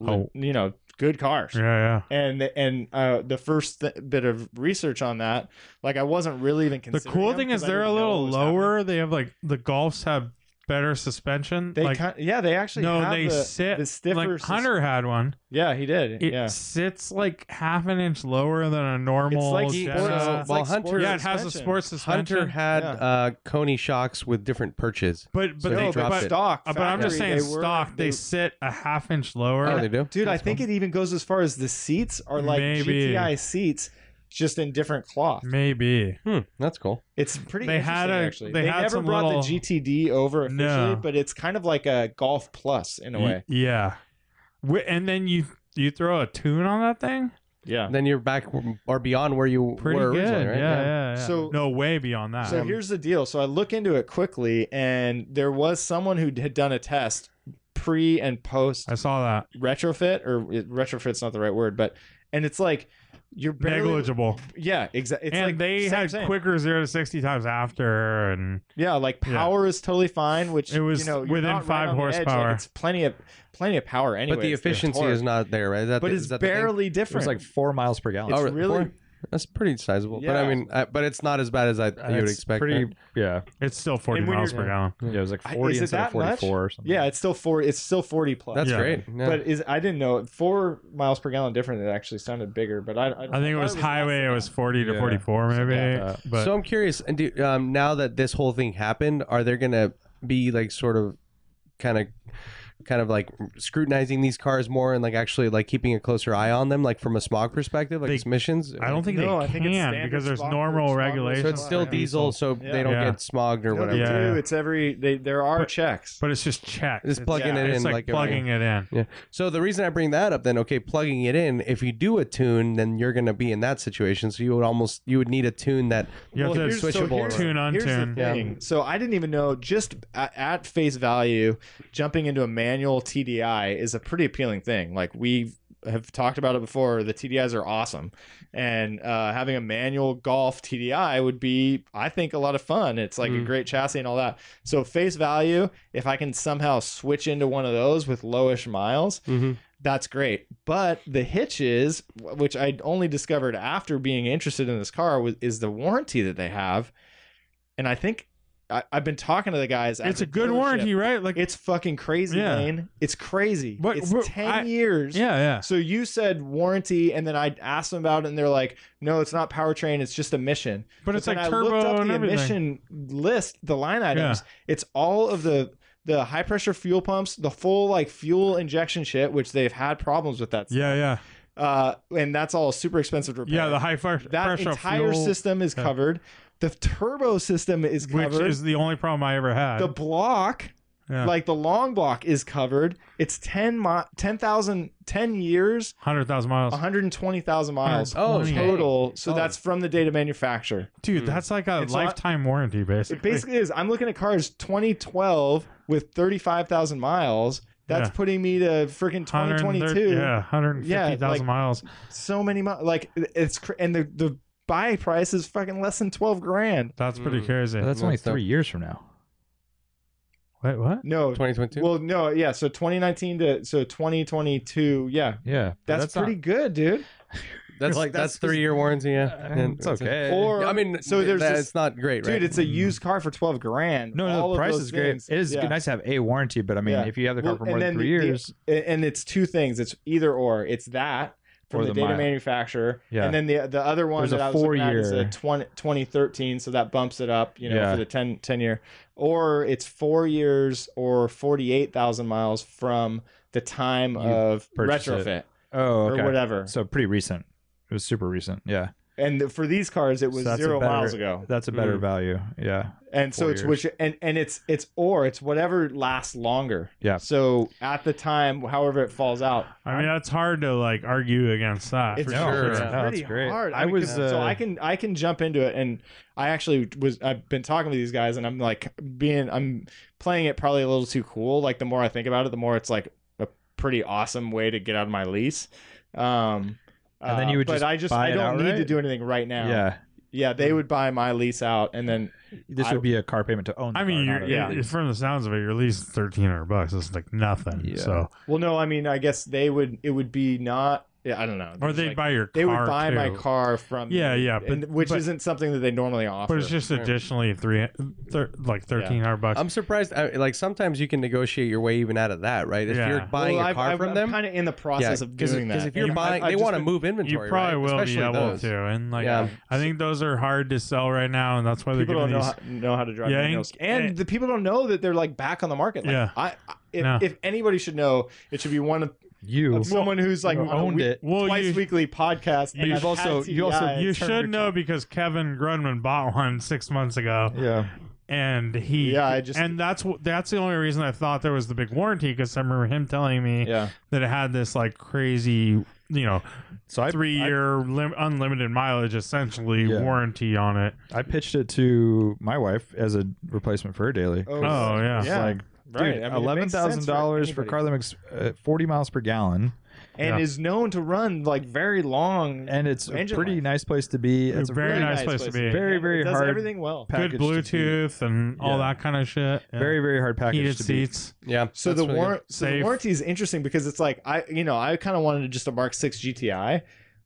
B: Oh.
F: you know, good cars.
B: yeah, yeah.
F: And and uh, the first th- bit of research on that, like, I wasn't really even
B: The
F: considering.
B: cool
F: them
B: thing
F: 'cause
B: is
F: I
B: they're a
F: didn't know
B: little
F: what was happening.
B: lower. They have like the golfs have better suspension.
F: They
B: like,
F: kind yeah, they actually
B: no,
F: have
B: they
F: the,
B: sit
F: the stiffer.
B: like
F: sus-
B: Hunter had one.
F: yeah, he did.
B: It
F: yeah,
B: sits like half an inch lower than a
F: it's
B: normal.
F: like
B: Jetta.
F: sports.
E: uh,
F: it's
E: well,
F: like
E: Hunter-
F: sports
B: yeah, it has a
F: suspension.
B: sports suspension.
E: Hunter had
F: Yeah.
E: uh, Coney shocks with different perches.
B: but but
E: So
B: they
E: they
F: no,
E: dropped
F: but
E: it.
F: stock.
B: Uh, but I'm just
F: factory,
B: saying,
F: they were-
B: stock they,
F: they-
B: sit a half inch lower.
E: Oh, they do.
F: Dude, I think it even goes as far as the seats are like
B: Maybe.
F: GTI seats, just in different cloth.
B: Maybe.
E: Hmm, that's cool.
F: It's pretty.
B: They
F: interesting,
B: had a-
F: actually.
B: they
F: They,
B: had
F: never
B: some
F: brought
B: little-
F: the GTD over officially,
B: No.
F: but it's kind of like a Golf Plus in a
B: Y-
F: way.
B: yeah. Wi- and then you you throw a tune on that thing?
F: Yeah.
E: Then you're back w- or beyond where you
B: Pretty
E: were
B: good.
E: originally,
B: yeah,
E: right?
B: yeah. yeah,
F: So-
B: no way beyond that.
F: So here's the deal. So I look into it quickly, and there was someone who had done a test pre and post
B: I saw that.
F: retrofit, or it- retrofit's not the right word, but and it's like you're barely
B: negligible.
F: Yeah, exactly.
B: and
F: like
B: they
F: same,
B: had
F: same.
B: quicker zero to sixty times after, and
F: Yeah, like
B: Yeah.
F: power is totally fine. Which
B: It was
F: you know, you're
B: within
F: not right
B: five
F: on the edge, like,
B: horsepower.
F: it's plenty of plenty of power anyway.
E: but the efficiency is not there, right? Is that
F: But
E: the-
F: it's
E: is that the thing?
F: barely
D: It was
F: different.
D: like four miles per gallon.
F: it's
E: Oh, really?
F: really
E: That's pretty sizable. But
F: Yeah.
E: I mean, I, but it's not as bad as I you would
D: That's
E: expect.
D: Pretty,
E: right?
D: yeah,
B: it's still forty
F: And when
B: miles
F: you're-
B: per gallon.
D: yeah. It was like
F: I-
D: forty
F: is it
D: instead of
F: that much?
D: forty-four or something.
F: yeah. It's still four. It's still forty plus.
E: That's
B: Yeah.
E: great. Yeah.
F: But is I didn't know four miles per gallon different. It actually sounded bigger. But I I,
B: I think it was highway. It was forty to
D: Yeah.
B: forty-four, maybe.
D: like
B: but
E: so I'm curious, and do, um, now that this whole thing happened, are there gonna be like sort of, kind of, kind of like scrutinizing these cars more and like actually like keeping a closer eye on them, like from a smog perspective, like
B: They-
E: emissions?
B: I don't think
F: No,
B: they
F: I think it's
B: can
F: standard
B: because there's
F: smog-
B: normal
F: smog-
B: regulations.
E: So it's still
F: Yeah.
E: diesel, so
F: Yeah.
E: they don't
B: Yeah.
E: get smogged or whatever.
F: They
B: Yeah.
F: do. It's every they there are checks.
B: but it's just checked.
E: Just plugging
B: it's,
E: it
B: It's
E: in
B: like,
E: like every-
B: plugging it in.
E: So the reason I bring that up, then, okay, plugging it in. If you do a tune, then you're going to be in that situation. So you would almost you would need a tune that
B: You have
E: Well,
B: to
E: here's- so
B: switchable
E: here's-
B: tune on
F: Here's
B: tune.
F: the thing. So I didn't even know. Just at, at face value, jumping into a manual TDI is a pretty appealing thing. Like we have talked about it before. The TDIs are awesome, and uh, having a manual golf TDI would be, I think, a lot of fun. It's like a
E: Mm.
F: great chassis and all that. So face value, if I can somehow switch into one of those with lowish miles,
B: Mm-hmm.
F: that's great. But the hitch is, which I only discovered after being interested in this car, was, is the warranty that they have. And I think I, I've been talking to the guys. at
B: It's
F: the
B: a good
F: dealership.
B: warranty, right? Like
F: It's fucking crazy,
B: Yeah.
F: Lane. It's crazy.
B: But
F: it's
B: we're-
F: 10
B: I-
F: years.
B: yeah, yeah.
F: So you said warranty, and then I asked them about it, and they're like, "No, it's not powertrain. It's just emission."
B: But it's
F: then
B: like
F: I looked up
B: turbo and
F: the
B: everything.
F: emission list, the line items. It's all of the the high pressure fuel pumps, the full like fuel injection shit, which they've had problems with that.
B: Yeah, yeah,
F: Uh, and that's all super expensive to repair.
B: yeah. The high fire
F: that
B: pressure
F: entire
B: fuel,
F: system is
B: Yeah.
F: covered. The turbo system is
B: which
F: covered.
B: is the only problem I ever had.
F: the block,
B: yeah.
F: like the long block, is covered. It's 10, mi- 10,000, 10 years,
B: hundred thousand miles,
F: 120,000 miles
E: Oh, Hmm. okay.
F: total. So
E: Oh.
F: that's from the date of manufacture.
B: dude. That's like a
F: It's not-
B: lifetime warranty,
F: It
B: basically.
F: basically is. I'm looking at cars 2012 with 35,000 miles. That's
B: Yeah.
F: putting me to freaking 2022.
B: Yeah, hundred and fifty thousand
F: Yeah, like-
B: miles.
F: So many miles. Like it's cr- and the the buy price is fucking less than 12 grand.
B: That's pretty
E: Mm.
B: crazy.
D: that's only
E: That's the-
D: three years from now.
B: Wait, what?
F: No.
E: 2022.
F: Well, no, yeah. So 2019 to so 2022. Yeah.
D: Yeah, but
F: That's,
D: not-
F: pretty good, dude.
E: that's
D: like,
E: like that's,
D: that's-
E: three year warranty. Yeah,
D: Uh,
E: And
D: it's okay.
F: Or
E: I mean,
F: so there's
E: that,
F: this-
E: it's not great,
F: dude,
E: right?
F: it's a used car for 12 grand.
D: Mm-hmm. no, no,
F: All
D: the
F: of
D: price
F: those
D: is great.
F: things.
D: It is
F: Yeah.
D: nice to have a warranty, but I mean,
F: Yeah.
D: if you have the car
F: Well,
D: for
F: and
D: more than
F: then
D: three
F: the- the-
D: years,
F: a- and it's two things. It's either or. It's that from
D: Or
F: the,
D: the
F: data
D: mile.
F: manufacturer,
D: Yeah.
F: and then the the other one
D: There's
F: that
D: a
F: I was looking at is a
D: four-year.
F: 20, 2013, so that bumps it up, you know,
D: Yeah.
F: for the 10, 10 year. Or it's four years or forty eight thousand miles from the time
D: You
F: of
D: purchase
F: retrofit
D: oh, okay.
F: or whatever.
D: So pretty recent. It was super recent. Yeah,
F: and the- for these cars, it was
D: that's a
F: zero
D: better-
F: miles ago.
D: that's a better
E: Mm.
D: value. Yeah,
F: and so
D: Four
F: it's
D: years.
F: which and and it's it's or it's whatever lasts longer.
D: Yeah.
F: So at the time, however it falls out,
B: I mean, that's hard to like argue against that.
F: It's
B: for
D: No,
B: sure.
D: it's-
F: It's
D: no,
F: pretty
D: great.
F: hard.
D: I
F: mean,
D: was,
F: 'cause- so
D: uh,
F: I can I can jump into it, and I actually was I've been talking to these guys, and I'm like being I'm playing it probably a little too cool. Like the more I think about it, the more it's like a pretty awesome way to get out of my lease. Um,
D: And then you would
F: but
D: just
F: I just
D: buy
F: I
D: it
F: don't need to
D: outright?
F: do anything right now.
D: yeah.
F: yeah,
B: Hmm.
F: they would buy my lease out, and then
D: This
F: I-
D: would be a car payment to own. The
B: I mean,
D: car,
B: you're,
D: not a
B: yeah.
D: lease.
B: From the sounds of it, you're at least thirteen hundred bucks. It's like nothing.
D: Yeah.
B: So,
F: well, no, I mean I guess they would. It would be not. yeah, I don't know.
B: or
F: There's,
B: they'd
F: like-
B: buy your car.
F: They would buy my
B: too.
F: car from
B: Yeah,
F: me,
B: yeah, but-
F: and- which
B: but-
F: isn't something that they normally offer.
B: but it's just additionally three, thir- like thirteen hundred bucks.
E: I'm surprised. I, like sometimes you can negotiate your way even out of that, right? If
B: Yeah.
E: you're buying
F: well,
E: a
F: I've-
E: car
F: I've-
E: from
F: I'm
E: them,
F: kind of in the process of doing
E: Because
F: that.
E: if you're
F: And
E: buying,
F: I've
E: they
F: just
E: want to
F: been-
E: move
B: you
E: inventory.
B: probably
E: right?
B: will be
E: Especially
B: able
E: those.
B: to, and like
E: Yeah.
B: I think those are hard to sell right now, and that's why they're
F: People
B: giving
F: don't know
B: these.
F: how, know how to drive
B: Yeah,
F: manuals,
B: and-
F: and, the people don't know that they're like back on the market. Like,
B: Yeah.
F: I, I if,
B: No.
F: if anybody should know, it should be one of
D: you
F: someone who's like on a
D: owned
F: week-
D: it.
B: Well,
F: twice
B: you-
F: weekly podcast. and
D: you've
F: I've
D: also-
F: had
D: you also-
F: TDI.
B: you
D: It's hard
B: should
D: to
B: know because Kevin Grunman bought one six months ago,
D: Yeah,
B: and he
F: Yeah, I just-
B: and that's wh- that's the only reason I thought there was the big warranty because I remember him telling me
F: yeah.
B: that it had this like crazy, you know,
D: so I
B: three year lim- unlimited mileage essentially
D: Yeah.
B: warranty on it.
D: I pitched it to my wife as a replacement for her daily.
F: Oh,
B: Oh yeah,
D: It's
F: yeah.
D: like,
F: Right.
D: dude,
F: I mean, it
D: eleven
F: makes sense
D: thousand dollars for
F: anybody.
D: car that makes uh, forty miles per gallon.
F: and
B: Yeah.
F: is known to run like very long.
D: and it's a
F: Engine
D: pretty
F: life.
D: nice place to be. It's a
B: Very
D: really
B: nice place to be.
D: Very,
F: It
D: very
F: does
D: hard
F: everything well.
B: Good
D: package to be-
B: Bluetooth and all
D: Yeah.
B: that kind of shit. Yeah.
D: Very, very hard package
B: heated
D: to be.
B: seats.
E: Yeah.
F: So
E: that's
F: the
E: really
F: war-
E: good.
F: so the
B: Safe.
F: warranty is interesting because it's like I you know I kind of wanted just a Mark Six GTI,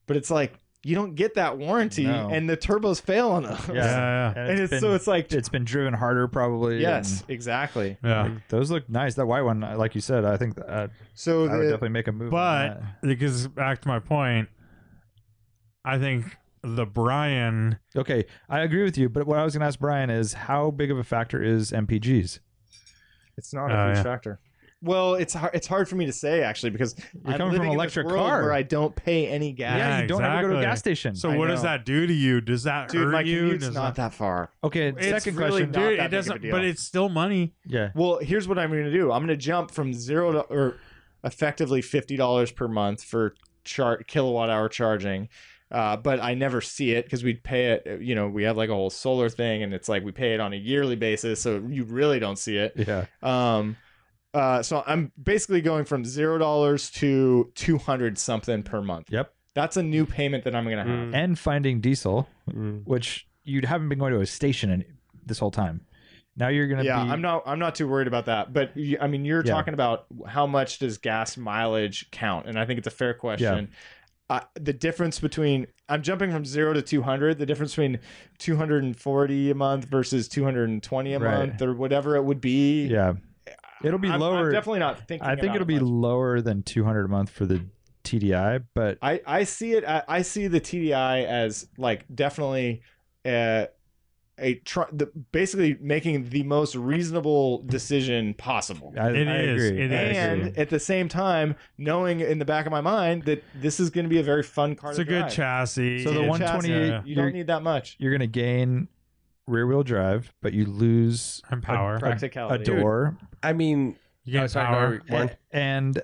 F: but it's like you don't get that warranty
D: No.
F: and the turbos fail on them.
B: Yeah,
D: Yeah.
B: yeah,
F: and it's so it's like
D: it's been driven harder probably.
F: yes, exactly.
B: yeah.
D: and those look nice. That white one, uh, like you said, I think uh,
F: So
D: I would
F: the,
D: definitely make a move. on
B: but-
D: that.
B: Because back to my point, I think the Brian
D: okay, I agree with you. But what I was going to ask Brian is, how big of a factor is MPGs?
G: It's not
B: Oh,
G: a huge
B: yeah.
G: factor.
F: well, it's hard, it's hard for me to say actually because
D: You're
F: I'm
D: coming from
F: living
D: an
F: in this
D: electric
F: world
D: car.
F: where I don't pay any gas.
B: Yeah,
D: you don't ever go to a
B: exactly.
D: gas station.
B: So
F: I
B: what does
F: know.
B: that do to you? Does that
F: Dude,
B: hurt
F: my
B: you?
F: commute's
B: Does
F: not
B: that,
F: that far.
D: okay,
F: It's
D: second
F: really
D: question.
F: not that
B: dude,
F: big
B: it
F: of a
B: doesn't.
F: deal.
B: But it's still money.
D: Yeah,
F: Well, here's what I'm going to do. I'm going to jump from zero to or effectively fifty dollars per month for char- kilowatt hour charging. Uh, but I never see it because we pay it. uh, You know, we have like a whole solar thing, and it's like we pay it on a yearly basis, so you really don't see it.
D: yeah.
F: Um, uh, so I'm basically going from zero dollars to two hundred something per month.
D: Yep.
F: that's a new payment that I'm going to have.
G: Mm,
D: And finding diesel,
B: Mm-hmm.
G: mm.
D: which you haven't been going to a station in, this whole time. Now you're going to
F: yeah
D: be.
F: i'm not i'm not too worried about that but y- i mean you're
D: Yeah.
F: talking about how much does gas mileage count and i think it's a fair question uh, the difference between i'm jumping from 0 to 200 the difference between 240 a month versus 220 a
D: Right.
F: month or whatever it would be
D: Yeah, it'll be
F: I'm- I'm
D: lower.
F: definitely not thinking
D: I think
F: about
D: it'll
F: it
D: be
F: much.
D: lower than 200 a month for the TDI, but
F: I, I see it. I, I see the TDI as like definitely uh, a tr- the, basically making the most reasonable decision possible.
D: I,
B: It
D: I
B: is,
D: agree.
B: it
D: I
B: is.
D: agree.
F: and at the same time knowing in the back of my mind that this is going to be a very fun car
B: It's
F: to
B: a good
F: drive.
B: chassis.
D: So the
B: Yeah.
D: 128
B: Yeah.
F: you don't need that much
D: you're going to gain rear wheel drive, but you lose
B: and power.
D: a
F: practicality
D: door
E: I mean,
B: You get
E: oh, sorry,
B: power.
F: Eh.
E: no, we're-
D: a- and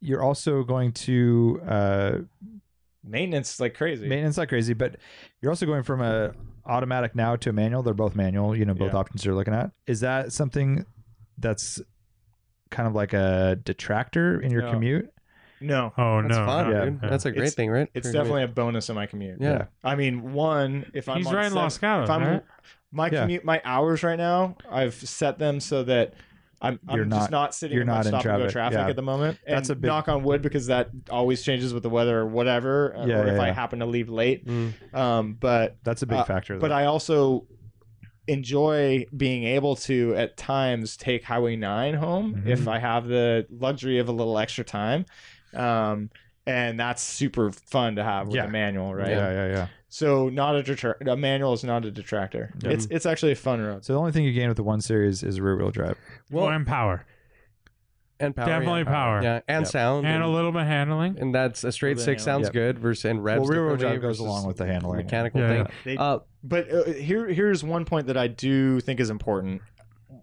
D: you're also going to uh,
F: maintenance is like crazy
D: maintenance not crazy, but you're also going from a automatic now to a manual. They're both manual, you know, both
F: Yeah.
D: options you're looking at. Is that something that's kind of like a detractor in your
F: No.
D: commute?
F: no
B: Oh
E: that's
B: no,
E: fun,
B: no,
E: dude.
B: no.
E: That's a great
F: It's-
E: thing, right?
F: it's
E: For-
F: definitely a bonus in my commute
E: Yeah.
F: i mean one if i'm
B: He's
F: on
B: riding
F: set-
B: Los Gatos,
F: if i'm
B: right?
F: my
D: Yeah.
F: commute my hours right now i've set them so that I'm, I'm
D: You're
F: just
D: not-
F: not sitting
D: you're
F: in much
D: not in
F: stop and go
D: traffic,
F: traffic
D: yeah.
F: at the moment. And
D: That's a big-
F: knock on wood because that always changes with the weather or whatever, uh,
D: Yeah,
F: or if
D: yeah,
F: I
D: yeah.
F: happen to leave late.
E: Mm.
F: Um, but
D: That's a big
F: Uh,
D: factor.
F: but
D: though.
F: I also enjoy being able to at times take Highway 9 home
D: Mhm.
F: if I have the luxury of a little extra time. Um, and that's super fun to have with
D: Yeah.
F: a manual, right?
D: yeah, yeah, yeah.
F: So not a detractor. A manual is not a detractor.
D: Yeah.
F: It's it's actually a fun road.
D: So the only thing you gain with the one series is rear wheel drive.
B: Well,
E: Well,
B: and power,
E: and power.
B: definitely
E: yeah.
B: power,
E: Yeah, and
D: Yep.
E: sound.
B: and a little bit of handling.
E: and that's a straight
F: Well,
E: six
F: then,
E: sounds
D: yeah.
E: good versus and revs.
D: well, rear wheel
E: differently
D: drive goes
E: versus
D: along with the handling.
E: mechanical
B: Yeah,
E: thing.
F: They-
E: Uh,
F: But uh, here here's one point that I do think is important.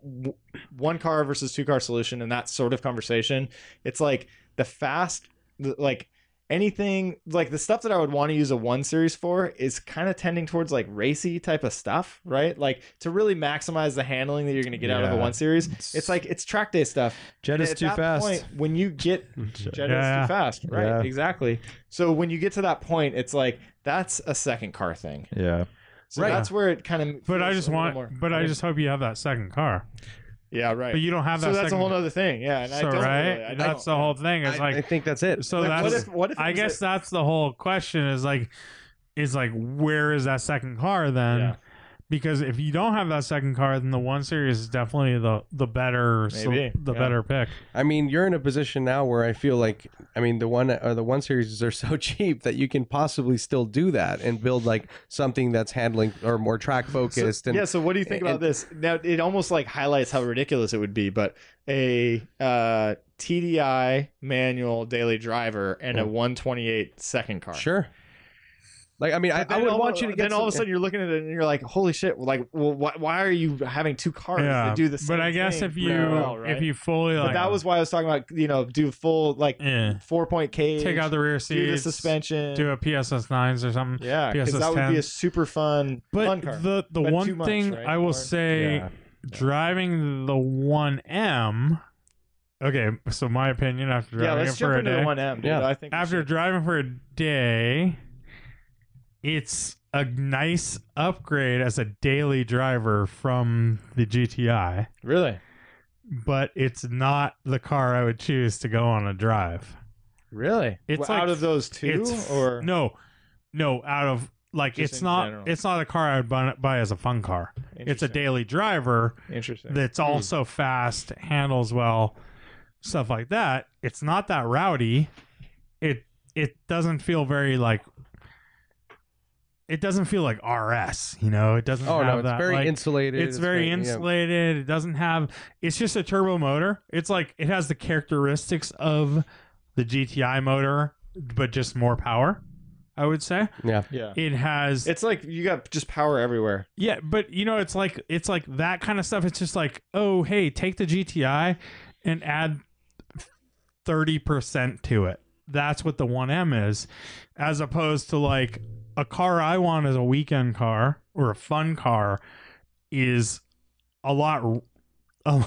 F: W- One car versus two car solution and that sort of conversation. It's like the fast the- like anything like the stuff that I would want to use a 1 series for is kind of tending towards like racy type of stuff, right? Like to really maximize the handling that you're going to get out of a
D: Yeah.
F: 1 series. It's like it's track day stuff.
D: jet
F: And
D: is
F: at
D: too
F: that
D: fast.
F: Point, when you get jet
B: Yeah.
F: Mm-hmm. is too fast, right?
D: Yeah.
F: Exactly. So when you get to that point, it's like that's a second car thing.
D: Yeah,
F: So
B: Right.
F: that's where it kind of.
B: But I
F: feels
B: just
F: a little
B: want,
F: more-
B: but I just hope you have that second car.
F: Yeah, right.
B: But you don't have that.
F: so that's a
B: second
F: whole other thing. Yeah, and I
B: So
F: don't
B: right,
F: really- I
B: that's
F: don't-
B: the whole thing. It's
E: I, I
B: like
E: think that's it.
B: so.
F: Like,
B: that's
F: what if? What if? it
B: I
F: was
B: guess
F: a-
B: that's the whole question is like, is like, where is that second car then?
F: Yeah.
B: Because if you don't have that second car, then the one series is definitely the the better so-
F: Maybe,
B: the
F: yeah.
B: better pick.
E: I mean, you're in a position now where I feel like, I mean, the one or the one series are so cheap that you can possibly still do that and build like something that's handling or more track focused. and
F: yeah. So what do you think about
E: and-
F: this? Now it almost like highlights how ridiculous it would be, but a uh, TDI manual daily driver and
B: Oh.
F: a 128 second car.
E: sure. Like, I mean, I,
F: But
E: I
F: then
E: would
F: all-
E: want you to get
F: Then all of a
E: some-
F: sudden you're looking at it and you're like, "Holy shit!" Like, well, why, why are you having two cars
B: yeah,
F: that do the same?
B: but I guess
F: thing
B: if you
F: really well, right?
B: if you fully
F: but
B: like
F: that was why I was talking about you know do full like
B: yeah,
F: four point cage,
B: take out the rear seats,
F: do the suspension,
B: do a PSS nines or something.
F: Yeah, because
B: PSS
F: that would
B: 10.
F: be a super fun, fun
B: But
F: car.
B: the the
F: But too
B: one
F: much,
B: thing
F: right?
B: I will
F: Or-
B: say,
D: Yeah.
B: driving the one M okay, so my opinion after driving
F: yeah,
B: it
F: let's
B: for
F: jump
B: a
F: into
B: day.
F: the 1M. Dude.
E: Yeah.
F: I think we
B: after
F: should.
B: driving for a day, it's a nice upgrade as a daily driver from the GTI,
F: really,
B: but it's not the car I would choose to go on a drive.
F: really,
B: It's
F: well,
B: like-
F: out of those two,
B: It's f-
F: or
B: no, no, out of like
F: Just
B: it's
F: in
B: not
F: general.
B: it's not a car I would buy, buy as a fun car. It's a
F: Interesting. Hmm.
B: daily driver
F: Interesting.
B: that's also fast, handles well, stuff like that. It's not that rowdy. It it doesn't feel very like it doesn't feel like RS, you know. It doesn't
E: Oh
B: have
E: no, it's
B: that
E: very
B: like,
E: insulated.
B: it's very
E: yeah.
B: insulated. It doesn't have it's just a turbo motor. It's like it has the characteristics of the GTI motor but just more power, I would say.
F: yeah,
B: It has
F: it's like you got just power everywhere.
B: yeah, but you know, it's like it's like that kind of stuff. It's just like, oh, hey, take the GTI and add thirty percent to it. That's what the one M is, as opposed to like a car I want is a weekend car or a fun car is a lot, a,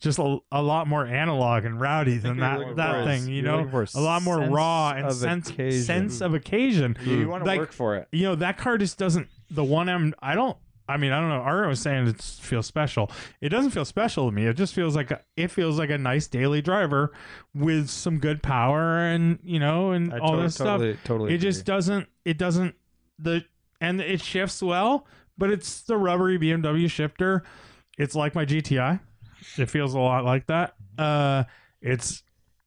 B: just a, a lot more analog and rowdy than
F: you're looking
B: that that
F: for
B: thing.
F: is-
B: You know, a lot more raw and sense sense of occasion.
F: You, want to
B: Hmm. Like-
F: work for it.
B: you know that car just doesn't the one m i don't i mean i don't know Arno was saying it feels special it doesn't feel special to me it just feels like a, it feels like a nice daily driver with some good power and you know and all this stuff
D: totally, Totally.
B: it just doesn't it doesn't the and it shifts well but it's the rubbery bmw shifter it's like my gti it feels a lot like that uh it's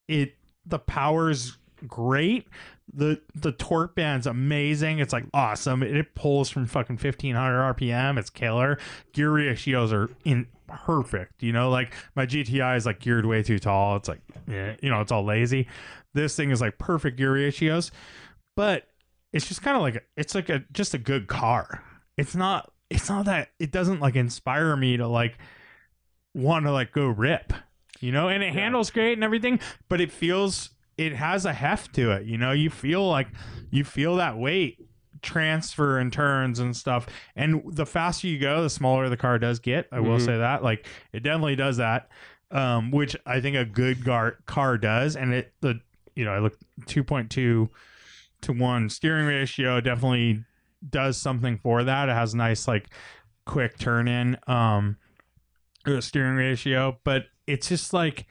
B: it the power's great the the torque band's amazing it's like awesome it, it pulls from fucking 1500 rpm it's killer gear ratios are in perfect you know like my gti is like geared way too tall it's like eh, you know it's all lazy this thing is like perfect gear ratios but it's just kind of like a, it's like a just a good car it's not it's not that it doesn't like inspire me to like want to like go rip you know and it handles great and everything but it feels it has a heft to it you know you feel like you feel that weight transfer and turns and stuff and the faster you go the smaller the car does get i will
E: Mhm.
B: say that like it definitely does that um which i think a good gar- car does and it the you know i looked 2.2 to 1 steering ratio definitely does something for that it has nice like quick turn in um uh, steering ratio but it's just like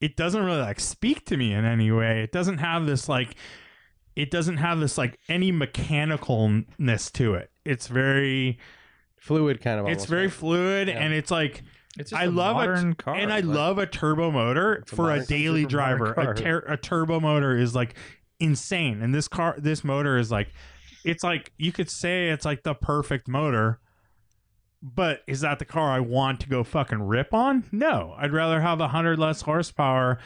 B: it doesn't really like speak to me in any way it doesn't have this like it doesn't have this like any mechanicalness to it it's very
E: fluid kind of.
B: it's
E: almost,
B: very
E: right?
B: fluid
E: Yeah.
B: and it's like
D: It's
B: I love a-
D: modern car,
B: and I
D: like-
B: love a turbo motor
D: a
B: for a
D: modern-
B: daily
D: super modern
B: driver. A,
D: car.
B: ter- a turbo motor is like insane, and this car, this motor is like, it's like you could say it's like the perfect motor, but is that the car I want to go fucking rip on? No, I'd rather have a hundred less horsepower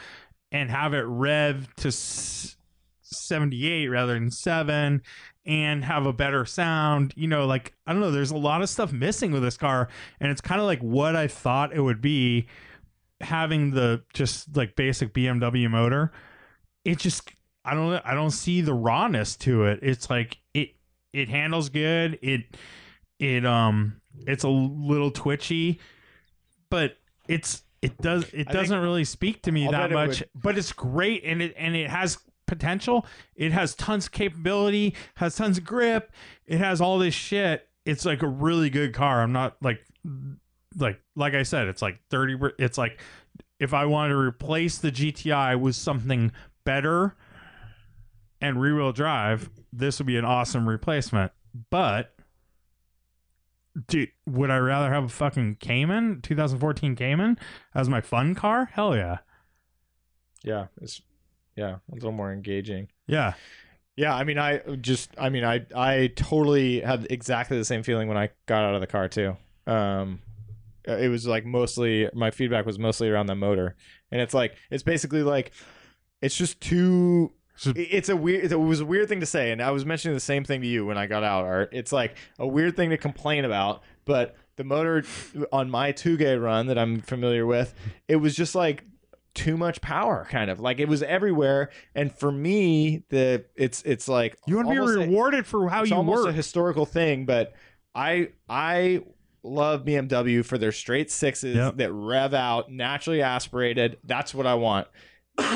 B: and have it rev to s- seventy-eight rather than seven. And have a better sound, you know. Like I don't know, there's a lot of stuff missing with this car, and it's kind of like what I thought it would be, having the just like basic BMW motor, it just I don't I don't see the rawness to it. It's like it it handles good. It it um it's a little twitchy, but it's it does it
F: I think-
B: doesn't really speak to me
F: I'll bet
B: that
F: it
B: much. But it's great and it and it has potential. It has tons of capability, has tons of grip, it has all this shit. It's like a really good car. I'm not like like like I said, it's like 30 per- it's like if I wanted to replace the GTI with something better and rear-wheel drive, this would be an awesome replacement. But dude, would I rather have a fucking Cayman, 2014 Cayman as my fun car? Hell yeah.
F: Yeah, it's yeah, it's a little more engaging.
B: Yeah.
F: Yeah, I mean, I just, I mean, I, I totally had exactly the same feeling when I got out of the car too. Um, uh, it was like mostly my feedback was mostly around the motor, and it's like it's basically like it's just too.
B: So-
F: it- It's a weird. It was a weird thing to say, and I was mentioning the same thing to you when I got out. Art, it's like a weird thing to complain about, but the motor on my Touge run that I'm familiar with, it was just like too much power kind of like it was everywhere and for me the it's it's like
B: You want to be
F: almost a-
B: rewarded for how
F: it's
B: you
F: almost
B: work.
F: a historical thing but i i love BMW for their straight sixes
B: Yep.
F: that rev out, naturally aspirated. That's what I want.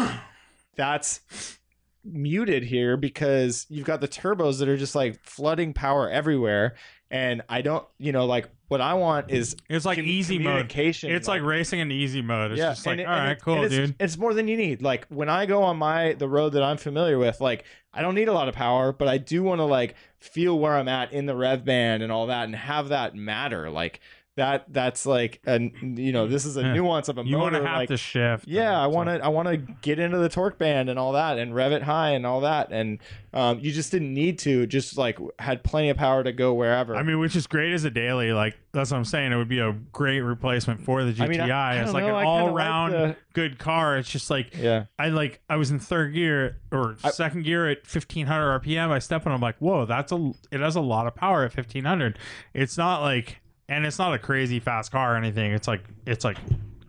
F: That's muted here because you've got the turbos that are just like flooding power everywhere. And I don't, you know, like what I want is
B: It's like
F: commu-
B: easy mode.
F: communication.
B: It's like racing in easy mode. It's just like,
F: and it-
B: all
F: and
B: right,
F: it's-
B: cool,
F: and it's,
B: dude.
F: It's more than you need. Like when I go on my the road that I'm familiar with, like I don't need a lot of power, but I do want to like feel where I'm at in the rev band and all that, and have that matter. Like that. That's like an you know this is a
B: Yeah.
F: nuance of a
B: You want
F: motor.
B: to have
F: like,
B: to shift.
F: yeah, I want
B: to.
F: to. I want to get into the torque band and all that, and rev it high and all that, and um, you just didn't need to. Just like had plenty of power to go wherever.
B: I mean, which is great as a daily. Like that's what I'm saying. It would be a great replacement for the GTI.
F: I mean, I- I
B: it's
F: don't
B: like
F: know, I
B: an
F: kinda like
B: all round
F: the-
B: good car. It's just like
F: yeah,
B: I like I was in third gear or
F: I-
B: second gear at 1500 RPM. I step on. I'm like, whoa, that's a it has a lot of power at 1500. It's not like and it's not a crazy fast car or anything. It's like it's like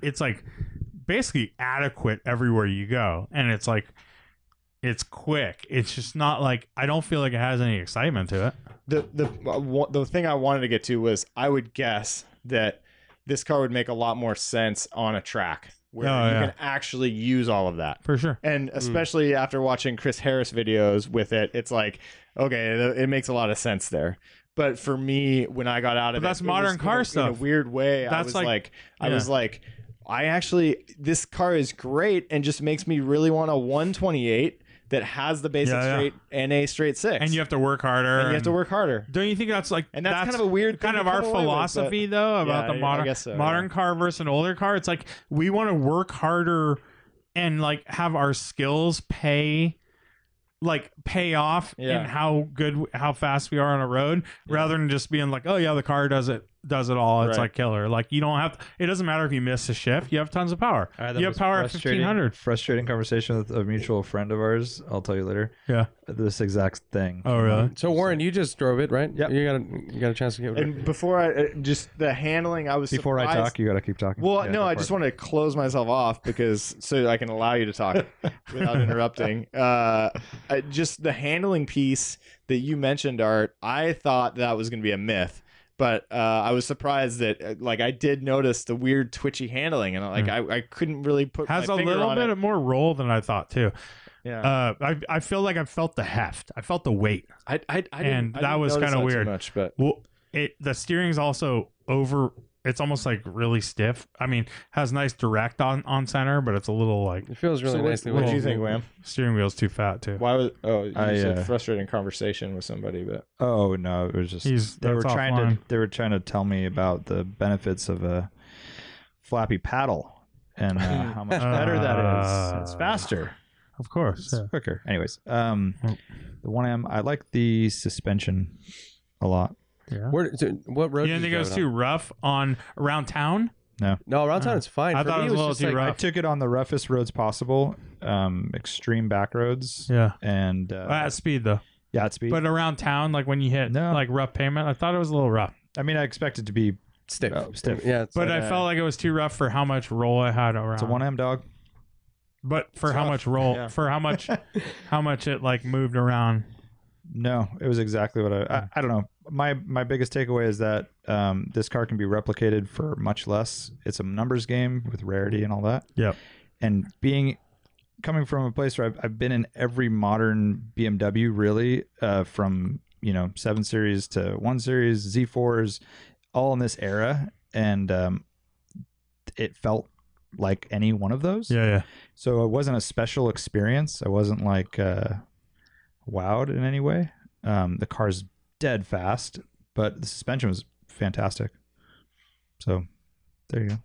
B: it's like basically adequate everywhere you go, and it's like. It's quick. It's just not like I don't feel like it has any excitement to it.
F: the the uh, wa- the thing I wanted to get to was I would guess that this car would make a lot more sense on a track where
B: Oh,
F: you
B: yeah.
F: can actually use all of that.
B: For sure.
F: And especially after watching Chris Harris videos with it, it's like okay, th- it makes a lot of sense there. But for me, when I got out of
B: But that's
F: it, it
B: modern
F: was in a-
B: car
F: in a,
B: stuff.
F: weird way, I
B: That's
F: was
B: like-
F: like, I
B: yeah.
F: was like, I actually this car is great and just makes me really want a 128 that has the basic
B: Yeah, yeah.
F: straight NA straight six,
B: And you have to work harder.
F: and you have to work harder.
B: Don't you think that's like
F: And that's, kind of a weird
B: kind
F: thing
B: of
F: to
B: our
F: come away with, but-
B: philosophy though about
F: Yeah,
B: the
F: I- I
B: modern
F: guess so,
B: modern
F: yeah.
B: car versus an older car? It's like we want to work harder and like have our skills pay like pay off
F: Yeah.
B: in how good how fast we are on a road rather than just being like oh yeah the car does it does it all it's
F: Right.
B: like killer like you don't have it doesn't matter if you miss a shift you have tons of power
F: Ah,
D: All right, Uh, that
B: you have
D: was
B: power at
D: frustrating-
B: 1500
D: Frustrating conversation with a mutual friend of ours. I'll tell you later.
B: Yeah.
D: This exact thing.
B: oh really
E: So Warren, you just drove it, right?
D: Yep.
E: You got a, you got a chance to get. rid of it.
F: And before I uh, just the handling, I was
D: Before I
F: surprised-
D: talk, you gotta keep talking.
F: Well,
D: Yeah,
F: no,
D: go
F: I
D: for
F: just
D: it.
F: want to close myself off because so I can allow you to talk without interrupting. Uh, I- just the handling piece that you mentioned, Art. I thought that was going to be a myth, but uh, I was surprised that uh, like I did notice the weird twitchy handling, and like I, I couldn't really put
B: Hmm. has
F: my
B: a
F: finger
B: little
F: on
B: bit
F: it.
B: of more roll than i thought too
F: yeah.
B: uh I, I feel like i felt the heft i felt the weight
F: I, I, I didn't,
B: and
F: I
B: that
F: didn't
B: was
F: notice
B: kinda
F: that too
B: weird.
F: much, but
B: Well, it the steering's also over. It's almost like really stiff. I mean, has nice direct on on center, but it's a little like
E: It feels really
F: So
E: nicely.
F: what, what do you
E: wound.
F: think, Wham?
B: steering wheel's too fat too.
F: Why was oh you
D: I,
F: said
D: uh,
F: frustrating conversation with somebody, but
D: Oh no, it was just
B: He's-
D: they were
B: that's
D: trying to
B: offline.
D: they were trying to tell me about the benefits of a flappy paddle and uh, how much better that is. It's
B: Uh,
D: faster.
B: Of course,
D: It's quicker. Anyways, um,
B: Mm.
D: the one am I like the suspension a lot.
B: yeah.
E: Where, so what road?
B: You didn't
E: did
B: think it
E: you
B: was
E: drive
B: too rough on around town?
E: No, around town
B: Uh,
E: it's fine.
B: I
E: For
B: thought
E: me,
B: it was a
E: just
B: little too
E: like,
D: I took it on the roughest roads possible, um, extreme back roads,
B: Yeah,
D: and uh,
B: at speed though.
D: yeah, it's speed.
B: But around town, like when you hit
D: No.
B: like rough pavement, I thought it was a little rough,
D: I mean, I expect it to be.
E: Stiff.
D: Oh, stiff.
E: Yeah. It's
B: but
E: like,
B: I felt like it was too rough for how much roll I had around.
D: It's a one am dog.
B: but for how
F: rough.
B: much roll,
F: Yeah.
B: for how much, how much it like moved around.
D: No, it was exactly what I.
B: Hmm.
D: I, I don't know. My my biggest takeaway is that um, this car can be replicated for much less. It's a numbers game with rarity and all that.
B: Yep.
D: And being coming from a place where I've, I've been in every modern BMW, really, uh, from you know seven series to one series, Z4s, all in this era, and um, it felt like any one of those.
B: Yeah, yeah.
D: So it wasn't a special experience. I wasn't like uh, wowed in any way. Um, the car's dead fast, but the suspension was fantastic. So there you go.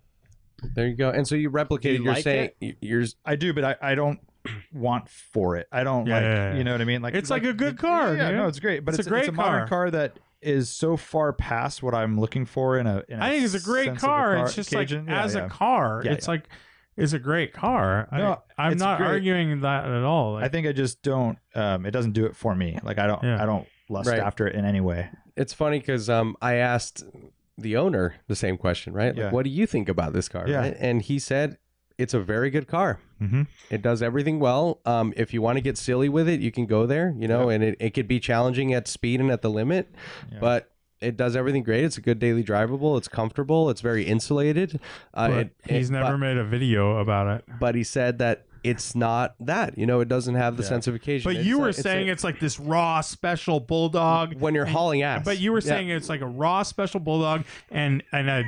E: there you go. And so you replicated.
F: you
E: your
F: like
E: saying y- yours.
D: I do, but I, I don't want for it. I don't
B: Yeah,
D: like
B: yeah, yeah.
D: you know what I mean. Like
B: It's like a good car,
D: Yeah,
B: dude.
D: no, it's great, but
B: It's
D: it's,
B: a great
D: it's a modern
B: car.
D: car. that is so far past what I'm looking for in a. In a
B: I think it's a great
D: sense of
B: car.
D: car-
B: It's just
D: occasion.
B: like
D: Yeah,
B: as
D: yeah.
B: a car,
D: Yeah,
B: it's like it's a great car.
D: No,
B: I, I'm
D: it's
B: not
D: great.
B: arguing that at all. Like,
D: I think I just don't. Um, it doesn't do it for me. Like I don't.
B: Yeah.
D: I don't lust
E: Right.
D: after it in any way.
E: It's funny because um I asked the owner the same question, right? Like,
D: Yeah.
E: what do you think about this car?
D: Yeah.
E: Right? And he said it's a very good car.
B: Mm-hmm.
D: Mhm.
E: It does everything well. Um, if you want to get silly with it, you can go there, you know, and it, it could be challenging at speed and at the limit,
D: Yeah.
E: but It does everything great. It's a good daily drivable. It's comfortable. It's very insulated. Uh,
B: But
E: it- it-
B: he's never
E: But,
B: made a video about it.
E: but he said that it's not that. You know, it doesn't have the sense of occasion.
B: But
E: It's
B: you
E: a-
B: were
E: it's a-
B: saying it's like this raw special bulldog.
E: when you're hauling ass.
B: But you were
E: Yeah.
B: saying it's like a raw special bulldog and and a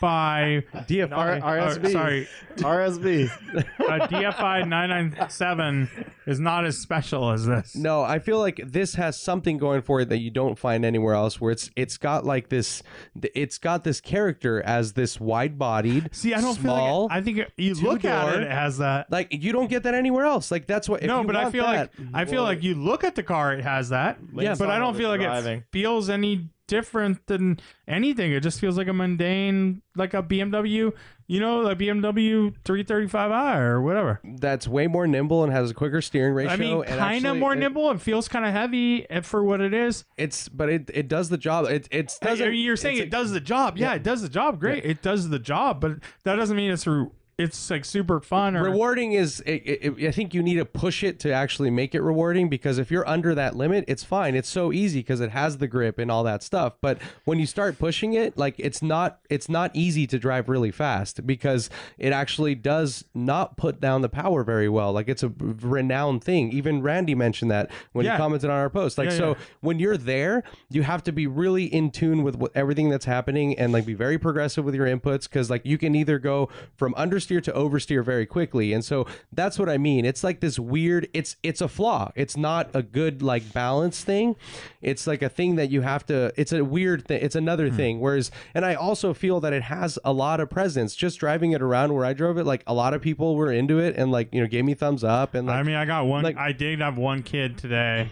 B: DFI.
E: DFR.
F: R- RSV.
B: or, uh, sorry,
F: RSB.
B: a DFI nine nine seven is not as special as this.
E: No, I feel like this has something going for it that you don't find anywhere else. Where it's it's got like this, it's got this character as this wide-bodied,
B: See, I don't
E: small.
B: feel like I think it- you look at it
E: two-door.
B: it has that.
E: like you don't get that anywhere else. Like that's what. If
B: no,
E: you
B: but I
E: want
B: feel
E: that,
B: like I feel
F: well,
B: like you look at the car, it has that.
F: Lane's
B: but I
F: not
B: don't
F: really
B: feel like
F: driving.
B: it feels any different than anything. It just feels like a mundane, like a BMW, you know, a BMW 335i or whatever.
E: that's way more nimble and has a quicker steering ratio.
B: I mean,
E: and
B: kind of
E: actually
B: more
E: it-
B: nimble. It feels kind of heavy eh, for what it is.
E: It's but it, it does the job. It it's
B: I
E: doesn't.
B: mean, you're saying
E: it's
B: it does the job. Yeah, it does the job. Great, it does the job. But that doesn't mean it's re- it's like super fun or
E: Rewarding is, it, it, it- I think you need to push it to actually make it rewarding because if you're under that limit, it's fine. It's so easy because it has the grip and all that stuff. But when you start pushing it, like it's not, it's not easy to drive really fast because it actually does not put down the power very well. Like it's a renowned thing. Even Randy mentioned that when
B: Yeah.
E: he commented on our post. Like
B: Yeah,
E: so,
B: yeah.
E: when you're there, you have to be really in tune with what, everything that's happening and like be very progressive with your inputs because like you can either go from understeer to oversteer very quickly. And so that's what I mean. It's like this weird. It's it's a flaw. It's not a good like balance thing. It's like a thing that you have to. It's a weird thing. It's another thing. Whereas, and I also feel that it has a lot of presence. Just driving it around where I drove it, like a lot of people were into it and like you know gave me thumbs up and like
B: I mean, I got one.
E: like-
B: I did have one kid today.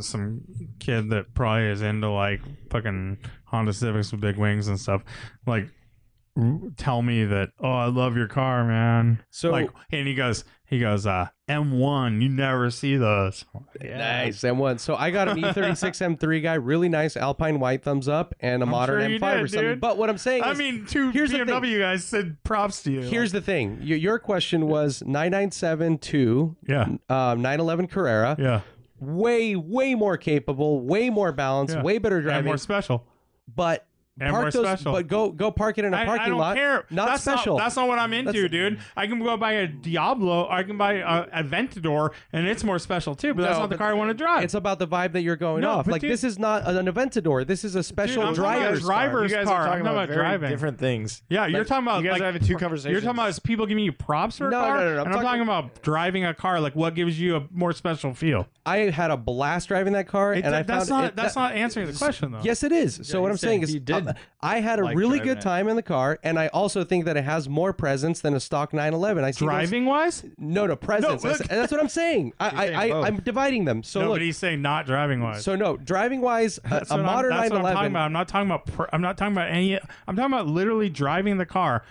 B: Some kid that probably is into like fucking Honda Civics with big wings and stuff. Like, r- tell me that. Oh, I love your car, man.
E: so
B: like, and he goes, he goes, uh, M1. You never see those.
E: Nice M1. So I got an E E36 M3 guy, really nice Alpine white, thumbs up, and a modern
B: sure you
E: M5 or
B: did,
E: something.
B: dude.
E: But what I'm saying,
B: I
E: is,
B: mean, two
E: here's the thing.
B: BMW guys said props to you.
E: here's the thing. Your, your question was 997 to
B: yeah,
E: um, 911 Carrera,
B: yeah,
E: way way more capable, way more balanced,
B: Yeah.
E: way better
B: and
E: driving,
B: more special.
E: but.
B: and
E: park
B: more
E: those,
B: special.
E: but go go park it in a
B: I-
E: parking
B: I, don't
E: lot.
B: care.
E: Not
B: that's
E: special.
B: Not, that's not what I'm into,
E: That's-
B: dude. I can go buy a Diablo. I can buy a Aventador, and it's more special too. But that's
E: No,
B: not the
E: but
B: car I want to drive.
E: it's about the vibe that you're going
B: No,
E: off.
B: but
E: Like
B: dude-
E: this is not an Aventador. This is a
B: Dude,
E: special
B: I'm talking about
E: driver's car.
B: driver's
F: you guys
B: car.
F: are
B: I'm
F: talking
B: talking
F: about,
B: about
F: very
B: driving.
F: different things.
B: yeah, you're talking about
F: you guys
B: like,
F: are having two
B: You're
F: conversations.
B: talking about is people giving you props for a
E: No,
B: car,
E: no, no, no, I'm
B: and I'm
E: talking-
B: talking about driving a car. Like, what gives you a more special feel?
E: I had a blast driving that car,
B: It-
E: and I
B: that's
E: found
B: not
E: it,
B: that's
E: that-
B: not answering the question though.
E: Yes, it is. So what
D: he
E: I'm
D: said
E: saying is,
D: he did
E: uh, I had a
D: like
E: really
D: driving
E: good
D: it.
E: time in the car, and I also think that it has more presence than a stock 911. I see those-
B: driving wise.
E: no, no presence.
B: look.
E: That's- that's what I'm saying. I,
D: saying
E: I, I
D: both.
E: I'm dividing them. So
B: No,
E: look.
B: but he's saying not driving wise.
E: So no, driving wise, a,
B: That's
E: a
B: what I'm-
E: modern
B: that's what I'm
E: 911.
B: talking about. I'm not talking about. Pr- I'm not talking about any. I'm talking about literally driving the car.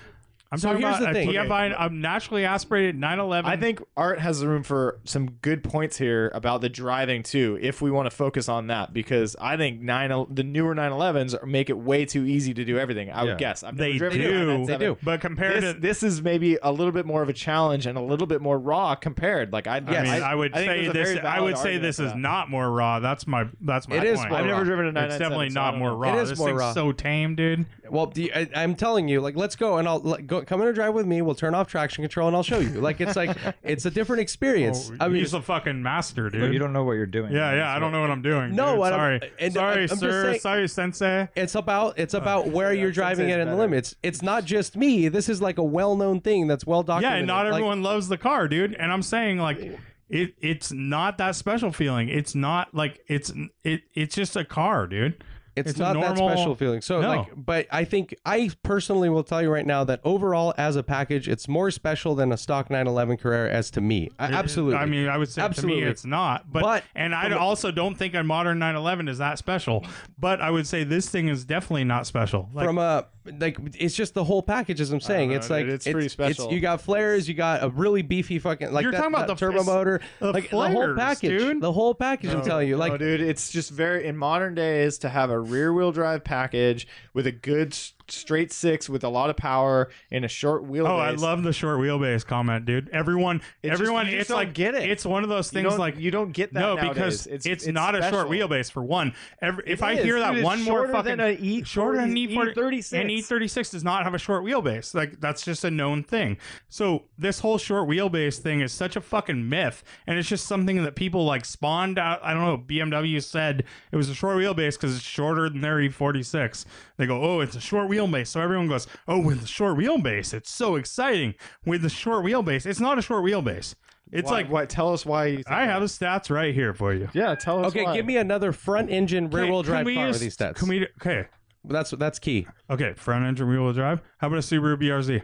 B: I'm
E: So
B: talking
E: here's
B: about
E: the
B: a
E: thing.
B: TFI, a naturally aspirated 911.
F: I think Art has room for some good points here about the driving too, if we want to focus on that, because I think nine the newer 911s are- make it way too easy to do everything. I would
D: Yeah.
F: guess I've never
B: they
F: driven a
B: do.
F: 997.
B: But compared
F: This,
B: to,
F: this is maybe a little bit more of a challenge and a little bit more raw compared. Like I,
B: I
E: Yes.
B: mean, I, would
F: think
B: say
F: there's a
B: this.
F: very
B: I
F: valid
B: would say
F: argument
B: this
F: for
B: is
F: that.
B: not more raw. That's my. That's my.
E: It is
B: point.
E: more
F: I've never
E: raw.
F: driven a 997.
B: It's definitely
F: so I
B: not
F: don't
B: more
F: know.
B: raw.
E: It is
B: this
E: more
B: thing's
E: raw.
B: so tame, dude.
E: Well, do you- I, I'm telling you, like, let's go and I'll like, go, come in and drive with me. We'll turn off traction control and I'll show you. Like, it's like it's a different experience. I mean,
B: Oh, he's a fucking master, dude.
D: But you don't know what you're doing.
B: yeah, yeah. I
D: That's
B: don't know what I'm doing.
E: No,
B: dude.
E: what I'm-
B: sorry,
E: and I'm-
B: sorry,
E: I'm just
B: sir,
E: saying-
B: sorry, sensei.
E: It's about it's
B: Uh,
E: about where you're driving it
F: Sensei's
E: and the
F: better.
E: limits. It's not just me. This is like a well-known thing that's well
B: Yeah,
E: documented.
B: and not
E: Like,
B: everyone loves the car, dude. And I'm saying like it it's not that special feeling. It's not like it's it it's just a car, dude.
E: it's,
B: It's a
E: not
B: normal-
E: that special feeling. So
B: No.
E: like but I think I personally will tell you right now that overall as a package it's more special than a stock 911 Carrera as to me. I, absolutely.
B: I mean, I would say
E: Absolutely.
B: to me it's not, but,
E: But-
B: and I also don't think a modern 911 is that special. But I would say this thing is definitely not special. Like
E: from a like it's just the whole package as I'm saying.
F: know,
E: It's like
F: dude. It's pretty special.
E: you got flares, you got a really beefy fucking like
B: You're
E: that-
B: talking about
E: that
B: the-
E: turbo
B: it's-
E: motor,
B: the
E: like the whole
B: flares,
E: package,
B: dude.
E: the whole package. I'm telling you, like
F: no, dude, it's just very in modern days to have a rear wheel drive package with a good s- straight six with a lot of power and a short wheelbase.
B: Oh, I love the short wheelbase comment, dude. Everyone,
F: It's just-
B: everyone,
F: you just
B: it's
F: don't
B: like
F: get it.
B: It's one of those
F: You
B: things
F: don't-
B: like
F: you don't get that
B: no,
F: nowadays.
B: because
F: It's-
B: it's,
F: it's
B: not a short
F: special.
B: wheelbase for one. Every, if I
F: is,
B: hear that
F: dude, it's
B: one more
F: shorter
B: fucking
F: than an E-
B: shorter than an
F: E-
B: E40
F: E36.
B: an E36 does not have a short wheelbase. Like that's just a known thing. So this whole short wheelbase thing is such a fucking myth, and it's just something that people like spawned out. I don't know. BMW said it was a short wheelbase because it's shorter than their E46. They go, oh, it's a short wheelbase. So everyone goes, oh, with the short wheelbase, it's so exciting. With the short wheelbase, it's not a short wheelbase. It's
F: Why-
B: like
F: what? Tell us why. You think
B: I
F: that.
B: have the stats right here for you.
F: Yeah, tell us.
E: Okay,
F: why.
E: give me another front engine rear
B: Okay,
E: wheel
B: can
E: drive
B: we
E: car
B: use-
E: with these stats.
B: Can we? Okay,
E: That's that's key.
B: okay. Front engine rear wheel drive. How about a Subaru BRZ?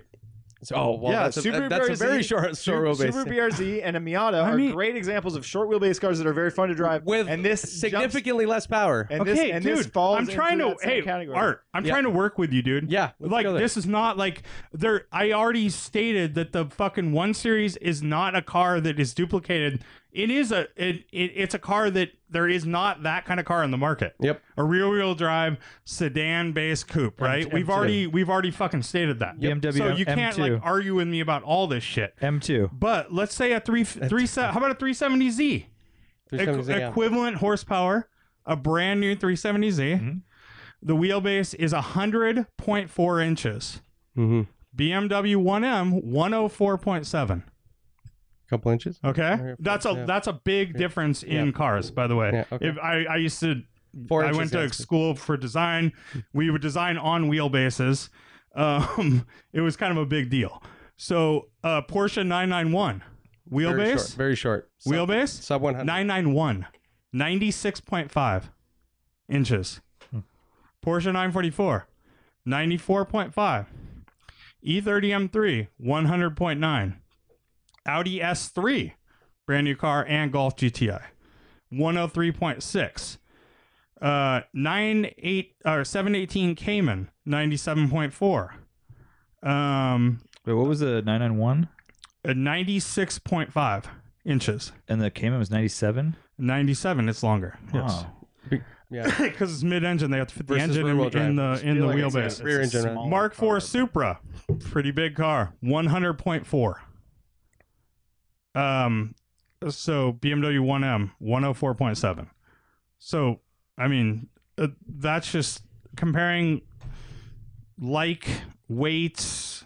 E: So, oh well,
F: yeah,
E: that's,
F: Super
E: a, that's a
F: BRZ
E: very short short
F: Su-
E: wheelbase.
F: Super BRZ and a Miata
B: I
F: are
B: mean-
F: great examples of short wheelbase cars that are very fun to drive.
E: with
F: and this jumps-
E: significantly less power.
F: and
B: okay,
F: this, and
B: dude.
F: this falls
B: I'm trying
F: into
B: to.
F: that same
B: Hey,
F: category.
B: Art. I'm
E: Yeah.
B: trying to work with you, dude.
E: Yeah, let's
B: Like
E: go there.
B: this is not like there. I already stated that the fucking one series is not a car that is duplicated. It is a. It, it it's a car that there is not that kind of car in the market.
E: Yep.
B: A rear wheel drive sedan based coupe. Right. we've
D: M2.
B: already we've already fucking stated that.
D: BMW
B: So you can't
D: M2.
B: like argue with me about all this shit.
D: M2.
B: But let's say a three three se- how about a 370Z?
E: 370Z,
B: Equ-
E: yeah.
B: Equivalent horsepower, a brand new 370Z.
D: Mhm.
B: The wheelbase is 100.4 inches.
E: Mm-hmm.
B: BMW 1M 104.7.
E: couple inches.
B: Okay,
E: Okay,
B: that's a
E: yeah.
B: that's a big difference in cars. By the way,
E: Yeah, okay.
B: if I I used to
E: Four
B: I
E: inches,
B: went to
E: yeah.
B: school for design. We would design on wheelbases. Um, it was kind of a big deal. So uh, Porsche 991
E: Very short.
B: wheelbase
E: Very short. Sub,
B: wheelbase
E: sub 100.
B: 991 96.5 inches porsche 944 94.5 E e30 m3 100.9 audi s3 brand new car and golf gti 103.6 uh 98 or 718 cayman 97.4 um
D: Wait, what was the 991?
B: a 96.5 inches
D: And the Cayman was 97?
B: 97 it's longer
D: Wow.
E: Yeah.
B: because it's mid-engine they have to fit the
E: Versus
B: engine in,
E: rear-wheel drive.
B: in the in the
F: like it's
B: wheelbase
E: Rear engine. right?
B: uh, mark iv supra pretty big car 100.4 um so bmw 1m 104.7 so i mean uh, that's just comparing like weights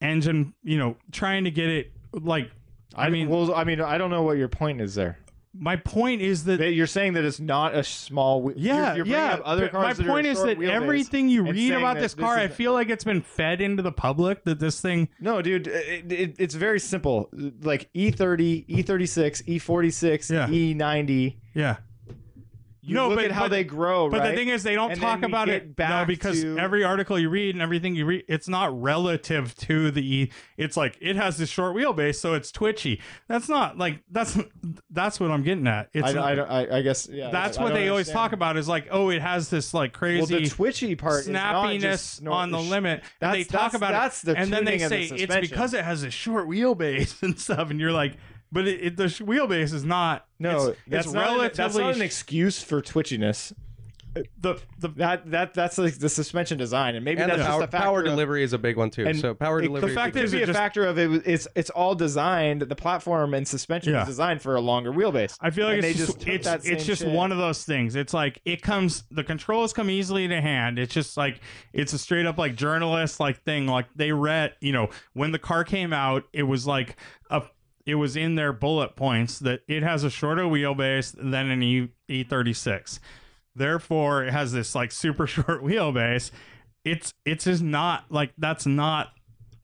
B: engine you know trying to get it like i mean
F: well, I mean, I don't know what your point is there.
B: my point is that
F: That you're saying that it's not a small. whe-
B: Yeah,
F: you're, you're bringing
B: yeah.
F: Up other
B: but
F: cars
B: my
F: that are
B: point is
F: short
B: that
F: wheelbase.
B: everything you
F: and
B: read
F: saying
B: about
F: that
B: this
F: this
B: car, I
F: is-
B: feel like it's been fed into the public that this thing.
F: No, dude, it, it, it's very simple. Like E E30, E36, E46,
B: Yeah.
F: E90. E
B: Yeah,
F: You
B: No,
F: look
B: but-
F: at how
B: but-
F: they grow,
B: but
F: right?
B: the thing is, they don't
F: And
B: talk
F: then we
B: about
F: get
B: it now
F: back
B: because
F: to-
B: every article you read and everything you read, it's not relative to the. E. It's like it has this short wheelbase, so it's twitchy. That's not like that's that's what I'm getting at. It's
F: I, I, don't- I, I guess yeah.
B: that's
F: I
B: what
F: don't
B: they always
F: understand.
B: talk about is like, oh, it has this like
F: Well,
B: crazy.
F: the twitchy part, is not just
B: snappiness
F: snor-
B: on the
F: sh-
B: limit. and
F: That's-
B: they talk
F: that's-
B: about
F: that's
B: it,
F: the
B: and then they
F: tuning of the
B: say it's
F: suspension.
B: because it has a short wheelbase and stuff, and you're like, but it, it, the sh- wheelbase is not.
F: No,
B: it's,
F: that's
B: it's
F: not an-
B: relatively
F: that's not an excuse for twitchiness.
B: the the
F: That that that's like the suspension design, and maybe
E: And the
F: that's
E: power,
F: just a factor
E: power
F: of-
E: delivery is a big one too.
F: and
E: So power
F: it-
E: delivery.
F: The
E: is a
F: fact
E: big
F: could
B: is
F: be
B: it
F: a
B: just-
F: factor of it. was- It's it's all designed. The platform and suspension
B: Yeah.
F: is designed for a longer wheelbase.
B: I feel like
F: and
B: it's
F: they
B: just,
F: took
B: it's
F: that
B: it's
F: same
B: just
F: shit.
B: one of those things. It's like it comes the controls come easily to hand. It's just like it's a straight up like journalist like thing. Like they read, you know, when the car came out, it was like a it was in their bullet points that it has a shorter wheelbase than an E E thirty six. Therefore, it has this like super short wheelbase. It's it's just not like that's not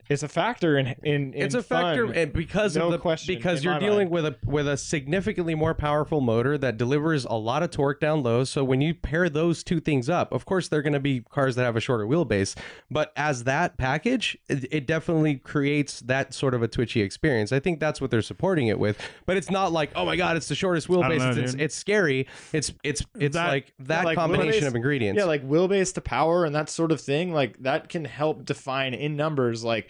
F: It's a factor in in, in
E: it's a
F: fun.
E: factor and because
F: No
E: of the
F: question
E: because
F: in
E: you're
F: my
E: dealing with a with a significantly more powerful motor that delivers a lot of torque down low so when you pair those two things up of course they're going to be cars that have a shorter wheelbase but as that package it, it definitely creates that sort of a twitchy experience i think that's what they're supporting it with but it's not like oh my god it's the shortest wheelbase
B: know,
E: it's, it's,
B: dude.
E: it's scary it's it's it's
B: That-
E: like that
F: like,
E: combination
F: wheelbase-
E: of ingredients
F: Yeah, like wheelbase to power and that sort of thing, like that can help define in numbers like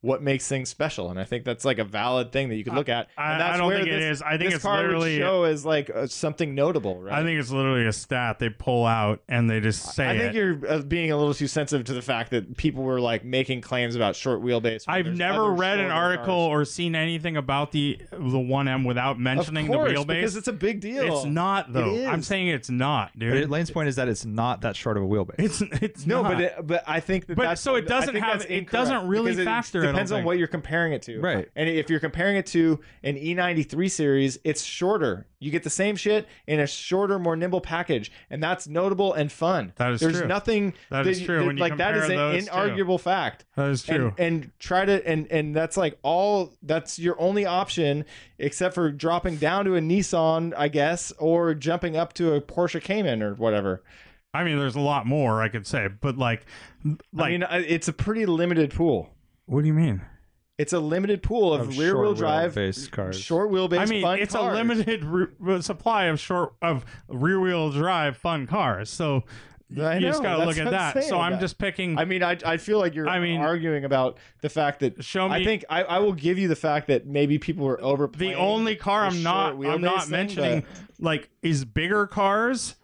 F: what makes things special. And I think that's like a valid thing that you could look at. and
B: I,
F: that's
B: I don't
F: where
B: think it
F: this-
B: is. I think
F: this
B: it's
F: car
B: literally.
F: would show as like uh, something notable, right?
B: I think it's literally a stat they pull out and they just say
F: I think
B: it.
F: you're uh, being a little too sensitive to the fact that people were like making claims about short wheelbase. when
G: I've
F: there's
G: never
F: other
G: read an
F: shorter
G: article
F: cars.
G: or seen anything about the the one M without mentioning
F: of course,
G: the
F: because
G: wheelbase.
F: it's a big deal.
G: It's not though.
F: It
G: I'm
F: is.
G: saying it's not,
D: But
G: dude.
D: it, Lane's point is that it's not that short of a wheelbase.
G: it's it's
F: no,
G: not.
F: but it, but I think that
G: But
F: that's,
G: so it
F: I
G: doesn't
F: think
G: have-
F: that's
G: it doesn't
F: incorrect,
G: really
F: because
G: factor, I
F: It
G: don't
F: depends on
G: think.
F: what you're comparing it to,
D: Right.
F: And if you're comparing it to an E93 series, it's shorter. You get the same shit in a shorter, more nimble package, and that's notable and fun.
B: That is
F: There's
B: true.
F: nothing
B: That is true when you
F: like that is an
B: compare those two.
F: inarguable fact.
B: that is true.
F: And, and try to and and that's like all that's your only option except for dropping down to a Nissan, I guess, or jumping up to a Porsche Cayman or whatever.
B: I mean, there's a lot more I could say, but like, like,
F: I mean, I- it's a pretty limited pool.
B: what do you mean?
F: It's a limited pool of, rear wheel drive,
D: base cars.
F: short wheelbase.
B: I mean,
F: fun
B: it's
F: cars.
B: a limited re- uh, supply of short of rear wheel drive fun cars. So
F: I
B: you just
F: know,
B: gotta
F: that's what
B: look at
F: I'm
B: that. So
F: saying
B: I'm
F: about-
B: just picking.
F: I mean, I I feel like you're
B: I mean-
F: arguing about the fact that
B: show me.
F: I think I, I will give you the fact that maybe people were over
B: the only car I'm not I'm not mentioning like is bigger cars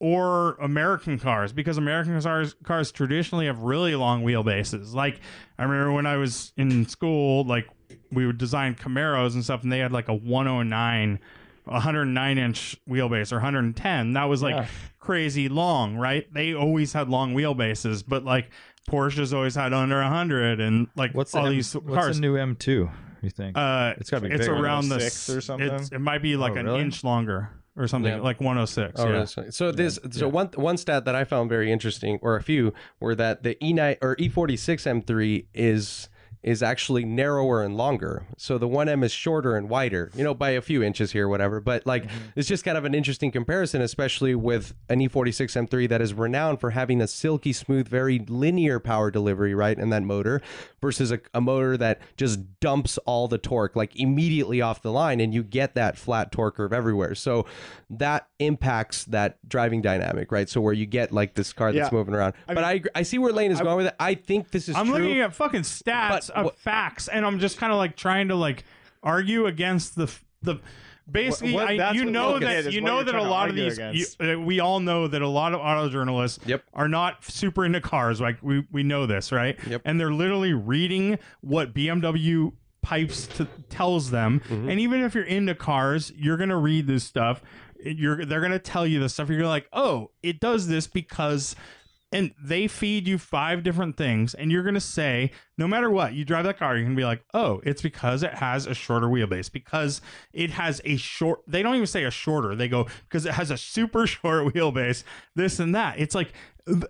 B: or American cars because American cars cars traditionally have really long wheelbases. Like I remember when I was in school, like we would design Camaros and stuff, and they had like a 109. 109 inch wheelbase or 110 that was like
F: Yeah.
B: crazy long right they always had long wheelbases but like Porsche's always had under 100 and like
D: What's the
B: all
D: M-
B: these
D: what's
B: cars
D: the new M2? You think?
B: uh,
D: It's gotta be
B: It's
D: bigger.
B: around the
F: 106 or something?
B: it's- It might be like an
D: really?
B: inch longer or something,
E: Yeah.
B: like 106.
E: Oh,
B: yeah.
E: really? So- So this, so one one stat that I found very interesting, or a few, were that the E9 or E E46 M3 is is actually narrower and longer. So the 1M is shorter and wider, you know, by a few inches here, whatever. But like,
B: Mm-hmm.
E: it's just kind of an interesting comparison, especially with an E E46 M3 that is renowned for having a silky smooth, very linear power delivery, right, in that motor, versus a, a motor that just dumps all the torque like immediately off the line, and you get that flat torque curve everywhere. So that impacts that driving dynamic, right? So where you get like this car that's
F: Yeah.
E: moving around. but I agree- I see where Lane is going with it. I think this is
B: I'm
E: true.
B: looking at fucking stats
E: But
B: of
E: what-
B: facts, and I'm just kind of like trying to like argue against the f- the. Basically,
F: what-
B: I,
F: that's
B: you
F: what
B: know
F: Logan did,
B: that
F: is
B: you
F: what
B: know
F: you're
B: that a
F: trying to
B: lot of
F: argue
B: these. You,
F: against.
B: uh, we all know that a lot of auto journalists
E: Yep.
B: are not super into cars. Like we we know this, right?
E: Yep.
B: And they're literally reading what BMW pipes to, tells them.
F: Mm-hmm.
B: And even if you're into cars, you're gonna read this stuff. You're they're gonna tell you this stuff. You're like, oh, it does this because and they feed you five different things, and you're gonna say, no matter what, you drive that car, you're gonna be like, oh, it's because it has a shorter wheelbase, because it has a short. They don't even say a shorter. They go because it has a super short wheelbase, this and that. It's like. th-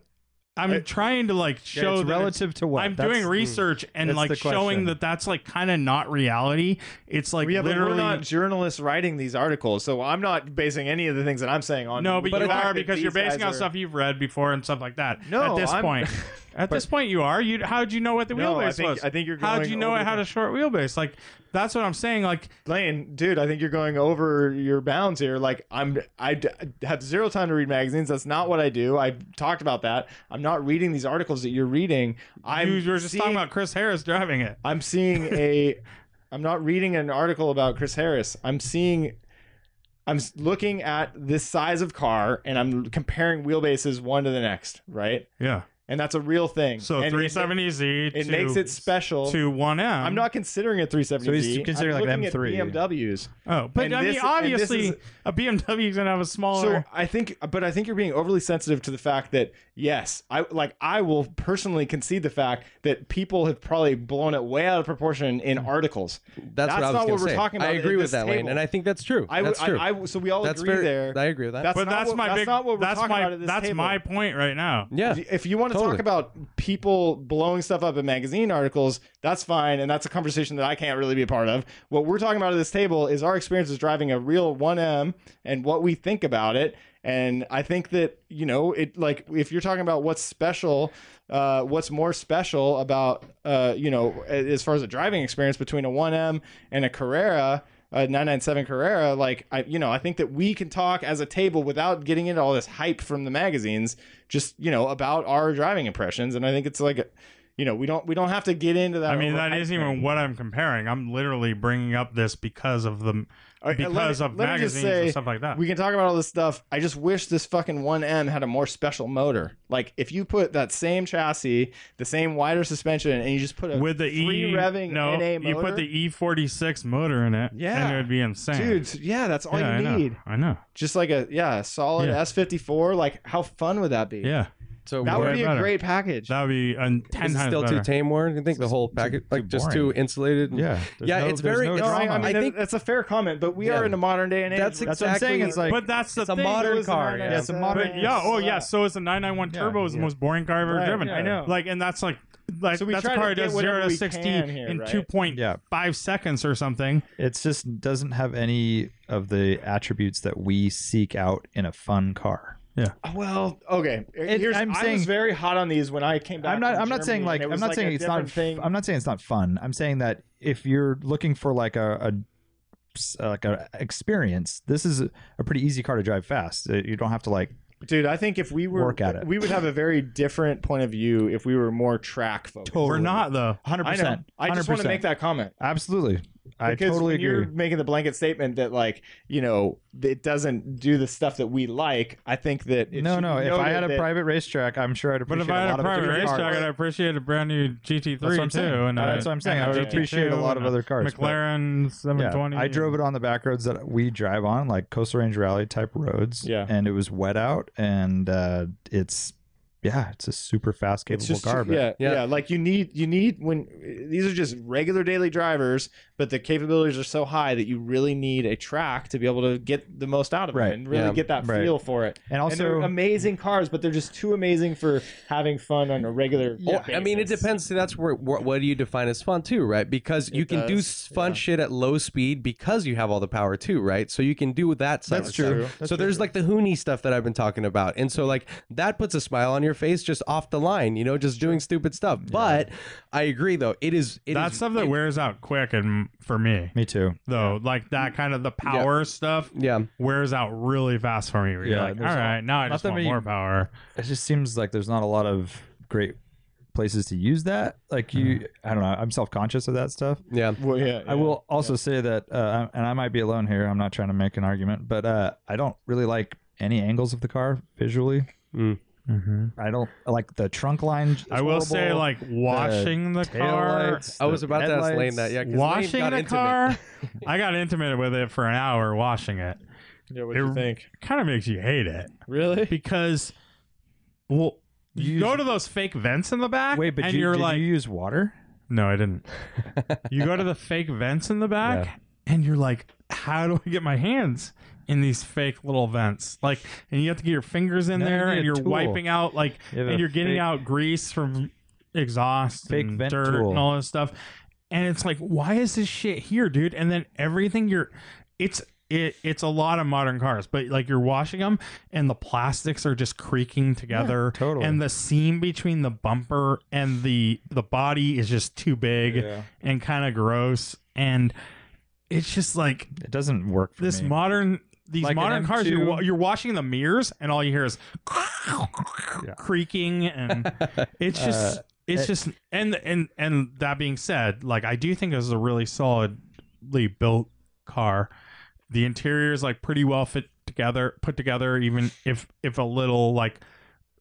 B: I'm trying to like show
D: it's
B: that it's-
D: relative to what?
B: I'm
D: That's-
F: mm,
B: doing research and
D: That's
B: like
D: the
B: showing
D: question.
B: that that's like kind of not reality. It's like
F: Yeah, but
B: literally
F: we're not journalists writing these articles, so I'm not basing any of the things that I'm saying on.
B: no, but,
F: the
B: you
F: fact
B: are
F: that
B: because
F: these
B: you're basing
F: guys
B: on
F: are-
B: stuff you've read before and stuff like that.
F: No,
B: at this
F: I'm-
B: point, at this point you are. You how'd you know what the
F: No,
B: wheelbase
F: I think-
B: was?
F: I think you're
B: How'd
F: going
B: you know
F: over
B: it
F: the-
B: had a short wheelbase? Like that's what I'm saying. Like
F: Lane, dude, I think you're going over your bounds here. Like, I'm, I d- have zero time to read magazines. That's not what I do. I talked about that. I'm not reading these articles that you're reading. I'm
B: you were just
F: seeing,
B: talking about Chris Harris driving it.
F: I'm seeing a. I'm not reading an article about Chris Harris. I'm seeing. I'm s- looking at this size of car and I'm comparing wheelbases one to the next, right?
B: Yeah.
F: And that's a real thing.
B: So
F: And it-
B: 370Z.
F: It,
B: to,
F: makes it special.
B: to 1M.
F: I'm not considering a 370Z.
D: So he's considering
F: I'm
D: like an
F: looking at
D: M3.
F: BMWs.
B: Oh, but
F: and this-
B: I
F: and
B: mean,
F: this
B: obviously,
F: is-
B: a BMW's gonna have a smaller.
F: So I think, but I think you're being overly sensitive to the fact that yes, I like I will personally concede the fact that people have probably blown it way out of proportion in
E: Mm.
F: articles.
E: that's, what
F: That's
E: I was
F: not
E: gonna
F: what we're
E: say.
F: talking about
E: I
F: at
E: agree
F: this
E: with that, Lane,
F: table.
E: and I think that's true.
F: I,
E: that's
F: I-
E: true.
F: I, so we all
E: that's
F: agree
E: fair.
F: there.
E: I agree with that.
F: That's
B: but
F: not
B: that's
F: what-
B: my
F: that's
B: big.
F: not what we're
B: that's
F: talking
B: my.
F: about at this
B: that's
F: table.
B: my point right now.
E: yeah,
F: If you want to
E: Totally.
F: talk about people blowing stuff up in magazine articles, that's fine, and that's a conversation that I can't really be a part of. What we're talking about at this table is our experiences driving a real 1M and what we think about it. And I think that you know it. Like if you're talking about what's special, uh, what's more special about uh, you know a- as far as a driving experience between a 1M and a Carrera. A 997 Carrera, like I, you know, I think that we can talk as a table without getting into all this hype from the magazines just you know about our driving impressions and i think it's like you know, we don't we don't have to get into that.
B: I mean, that
F: overhype
B: isn't
F: thing.
B: even what I'm comparing. I'm literally bringing up this because of the
F: All right, let me-
B: because of
F: let me just
B: magazines and
F: say,
B: stuff like that.
F: We can talk about all this stuff. I just wish this fucking 1M had a more special motor. Like if you put that same chassis, the same wider suspension, and you just put a
B: with the
F: free
B: E
F: revving
B: no,
F: NA
B: you put
F: motor?
B: the E E46 motor in it,
F: Yeah.
B: and it would be insane,
F: dude, yeah, that's all
B: yeah,
F: you
B: I
F: need.
B: Know. I know.
F: Just like a yeah, a solid
B: Yeah.
F: S54. Like how fun would that be?
B: Yeah,
E: So
F: that
B: way
F: would be a
B: better.
F: great package.
B: that would be uh, ten
E: is it
B: times
E: still
B: better.
E: too tame, Warren? You think the whole packet like just too insulated?
D: Yeah. There's
E: Yeah,
D: no-
E: it's
D: there's
E: very-
D: no
E: it's-
F: no, I,
D: drama.
F: I mean,
E: I think-
F: that's a fair comment, but we
E: Yeah.
F: are in a modern day and age.
E: That's
F: where-
D: That's what I'm saying.
E: exactly-
D: It's like
B: but that's the
E: It's a
B: thing.
E: modern
F: Those
E: car.
F: nine-
D: Yeah, it's a modern-
B: But yeah, oh yeah. So is the 991
D: Yeah,
B: Turbo is the
D: yeah.
B: most boring car I've ever
F: Right,
B: driven.
F: yeah. I know.
B: Like, and that's like, like
F: So we
B: that's
F: try
B: a
F: to
B: car that
F: get
B: does
F: whatever
B: zero to
F: we
B: 60
F: can here,
B: in
F: right?
B: 2.5
D: Yeah.
B: seconds or something.
D: It's just doesn't have any of the attributes that we seek out in a fun car.
F: Uh, Well, okay.
D: It-
F: Here's,
D: I'm
F: i
D: saying-
F: was very hot on these when I came back.
D: I'm not.
F: from
D: I'm not saying
F: Germany,
D: like.
F: and it
D: I'm
F: was
D: not
F: like
D: saying
F: a
D: it's not.
F: different Thing.
D: I'm not saying it's not fun. I'm saying that if you're looking for like a, a uh, like a experience, this is a, a pretty easy car to drive fast. Uh, You don't have to like.
F: Dude, I think if we were
D: Work at it.
F: we would have a very different point of view if we were more track focused.
B: We're not though.
D: 100.
F: I know.
D: percent
F: I just want to make that comment.
D: Absolutely. I
F: Because
D: totally
F: when you're
D: agree.
F: making the blanket statement that like you know it doesn't do the stuff that we like. I think that it
D: No,
F: should
D: no.
F: be
D: If I
F: noted
D: had a
F: that-
D: private racetrack, I'm sure I'd
B: But
D: appreciate
B: if I
D: a
B: had
D: lot
B: a
D: of
B: private
D: different
B: racetrack,
D: cars.
B: I'd appreciate a brand new GT3
D: That's what I'm
B: too.
D: saying.
B: And
D: Uh,
B: a-
D: that's what I'm saying.
B: and
D: I would
B: GT2
D: appreciate a lot of
B: and
D: other cars, but-
B: McLaren 720.
D: Yeah, I drove it on the back roads that we drive on, like Coastal Range Rally type roads.
F: Yeah.
D: And it was wet out and uh, it's, yeah, it's a super fast, capable
F: It's just
D: car. But
F: yeah,
E: Yeah.
F: yeah, Like you need you need when these are just regular daily drivers, but the capabilities are so high that you really need a track to be able to get the most out of
D: Right.
F: it and really
E: Yeah.
F: get that
D: Right.
F: feel for it.
D: And
F: and they're
D: also,
F: amazing cars, but they're just too amazing for having fun on a regular.
E: Well, I mean, it
F: basis.
E: depends. See, that's where what, what do you define as fun too, right? Because you
F: It
E: can do
F: does,
E: s- fun
F: yeah.
E: shit at low speed because you have all the power too, right? So you can do that. Side
D: That's true. That's
E: so there's
D: true.
E: like the Hooney stuff that I've been talking about, and so like that puts a smile on your face just off the line, you know, just doing stupid stuff. But I agree though, it is it is
B: That stuff that wears out quick, and for me
D: me too.
B: though, like that kind of the power stuff
E: yeah.
B: wears out really fast for me. where You're
D: Yeah,
B: like, all
D: there's
B: right, now I
D: not
B: just
D: that
B: want
D: many-
B: more power.
D: It just seems like there's not a lot of great places to use that. Like you,
B: Mm-hmm.
D: I don't know. I'm self conscious of that stuff.
E: Yeah.
F: Well, yeah,
D: I will also say that, uh, and I might be alone here. I'm not trying to make an argument, but uh, I don't really like any angles of the car visually.
B: Mm-hmm.
D: I don't I like the trunk line. is
B: I will say,
D: horrible. uh,
B: like washing the, car,
D: Taillights,
E: I was
D: the
E: about to ask Lane
D: headlights.
E: that. Yeah, 'cause Lane
B: washing
E: got
B: the
E: intimate.
B: car. I got intimate with it for an hour washing it.
F: Yeah, what do
B: it-
F: you think?
B: Kind of makes you hate it
F: Really?
B: because, well, you,
D: You
B: go
D: use-
B: to those fake vents in the back.
D: Wait, but
B: and
D: you,
B: are
D: did
B: like,
D: you use water?
B: no, I didn't. you go to the fake vents in the back, and you're like, how do I get my hands? In these fake little vents, like, and you have to get your fingers in
D: No, you
B: there,
D: need
B: and
D: a
B: you're
D: tool.
B: wiping out, like,
D: You have
B: and
D: a
B: you're getting
D: fake-
B: out grease from exhaust
D: Fake
B: and
D: vent
B: dirt
D: tool.
B: and all this stuff and it's like why is this shit here dude and then everything you're it's it, it's a lot of modern cars but like you're washing them and the plastics are just creaking together
D: totally.
B: and the seam between the bumper and the the body is just too big and kind of gross and it's just like
D: It doesn't work for
B: this
D: me.
B: modern these
D: Like an
B: modern cars
D: M2.
B: you're, wa- you're washing the mirrors and all you hear is creaking and it's just it's
D: Uh, it-
B: just and and and that being said like i do think this is a really solidly built car the interior is like pretty well fit together put together even if if a little like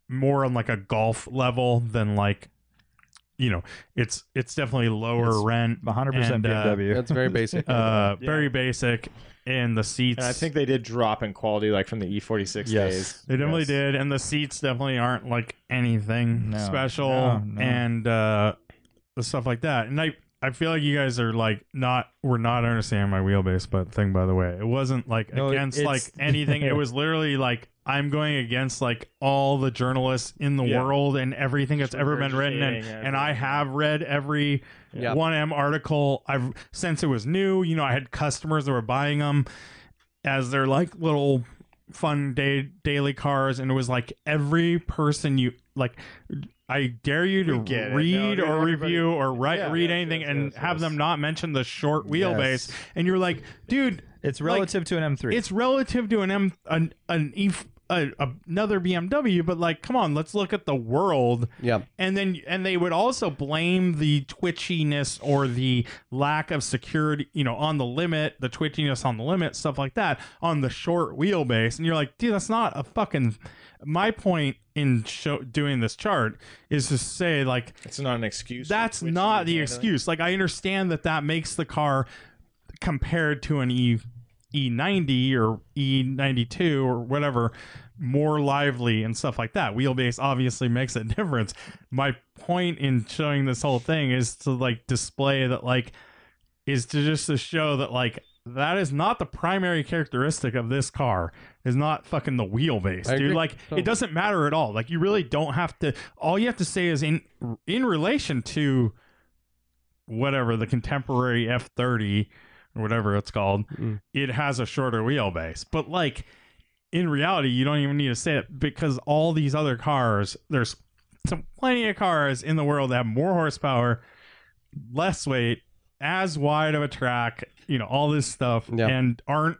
B: more on like a golf level than like you know it's it's definitely lower
D: It's
B: rent
D: 100%
B: and, uh,
D: BMW.
E: That's very basic.
B: uh very basic and the seats
F: And I think they did drop in quality, like from the E46 days.
B: they definitely
D: Yes.
B: did and the seats definitely aren't like anything
D: No.
B: special
D: No, no.
B: and uh the stuff like that and i i feel like you guys are like not we're not understanding my wheelbase but thing by the way it wasn't like
D: No,
B: against
D: it's-
B: like anything it was literally like i'm going against like all the journalists in the
F: Yeah.
B: world and everything that's ever been written and,
F: Regurgitating
B: and i
F: everything.
B: have read every
E: Yeah.
B: 1m article i've since it was new you know i had customers that were buying them as their like little fun day daily cars and it was like every person you like i dare you to
F: We get it.
B: read
F: No,
B: or
F: no, everybody-
B: review or write
F: Yeah,
B: read
F: yes,
B: anything
F: yes,
B: and
F: yes,
B: have
F: yes.
B: them not mention the short wheelbase
D: Yes.
B: and you're like dude
D: It's relative to an M3.
B: it's relative to an m an, an e a, another BMW, but like, come on, let's look at the world.
E: Yeah.
B: And then, and they would also blame the twitchiness or the lack of security, you know, on the limit, the twitchiness on the limit, stuff like that, on the short wheelbase. And you're like, dude, that's not a fucking. My point in show, doing this chart is to say, like,
F: It's not an excuse. for
B: that's
F: twitchy
B: not the
F: handling.
B: excuse. Like I understand that that makes the car compared to an E E90 or E92 or whatever more lively and stuff like that. Wheelbase obviously makes a difference. My point in showing this whole thing is to like display that like is to just to show that like that is not the primary characteristic of this car is not fucking the wheelbase
E: I
B: dude
E: agree.
B: like
E: Totally.
B: it doesn't matter at all like you really don't have to all you have to say is in in relation to whatever the contemporary f30 or whatever it's called
E: Mm.
B: it has a shorter wheelbase but like in reality you don't even need to say it because all these other cars there's some plenty of cars in the world that have more horsepower less weight as wide of a track, you know, all this stuff,
E: Yeah.
B: and aren't,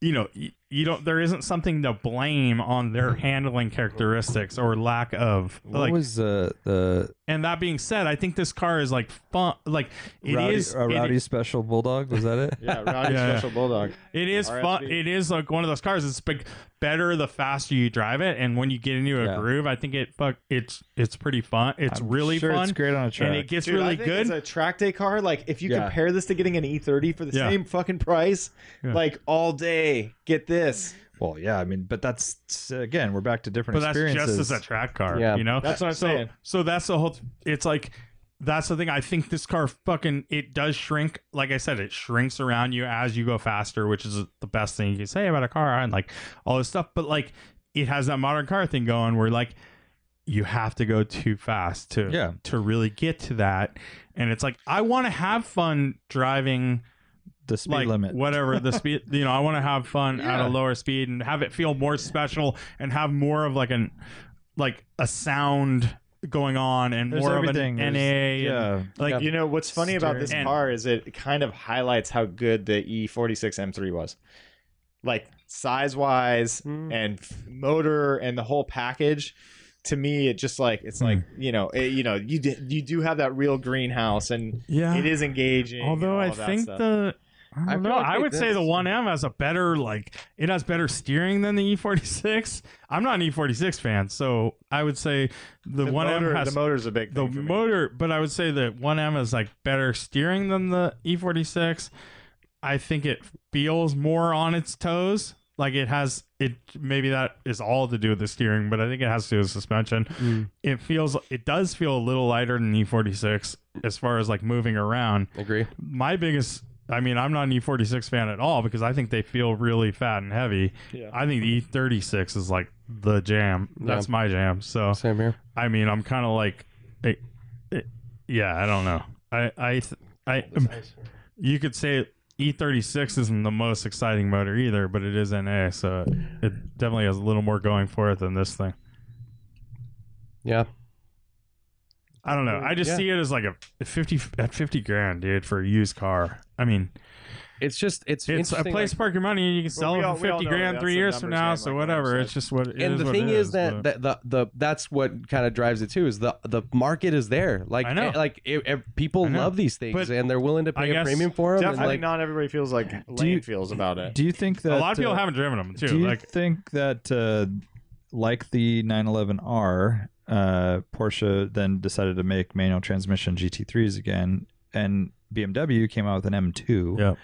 B: you know, y- you don't. There isn't something to blame on their handling characteristics or lack of.
D: What
B: like,
D: was the the
B: and that being said, I think this car is like fun. Like, it
D: rowdy,
B: is.
D: a
B: it-
D: rowdy special bulldog? Was that it?
F: Yeah, Rowdy
B: Yeah.
F: Special Bulldog.
B: it is fun.
F: RSV.
B: It is like one of those cars. It's big, better the faster you drive it, and when you get into a
D: Yeah.
B: groove, I think it fuck. It's it's pretty fun. It's
D: I'm
B: really
D: sure
B: fun,
D: It's great on a track.
B: and it gets
F: Dude, I
B: really
F: think It's
B: good.
F: a track day car. Like if you
D: Yeah.
F: compare this to getting an E30 for the
B: Yeah.
F: same fucking price,
B: Yeah.
F: like all day, get this.
D: well, yeah, I mean, but that's again, we're back to
B: but
D: different
B: that's
D: experiences.
B: just as a track car.
E: Yeah.
B: you know.
F: That's what I'm
B: so
F: saying.
B: so that's the whole it's like that's the thing i think this car fucking it does shrink like i said it shrinks around you as you go faster which is the best thing you can say about a car and like all this stuff but like it has that modern car thing going where like you have to go too fast to
D: Yeah.
B: to really get to that and it's like i want to have fun driving
D: the speed
B: like
D: limit.
B: whatever the speed you know i want to have fun at a
D: Yeah.
B: lower speed and have it feel more special and have more of like an like a sound going on and
D: There's
B: more
D: everything.
B: of an
D: There's-
B: na and,
D: yeah,
B: like
F: You know what's funny about this
B: Stirring.
F: car is it kind of highlights how good the E E46 M3 was, like size wise
E: Mm.
F: and f- motor and the whole package. To me, it just like it's like you know it, you know you d- you do have that real greenhouse and
B: yeah
F: it is engaging. and
B: although
F: all
B: i
F: of that
B: think
F: stuff.
B: the I,
E: I
B: don't
E: feel
B: know.
E: like
B: I
E: they
B: would say
E: did
B: the
E: some-
B: 1M has a better like it has better steering than the E46. I'm not an E46 fan, so I would say the, 1M
F: motor,
B: has
F: the motor's a big
B: the
F: thing for me.
B: motor but i would say that 1m is like better steering than the e46 i think it feels more on its toes like it has it maybe that is all to do with the steering but i think it has to do with suspension
E: Mm.
B: it feels it does feel a little lighter than e46 as far as like moving around
E: Agree.
B: my biggest I mean, I'm not an E46 fan at all because I think they feel really fat and heavy.
F: Yeah.
B: I think the E36 is like the jam. That's my jam. So
E: Same here.
B: I mean, I'm kind of like, it, it- yeah, I don't know. I, I, th- I, um, you could say E36 isn't the most exciting motor either, but it is NA, so it definitely has a little more going for it than this thing.
E: Yeah.
B: I don't know. I just
E: Yeah.
B: see it as like a 50 at 50 grand, dude, for a used car. I mean,
E: It's just it's
B: it's a
E: interesting,
B: place to park your money and you can sell
F: we
B: it
F: all-
B: for
F: we all
B: 50
F: know
B: grand
F: that's
B: three
F: a
B: years from
F: numbers
B: now,
F: game,
B: so
F: like
B: whatever.
F: Ryan
B: It's
F: said.
B: just what it
E: and
B: is
E: the
B: what
E: thing
B: it
E: is,
B: is
E: that,
B: but-
E: that the, the that's what kind of drives it too is the the market is there like
B: I know.
E: eh, like it, it- people
B: I know.
E: love these things
B: But
E: and they're willing to
B: I
E: pay a
B: guess
E: premium for them
F: Definitely
E: and like
F: not everybody feels like
D: Do
F: Lane
D: you-
F: feels about it.
D: Do you think that
B: a lot of people
D: uh,
B: haven't driven them, too.
D: Do you
B: like,
D: think that, uh, like the 911R, uh, Porsche then decided to make manual transmission GT3s again, and BMW came out with an M2?
B: Yeah.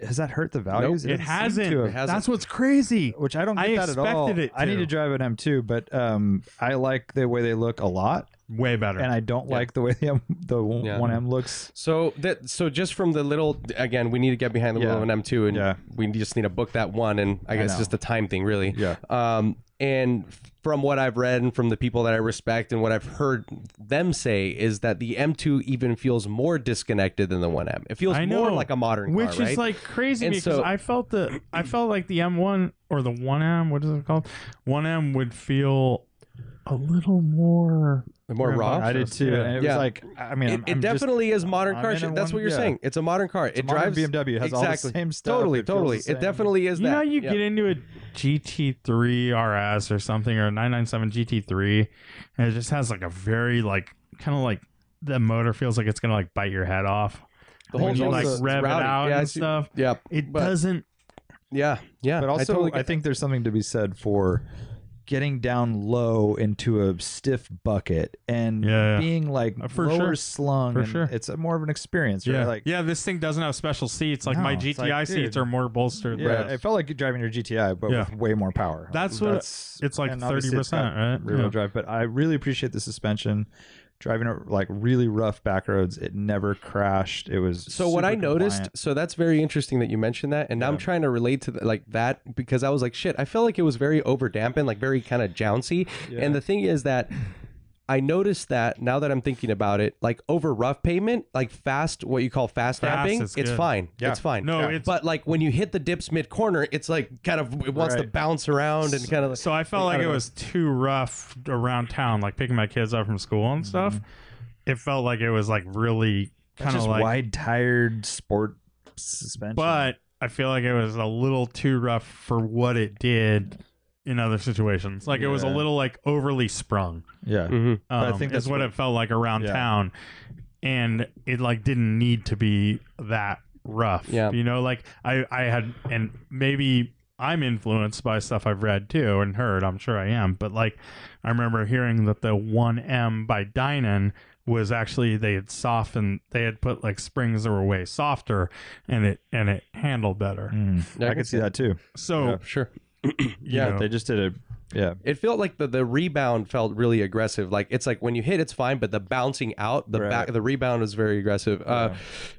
D: Has that hurt the values?
B: it
D: doesn't seem
B: hasn't.
D: to have-
E: hasn't.
B: That's what's crazy.
D: Which I don't get
B: I
D: that at all.
B: expected it
D: I need
B: to.
D: to drive an M2, but um, I like the way they look a lot,
B: Way better.
D: and I don't like the way the M, the
E: Yeah.
D: one M looks.
E: so that so just from the little again we need to get behind the wheel
D: Yeah.
E: of an M2 and
D: Yeah.
E: we just need to book that one and I
D: I
E: guess
D: know.
E: just the time thing really
D: Yeah,
E: um, and from what I've read and from the people that I respect and what I've heard them say is that the M2 even feels more disconnected than the 1M. It feels
B: I
E: more
B: know,
E: like a modern
B: which
E: car,
B: is
E: right?
B: like crazy
E: And
B: because
E: so-
B: I felt the I felt like the M1 or the 1M what is it called 1M would feel a little more
E: The more
B: Grand
E: raw.
B: Box?
D: I did too.
B: Yeah.
D: And it
E: Yeah.
D: was like, I mean,
E: It,
D: I'm,
E: it
D: I'm just-
E: definitely is modern
D: I'm
E: car
D: in
E: shit.
D: a
E: That's what
D: one-
E: you're
D: yeah.
E: saying. It's a modern car.
D: it's
E: it
D: a modern
E: drives
D: BMW. It has all
E: exactly.
D: the same stuff.
E: Totally,
D: It feels the
E: totally.
D: same.
E: It definitely is
B: You
E: that.
B: know, you
E: Yeah.
B: get into a GT3 RS or something, or a 997 GT3, and it just has like a very like kind of like the motor feels like it's gonna like bite your head off.
E: The whole
B: When you
E: thing's
B: like
E: a- it's
B: rev it
E: rowdy.
B: out
E: Yeah, I
B: and
E: see.
B: stuff.
E: Yeah,
B: It
E: But-
B: doesn't.
E: yeah, yeah.
D: But
E: I
D: also, I,
E: totally get-
D: think there's something to be said for getting down low into a stiff bucket and
B: Yeah, yeah.
D: being like
B: Uh, for
D: lower
B: sure.
D: slung.
B: For
D: and
B: sure.
D: It's a, more of an experience, right?
B: Yeah,
D: Like,
B: yeah. This thing doesn't have special seats. Like my
D: No, it's
B: GTI
D: like,
B: seats
D: dude.
B: are more bolstered.
D: yeah,
B: than-
D: it felt like driving your GTI, but
B: Yeah.
D: with way more power.
B: That's what-
D: That's,
B: it's like
D: and obviously it's
B: 30%,
D: got
B: right?
D: Rear wheel
B: Yeah.
D: drive, but I really appreciate the suspension. Driving it like really rough back roads, it never crashed. It was
E: so what
D: super
E: I noticed,
D: compliant.
E: so that's very interesting that you mentioned that, and now I'm trying to relate to the, like that because I was like, shit, I felt like it was very over dampened, like very kind of jouncey. And the thing is that I noticed that now that I'm thinking about it, like over rough pavement, like fast, what you call fast,
B: Fast
E: damping,
B: is
E: it's
B: good.
E: fine, it's fine.
B: No, it's-
E: but like when you hit the dips mid corner, it's like kind of it wants to
D: Right.
E: bounce around and kind of.
B: So I felt like it was too rough around town, like picking my kids up from school and stuff. It felt like it was like really kind of
D: just
B: like
D: wide tired sport suspension.
B: but I feel like it was a little too rough for what it did in other situations. Like it was a
D: Yeah.
B: little like overly sprung.
D: yeah,
E: Mhm.
B: Um,
D: I
B: I
D: think
B: think that's
D: that's
B: what,
D: what-
B: it felt like around
D: Yeah.
B: town, and it like didn't need to be that rough.
E: Yeah.
B: you know, like I I had and maybe. I'm influenced by stuff I've read too and heard. I'm sure I am, but like, I remember hearing that the 1M by Dynan was actually they had softened, they had put like springs that were way softer, and it and it handled better.
D: Mm. I could see that too.
B: So
E: Sure.
B: yeah,
E: Yeah.
D: They just did a yeah.
E: It felt like the, the rebound felt really aggressive. Like it's like when you hit, it's fine, but the bouncing out, the
D: Right.
E: back, the rebound is very aggressive. Uh,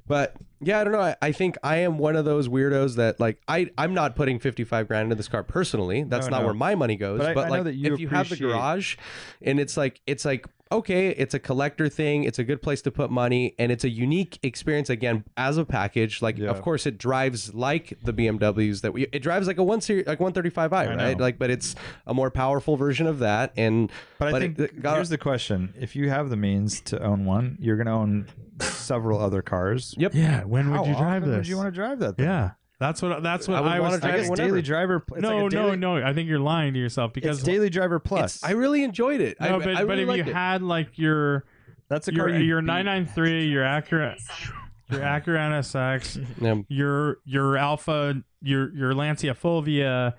E: but yeah, I don't know. I, I think I am one of those weirdos that like I I'm not putting 55 grand into this car personally. That's
D: No,
E: not
D: no.
E: where my money goes.
D: But
E: But,
D: I- I know
E: like
D: that you
E: if you have the
D: appreciate-
E: garage, and it's like it's like okay, it's a collector thing. It's a good place to put money, and it's a unique experience. Again, as a package, like
D: Yeah.
E: of course it drives like the BMWs that we. It drives like a one series like 135i, right?
D: know.
E: Like, but it's a more powerful version of that, and
D: But, I
E: But
D: think
E: it- it got-
D: here's the question: If you have the means to own one, you're going to own several other cars.
E: Yep.
B: Yeah, when
D: How
B: would you drive
D: often
B: this?
D: Would you want to drive that? Thing?
B: yeah, that's what that's what
E: I would
B: I,
E: wanna
B: was.
E: drive it
D: I guess
B: thinking.
E: whenever.
D: daily driver. it's
B: no,
D: like a
B: no,
D: daily,
B: no. I think you're lying to yourself
D: It's
B: because
D: daily driver plus.
E: it's, I really enjoyed it. I,
B: no, but,
E: I
B: but
E: really
B: if
E: liked
B: you
E: it.
B: had like your
D: That's a
B: your
D: car. you
B: your
D: beat.
B: 993, your Acura, your Acura NSX,
E: Yeah.
B: your your Alpha, your your Lancia Fulvia.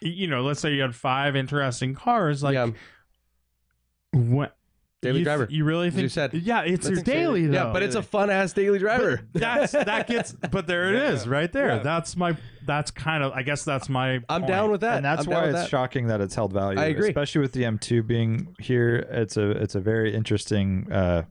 B: y- You know, let's say you had five interesting cars. Like
E: Yeah.
B: what
E: Daily
B: you, th-
E: driver.
B: You really think?
E: you said.
B: Yeah, it's
E: I
B: your
E: think so.
B: daily though.
E: Yeah, but it's a fun ass daily driver.
B: that's that gets but there it is, right there
F: Yeah.
B: that's my that's kind of i guess that's my
E: I'm
B: point.
E: down with that.
D: and that's
E: I'm down
D: why
E: with
D: it's
E: that.
D: shocking that it's held value.
E: I agree.
D: especially with the M2 being here. It's a it's a very interesting uh,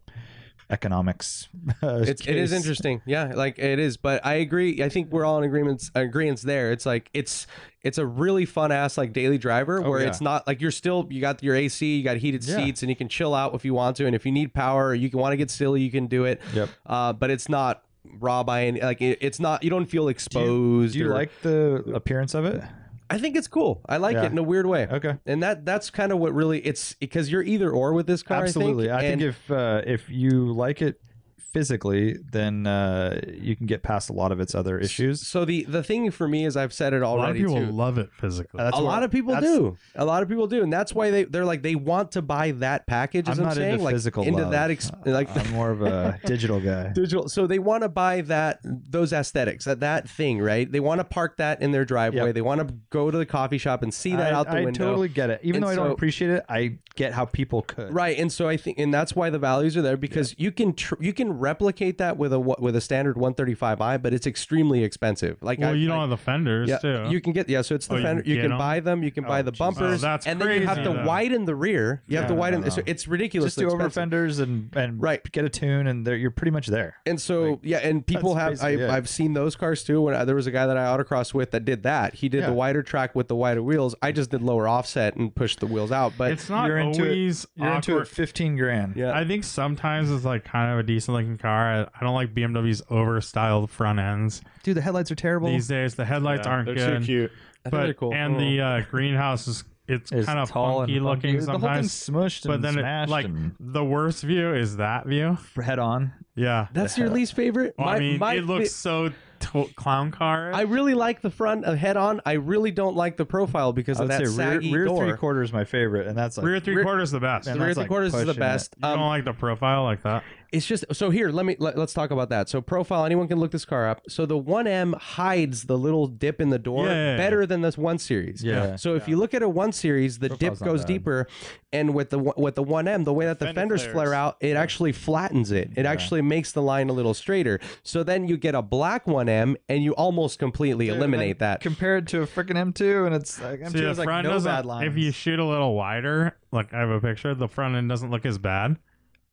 D: economics. Uh,
E: It's, it is
D: case.
E: interesting, yeah. Like it is, but I agree. I think we're all in agreements. Agreements there. It's like it's it's a really fun ass like daily driver where
D: Oh, yeah.
E: it's not like you're still you got your AC, you got heated
D: Yeah.
E: seats, and you can chill out if you want to, and if you need power, or you can want to get silly, you can do it.
D: Yep.
E: Uh, but it's not raw by any like it, it's not. You don't feel exposed.
D: Do you
E: or-
D: like the appearance of it?
E: I think it's cool. I like
D: Yeah. Uh,
E: it in a weird way.
D: Okay.
E: And that that's kind of what really it's because you're either or with this car.
D: Absolutely.
E: I think, and-
D: if uh, if you like it physically, then uh, you can get past a lot of its other issues.
E: so the the thing for me is I've said it
B: a lot of
E: already.
B: people
E: too.
B: love it physically
D: That's
E: a
D: what-
E: lot of people
D: that's-
E: do. A lot of people do, and that's why they they're like they want to buy that package. As
D: I'm
E: I'm,
D: not
E: saying,
D: into
E: like
D: physical
E: into
D: love. Uh,
E: that ex- like
D: I'm more of a digital guy.
E: digital. So they want to buy that those aesthetics, that that thing, right? They want to park that in their driveway.
D: Yep.
E: They want to go to the coffee shop and see that
D: I,
E: out the
D: I
E: window.
D: totally get it.
E: And
D: Even though I don't
E: so-
D: appreciate it, I get how people could.
E: Right, and so I think, and that's why the values are there because you can tr- you can replicate that with a wa- with a standard 135i, but it's extremely expensive. Like,
B: well
E: I,
B: you
E: I-
B: don't have the fenders
E: yeah,
B: too
E: you can get yeah. So it's the
B: Oh, you
E: fender.
B: can
E: You
B: get
E: can
B: them?
E: buy them. You can buy the bumpers,
B: Oh, that's
E: and then you have
B: crazy,
E: to
B: though.
E: widen the rear. You have to
D: Yeah,
E: widen.
D: no, no.
E: So it's ridiculous.
D: Just do over fenders and and
E: Right.
D: get a tune, and there you're pretty much there.
E: And so yeah, and people have I,
D: basically it.
E: I've seen those cars too. When I, there was a guy that I autocross with that did that. He did
D: Yeah.
E: the wider track with the wider wheels. I just did lower offset and pushed the wheels out. But
B: it's not
D: you're into it-
B: always
D: You're
B: awkward
D: into it. Uh, Fifteen grand.
E: Yeah.
B: i think sometimes it's like kind of a decent looking car i, I don't like bmw's over styled front ends
D: Dude, the headlights are terrible.
B: these days the headlights aren't
F: They're
B: good
F: too cute.
E: I think
B: but
E: they're cool. Mm.
B: and the uh, greenhouse is it's
D: It's
B: kind of
D: tall
B: funky
D: and funky.
B: looking
D: The whole
B: sometimes.
D: thing's smushed
B: But
D: and
B: then it,
D: smashed
B: like
D: and
B: the worst view is that view.
D: head on.
B: Yeah.
E: That's your least favorite.
B: Well, I mean, it
E: fa-
B: looks so to- clown car.
E: I really like the front of head on. I really don't like the profile because
D: I
E: of
D: would
E: that
D: say rear,
E: saggy
D: rear
E: door.
D: three quarter is my favorite, and that's like
B: rear three
E: rear-
B: quarters the best.
D: and
E: the rear
D: that's,
E: three
D: like,
E: quarters is the
D: pushing it.
E: best.
B: you
E: Um,
B: don't like the profile like that.
E: It's just so here. Let me let, us talk about that. So profile. Anyone can look this car up. So the one M hides the little dip in the door
B: Yeah, yeah, yeah.
E: better than this one series.
D: Yeah.
E: So if you look at a one series, the
D: Profile's
E: dip
D: not
E: goes
D: bad.
E: deeper, and with the one- with the one M, the way that the
F: Fender
E: fenders
F: flares.
E: flare out, it actually flattens it. It actually makes the line a little straighter. So then you get a black one M, and you almost completely eliminate that.
D: compared to a freaking M2, and it's like M2
B: See, the
D: is like
B: front
D: no
B: doesn't.
D: bad lines.
B: If you shoot a little wider, like I have a picture, the front end doesn't look as bad.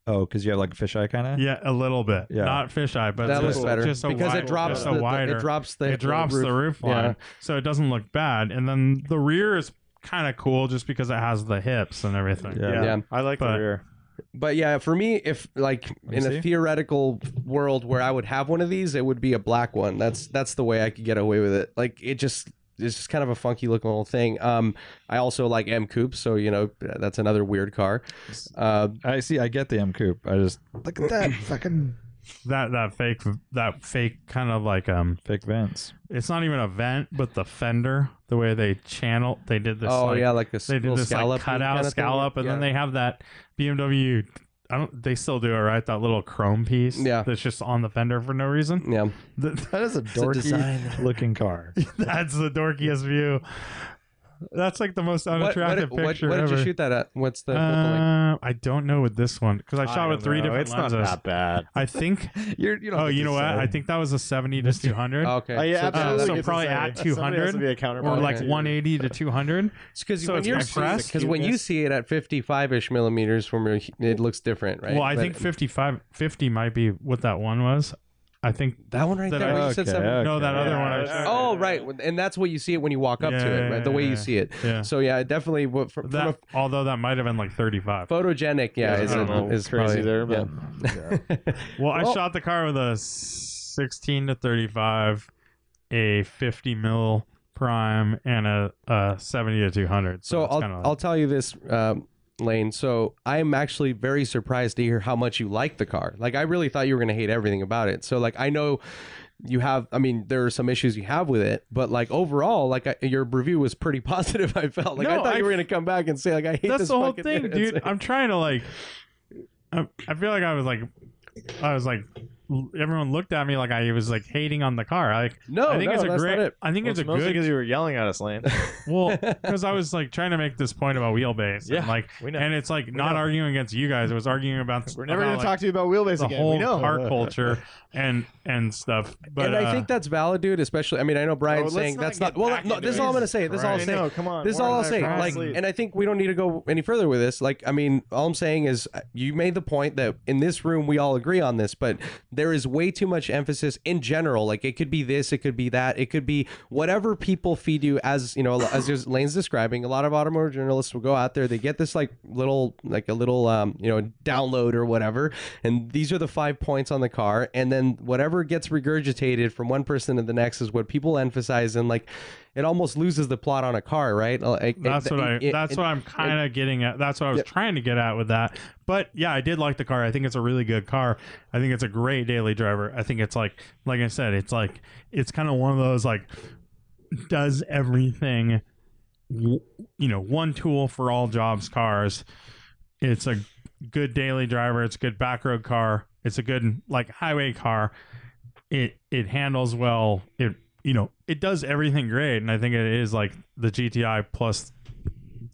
D: oh, because you have like a fisheye kind of.
B: Yeah, a little bit.
D: Yeah.
B: Not fisheye, but
E: that
B: just,
E: looks better
B: just a
E: because
B: wide-
E: it drops
B: just
E: the,
B: a
E: the-
B: wider.
E: it drops the
B: it drops the roof line,
E: Yeah.
B: so it doesn't look bad. And then the rear is kind of cool just because it has the hips and everything.
D: Yeah.
E: Yeah.
F: I like
B: But-
F: the rear.
E: But yeah, for me, if like
D: me
E: in
D: see.
E: a theoretical world where I would have one of these, it would be a black one. That's that's the way I could get away with it. Like it just it's just kind of a funky looking little thing. Um, I also like M Coupe, so you know that's another weird car. Uh,
D: I see. I get the M coupe. I just look at that fucking
B: That that fake that fake kind of like um,
D: fake vents.
B: it's not even a vent, but the fender, the way they channel, they did this.
E: oh
B: like,
E: yeah, like this
B: they did
E: little
B: this
E: scallop
B: like cutout
E: kind of
B: scallop, and then they have that BMW. I don't. They still do it, right? That little chrome piece,
E: Yeah.
B: that's just on the fender for no reason.
E: yeah.
B: Th-
D: That is a
E: design.
D: dorky looking car.
B: That's the dorkiest view. That's like the most
E: What,
B: unattractive
E: what, what,
B: picture
E: what did
B: ever.
E: you shoot that at? What's the, what's the link?
B: Uh, I don't know with this one because I shot with three different
F: it's
B: lenses.
F: not that bad.
B: I think.
D: You're, you don't
B: oh,
D: have
B: you
D: to
B: know what?
D: say.
B: I think that was a seventy to two hundred,
E: Oh, okay,
F: Oh, yeah,
E: So-
F: absolutely.
B: so
F: It's
B: probably
F: insane.
B: at
F: Somebody has
B: 200
F: to be a counterpart
B: or like
F: to-
B: one eighty to two hundred.
E: Because
B: So
E: when
B: it's
E: you're
B: compressed?
E: because when you
F: Cuteness.
E: see it at 55 ish millimeters, when we're- it looks different, right?
B: Well, I
E: But
B: think 55, 50 might be what that one was. I think.
E: that one right
B: that
E: there.
B: I-
E: where you said
D: Okay,
E: seven-
D: okay.
B: No, that other one. I
F: Yeah,
B: was-
F: that-
E: Oh, right, and that's what you see it when you walk up
B: Yeah,
E: to it, right? The way
B: yeah,
E: you see it.
B: yeah.
E: So yeah, it definitely. What from, from a
B: That, although that might have been like 35.
E: photogenic, yeah,
B: Yeah,
E: is,
B: I
E: a,
B: don't know.
E: is
F: crazy
E: probably-
F: there, but
B: Well, I
E: Well-
B: shot the car with a 16 to 35, a 50 mil prime, and a, a 70 to 200.
E: So
B: that's
E: I'll
B: kinda-
E: I'll tell you this, um, Lane. So I'm actually very surprised to hear how much you like the car. Like I really thought you were gonna hate everything about it. So like I know you have. I mean, there are some issues you have with it, but like overall, like I, your review was pretty positive. I felt like I
B: No,
E: thought you
B: I-
E: were gonna come back and say like I hate
B: that's
E: this
B: the whole
E: fucking
B: thing, dude. I'm trying to like. I, I feel like I was like, I was like, l- everyone looked at me like I was like hating on the car. Like,
E: no,
B: I think
E: Oh, no,
B: it's a
E: that's
B: great.
E: not it.
B: I think
F: Well,
B: it's a
F: mostly
B: good
F: because you were yelling at us, Lane.
B: Well, because I was like trying to make this point about wheelbase,
F: Yeah,
B: and, like,
F: we know.
B: and it's like not
F: know.
B: arguing against you guys. It was arguing about
F: We're never
B: about,
F: going
B: like,
F: to talk to you about wheelbase
B: the
F: again.
B: whole
F: we know.
B: car culture and and stuff. But
E: and I think that's valid, dude. Especially, I mean, I know
F: Oh,
E: Brian's
F: let's
E: saying
F: not
E: that's
F: get
E: not. Well,
F: back
E: no,
F: into
E: this is all I'm
F: it.
E: gonna say. This is all I'm
F: I
E: saying.
F: know, come on.
E: this is all I'll
F: Warren
E: say.
F: and I fell
E: Like,
F: asleep.
E: and I think we don't need to go any further with this. Like, I mean, all I'm saying is uh, you made the point that in this room we all agree on this, but there is way too much emphasis in general. Like, it could be this, it could be that, it could be whatever people feed you. As you know, as just Lane's describing, a lot of automotive journalists will go out there. They get this like little, like a little, um, you know, download or whatever, and these are the five points on the car, and then whatever gets regurgitated from one person to the next is what people emphasize, and like. It almost loses the plot on a car, right? Like, it-
B: that's what I.
E: it-
B: That's
E: it-
B: what I'm kind of getting at. That's what I was trying to get at with that. But yeah, I did like the car. I think it's a really good car. I think it's a great daily driver. I think it's like, like I said, it's like it's kind of one of those like does everything, w- you know, one tool for all jobs cars. It's a good daily driver. It's a good back road car. It's a good like highway car. It it handles well. It you know it does everything great, and I think it is like the GTI plus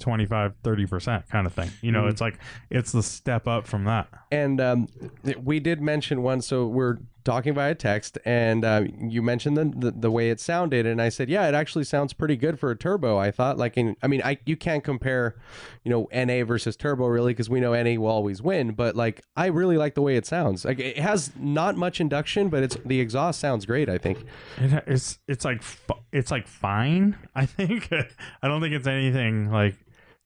B: 25 30 percent kind of thing. You know, it's like it's the step up from that.
E: And um, th- we did mention one, so we're talking via text, and uh, you mentioned the, the the way it sounded, and I said, yeah, it actually sounds pretty good for a turbo. I thought, like, in, I mean, I you can't compare, you know, NA versus turbo really, because we know NA will always win. But like, I really like the way it sounds. Like, it has not much induction, but it's the exhaust sounds great. I think.
B: It, it's it's like f- it's like fine. I think I don't think it's anything like.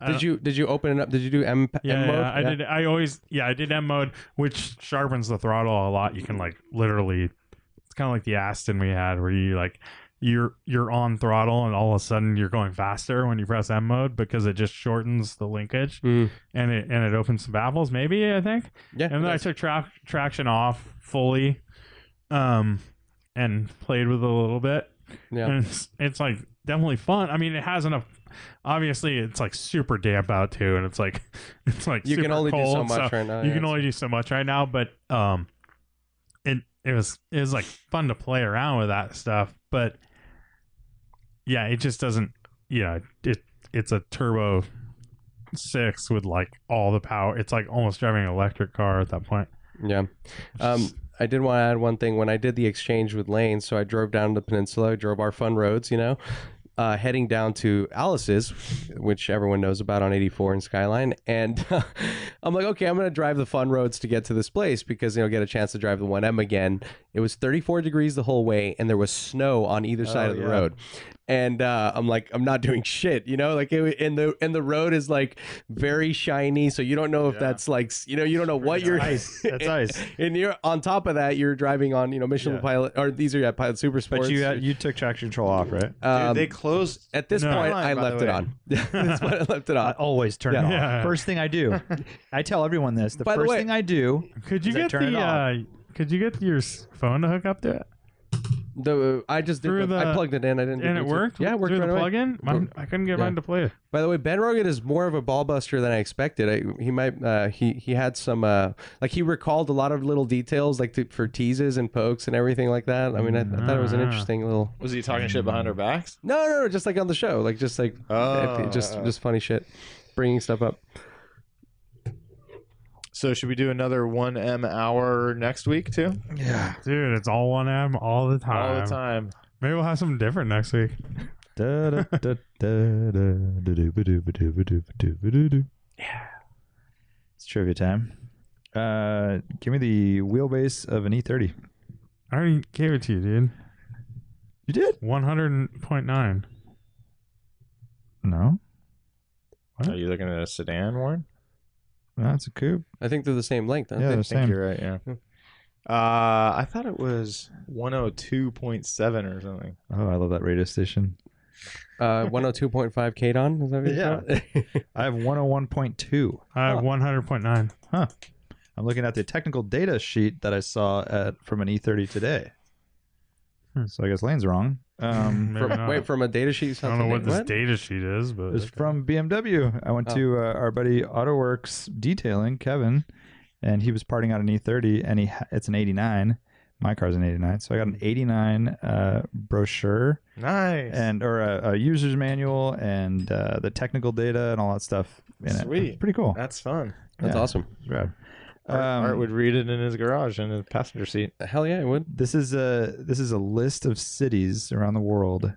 B: I
E: Did
B: don't-
E: you did you open it up? Did you do M?
B: Yeah,
E: M
B: yeah,
E: mode?
B: I did. I always yeah, I did M mode, which sharpens the throttle a lot. You can like literally, it's kind of like the Aston we had, where you like you're you're on throttle and all of a sudden you're going faster when you press M mode because it just shortens the linkage
E: Mm.
B: and it and it opens some baffles maybe I think
E: Yeah.
B: and then I took tra- traction off fully, um, and played with it a little bit.
E: Yeah.
B: And it's, it's like definitely fun. I mean, it has enough. Obviously, it's like super damp out too, and it's like it's like
E: you can
B: super
E: only do so
B: cold,
E: much right now.
B: you
E: yeah.
B: can only do so much right now, but um, it it was it was like fun to play around with that stuff, but yeah, it just doesn't. Yeah, it it's a turbo six with like all the power. It's like almost driving an electric car at that point.
E: Yeah. Um, I did want to add one thing. When I did the exchange with Lane, so I drove down to the peninsula, I drove our fun roads, you know, uh, heading down to Alice's, which everyone knows about on 84 and Skyline. And uh, I'm like, okay, I'm going to drive the fun roads to get to this place because, you know, get a chance to drive the 1M again. It was 34 degrees the whole way, and there was snow on either side
D: Oh,
E: of the road. And uh, I'm like, I'm not doing shit, you know. Like, it, and the and the road is like very shiny, so you don't know if that's like, s- you know, you don't know what you're.
D: That's ice.
E: And you're on top of that, you're driving on you know Michelin
D: Yeah.
E: Pilot or these are yeah, Pilot Super Sports.
D: But you had, you took traction control off, right?
E: um,
F: they closed.
E: at this
B: No.
E: point,
F: Line,
E: I
F: by
E: left
F: the
E: it
F: way.
E: on. At this point, I left it
D: I
E: on.
D: always turn
E: Yeah.
D: it off.
B: Yeah.
D: First thing I do, I tell everyone this. The
E: By the
D: first
E: way-
D: thing I do,
B: Could you
D: Does it
B: get
D: turn it
B: the uh,
D: off?
B: Could you get your s- phone to hook up to it?
E: The I just did.
B: Through
E: The, I
B: the-
E: plugged it in. I didn't. do
B: And it
E: Bluetooth.
B: worked.
E: Yeah, it worked
B: through
E: right
B: the
E: away.
B: plug-in. Mine, I couldn't get
E: Yeah.
B: mine to play. it.
E: By the way, Ben Rogan is more of a ball buster than I expected. I, he might uh, he he had some uh, like he recalled a lot of little details like to, for teases and pokes and everything like that. I mean, I, I thought it was an
B: Ah.
E: interesting little.
F: Was he talking shit behind our backs?
E: No, no, no, just like on the show, like just like
B: Uh.
F: Oh.
E: just just funny shit, bringing stuff up.
F: So should we do another one M hour next week too?
B: Dude, it's all one M all the time.
F: All the time.
B: Maybe we'll have something different next week.
D: da, da, da, da, da, da, ba, do, ba, do, ba, do, ba, do, ba, do, do. it's trivia time. Uh, give me the wheelbase of an E E30.
B: I already gave it to you, dude.
D: You did?
B: One hundred point nine.
D: No,
F: Are you looking at a sedan, Warren?
D: no, it's a coupe.
E: I think they're the same length. Aren't
D: Yeah,
E: they?
D: they're
F: I think
D: same.
F: you're right. Yeah. Uh, I thought it was 102.7 or something.
D: Oh, I love that radio station.
E: Uh, 102.5 Kadon. Is that what yeah.
D: I have 101.2.
B: Uh, one hundred point nine.
D: I'm looking at the technical data sheet that I saw at from an E30 today.
B: Hmm.
D: So I guess Lane's wrong. Um,
B: Maybe not.
E: wait, from a data sheet?
B: I don't know what
E: something-
B: this data sheet is, but
D: It's from BMW. I went to uh, our buddy AutoWorks Detailing, Kevin, and he was parting out an E30, and he ha- it's an '89. My car's an '89, so I got an '89 uh, brochure
F: Nice.
D: and or a, a user's manual and uh, the technical data and all that stuff in it.
F: Sweet.
D: It's pretty cool.
F: That's fun.
E: That's
D: Yeah.
E: awesome.
D: It's rad.
F: Art,
D: Um,
F: Art would read it in his garage in the passenger seat.
E: Hell yeah, it would.
D: this is a this is a list of cities around the world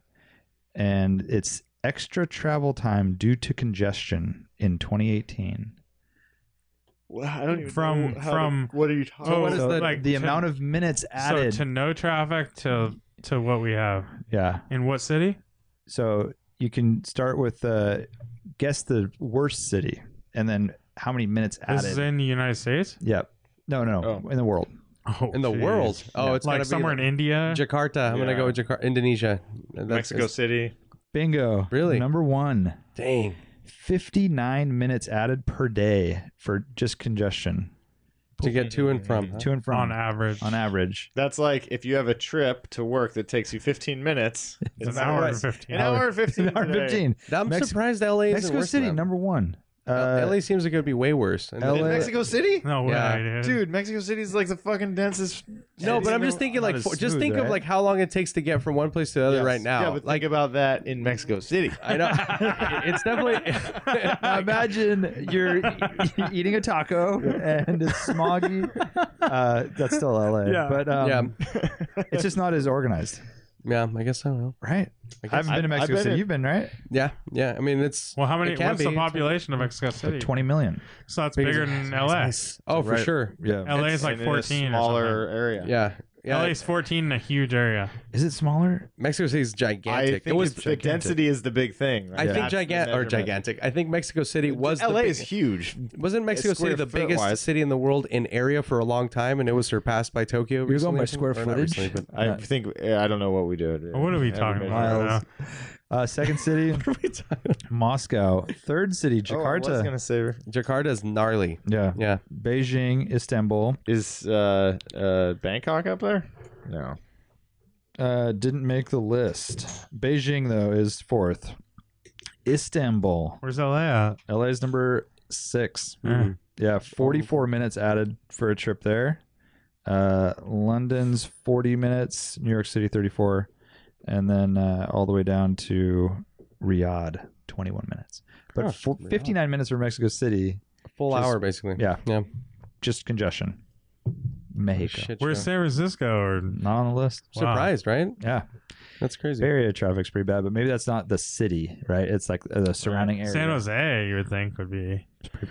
D: and it's extra travel time due to congestion in 2018
F: I don't even
B: From- know how to- from-
F: what are you talking?
B: Oh,
E: what is
B: so,
E: the-
B: like
D: the
B: to-
D: amount of minutes
B: so
D: added
B: to no traffic to to what we have
D: yeah
B: in what city?
D: so you can start with uh guess the worst city and then how many minutes
B: This
D: added
B: is in the United States.
D: yep no no
F: Oh.
D: in the world
B: Oh,
E: In the
B: geez.
E: world. Oh, it's
B: like
E: gotta
B: somewhere
E: be
B: in India.
E: Jakarta. I'm gonna
F: Yeah.
E: go with Jakarta, Indonesia. That's-
F: Mexico
E: it's-
F: City.
D: bingo
E: Really?
D: number one
E: Dang.
D: 59 minutes added per day for just congestion
E: To get to and from. huh?
D: to and from
B: on average,
D: on average
F: That's like if you have a trip to work that takes you 15 minutes.
B: it's an hour and fifteen.
F: An hour and 15.
D: Hour
F: today.
D: 15
E: I'm
D: Mex-
E: surprised LA isn't
D: Mexico
E: worse
D: City,
E: than that.
D: number one.
E: Uh,
D: Uh,
E: LA seems like it would be way worse. And
D: LA
F: In Mexico City?
B: No way,
E: Yeah.
B: dude.
F: Dude, Mexico City is like the fucking densest.
E: No,
F: city
E: but
F: in
E: I'm
F: the
E: just thinking like
D: as
E: for, just
D: smooth,
E: think of
D: right?
E: like how long it takes to get from one place to the other
F: Yes.
E: right now.
F: Yeah, but
E: like
F: think about that in Mexico City.
E: I know it's definitely
D: now imagine you're e-, eating a taco and it's smoggy. Uh, that's still LA,
B: Yeah.
D: but um, it's just not as organized,
E: Yeah, I guess so.
D: right?
E: I guess-
D: I haven't been
F: I-
D: to
F: I
D: Mexico
F: bet
D: City.
F: it-
D: You've been right?
E: Yeah, yeah. I mean it's
B: Well, how many?
E: It can
B: What's the
E: be.
B: population of Mexico City?
D: Twenty million.
B: So that's
E: Big as-
B: bigger than LA.
E: Oh, for
D: Right.
E: sure.
D: Yeah,
B: LA is like
F: And in a
B: fourteen. or
F: smaller
B: something.
F: area.
E: Yeah. Yeah,
B: LA's 14 in a huge area.
D: Is it smaller?
E: Mexico City's
F: I
E: gigantic.
F: think
E: It was.
F: it's- the
D: gigantic.
F: density is the big thing. Right?
E: I think
F: That's the
E: gigantic or
F: measurement.
E: gigantic. I think Mexico City was. the
F: LA
E: big-
F: is huge.
E: Wasn't Mexico
F: square
E: City the
F: foot
E: biggest
F: wise.
E: city in the world in area for a long time, and it was surpassed by Tokyo?
D: You're going
E: recently,
D: by
E: I think?
D: square
E: Or not
D: footage?
E: recently, but-
F: I
D: Yeah.
F: think I don't know what we did.
B: What are we talking about? I don't know.
D: Uh, second city, Moscow. Third city,
F: Oh, I was
D: Jakarta.
F: gonna say
E: Jakarta is gnarly.
D: Yeah.
E: Yeah,
D: Beijing, Istanbul.
F: is uh, uh, Bangkok up there? No.
D: Uh, didn't make the list. Beijing though is fourth. Istanbul.
B: Where's LA at?
D: LA's number six.
E: Hmm.
B: Mm.
D: Yeah, 44 minutes added for a trip there. Uh, London's 40 minutes, New York City 34, and then uh, all the way down to Riyadh 21 minutes. But
E: Huh,
D: fo-
E: Riyadh.
D: 59 minutes for Mexico City,
E: a full
D: Just-
E: hour basically.
D: yeah.
E: Yeah.
D: just congestion. Mexico.
E: Shit
B: Where's
E: show.
B: San Francisco? Or
D: Not on the list.
B: Wow.
E: surprised, right?
D: Yeah,
E: That's crazy.
D: Bay Area traffic's pretty bad, but maybe that's not the city, right? It's like uh, the surrounding area.
B: San Jose, you would think, would be.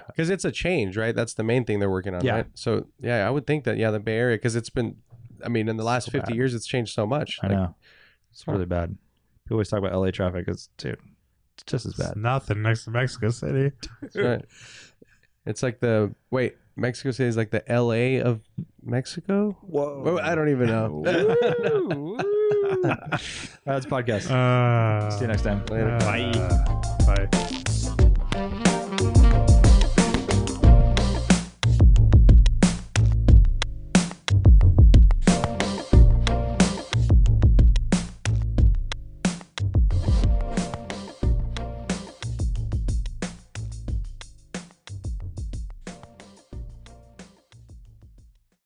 E: because it's a change, right? That's the main thing they're working on,
D: Yeah.
E: right? So yeah, I would think that yeah, the Bay Area because it's been, I mean, in the last
D: So
E: fifty
D: bad.
E: years, it's changed so much.
D: I
E: Like,
D: know. It's really bad. People always talk about LA traffic. It's dude, it's just as
B: It's
D: bad.
B: nothing next to Mexico City.
E: that's right. It's like the wait, Mexico City is like the L.A. of Mexico. Whoa, I don't even know.
D: That's podcast.
B: Uh,
D: See you next time.
E: Later.
B: uh, Bye. Bye.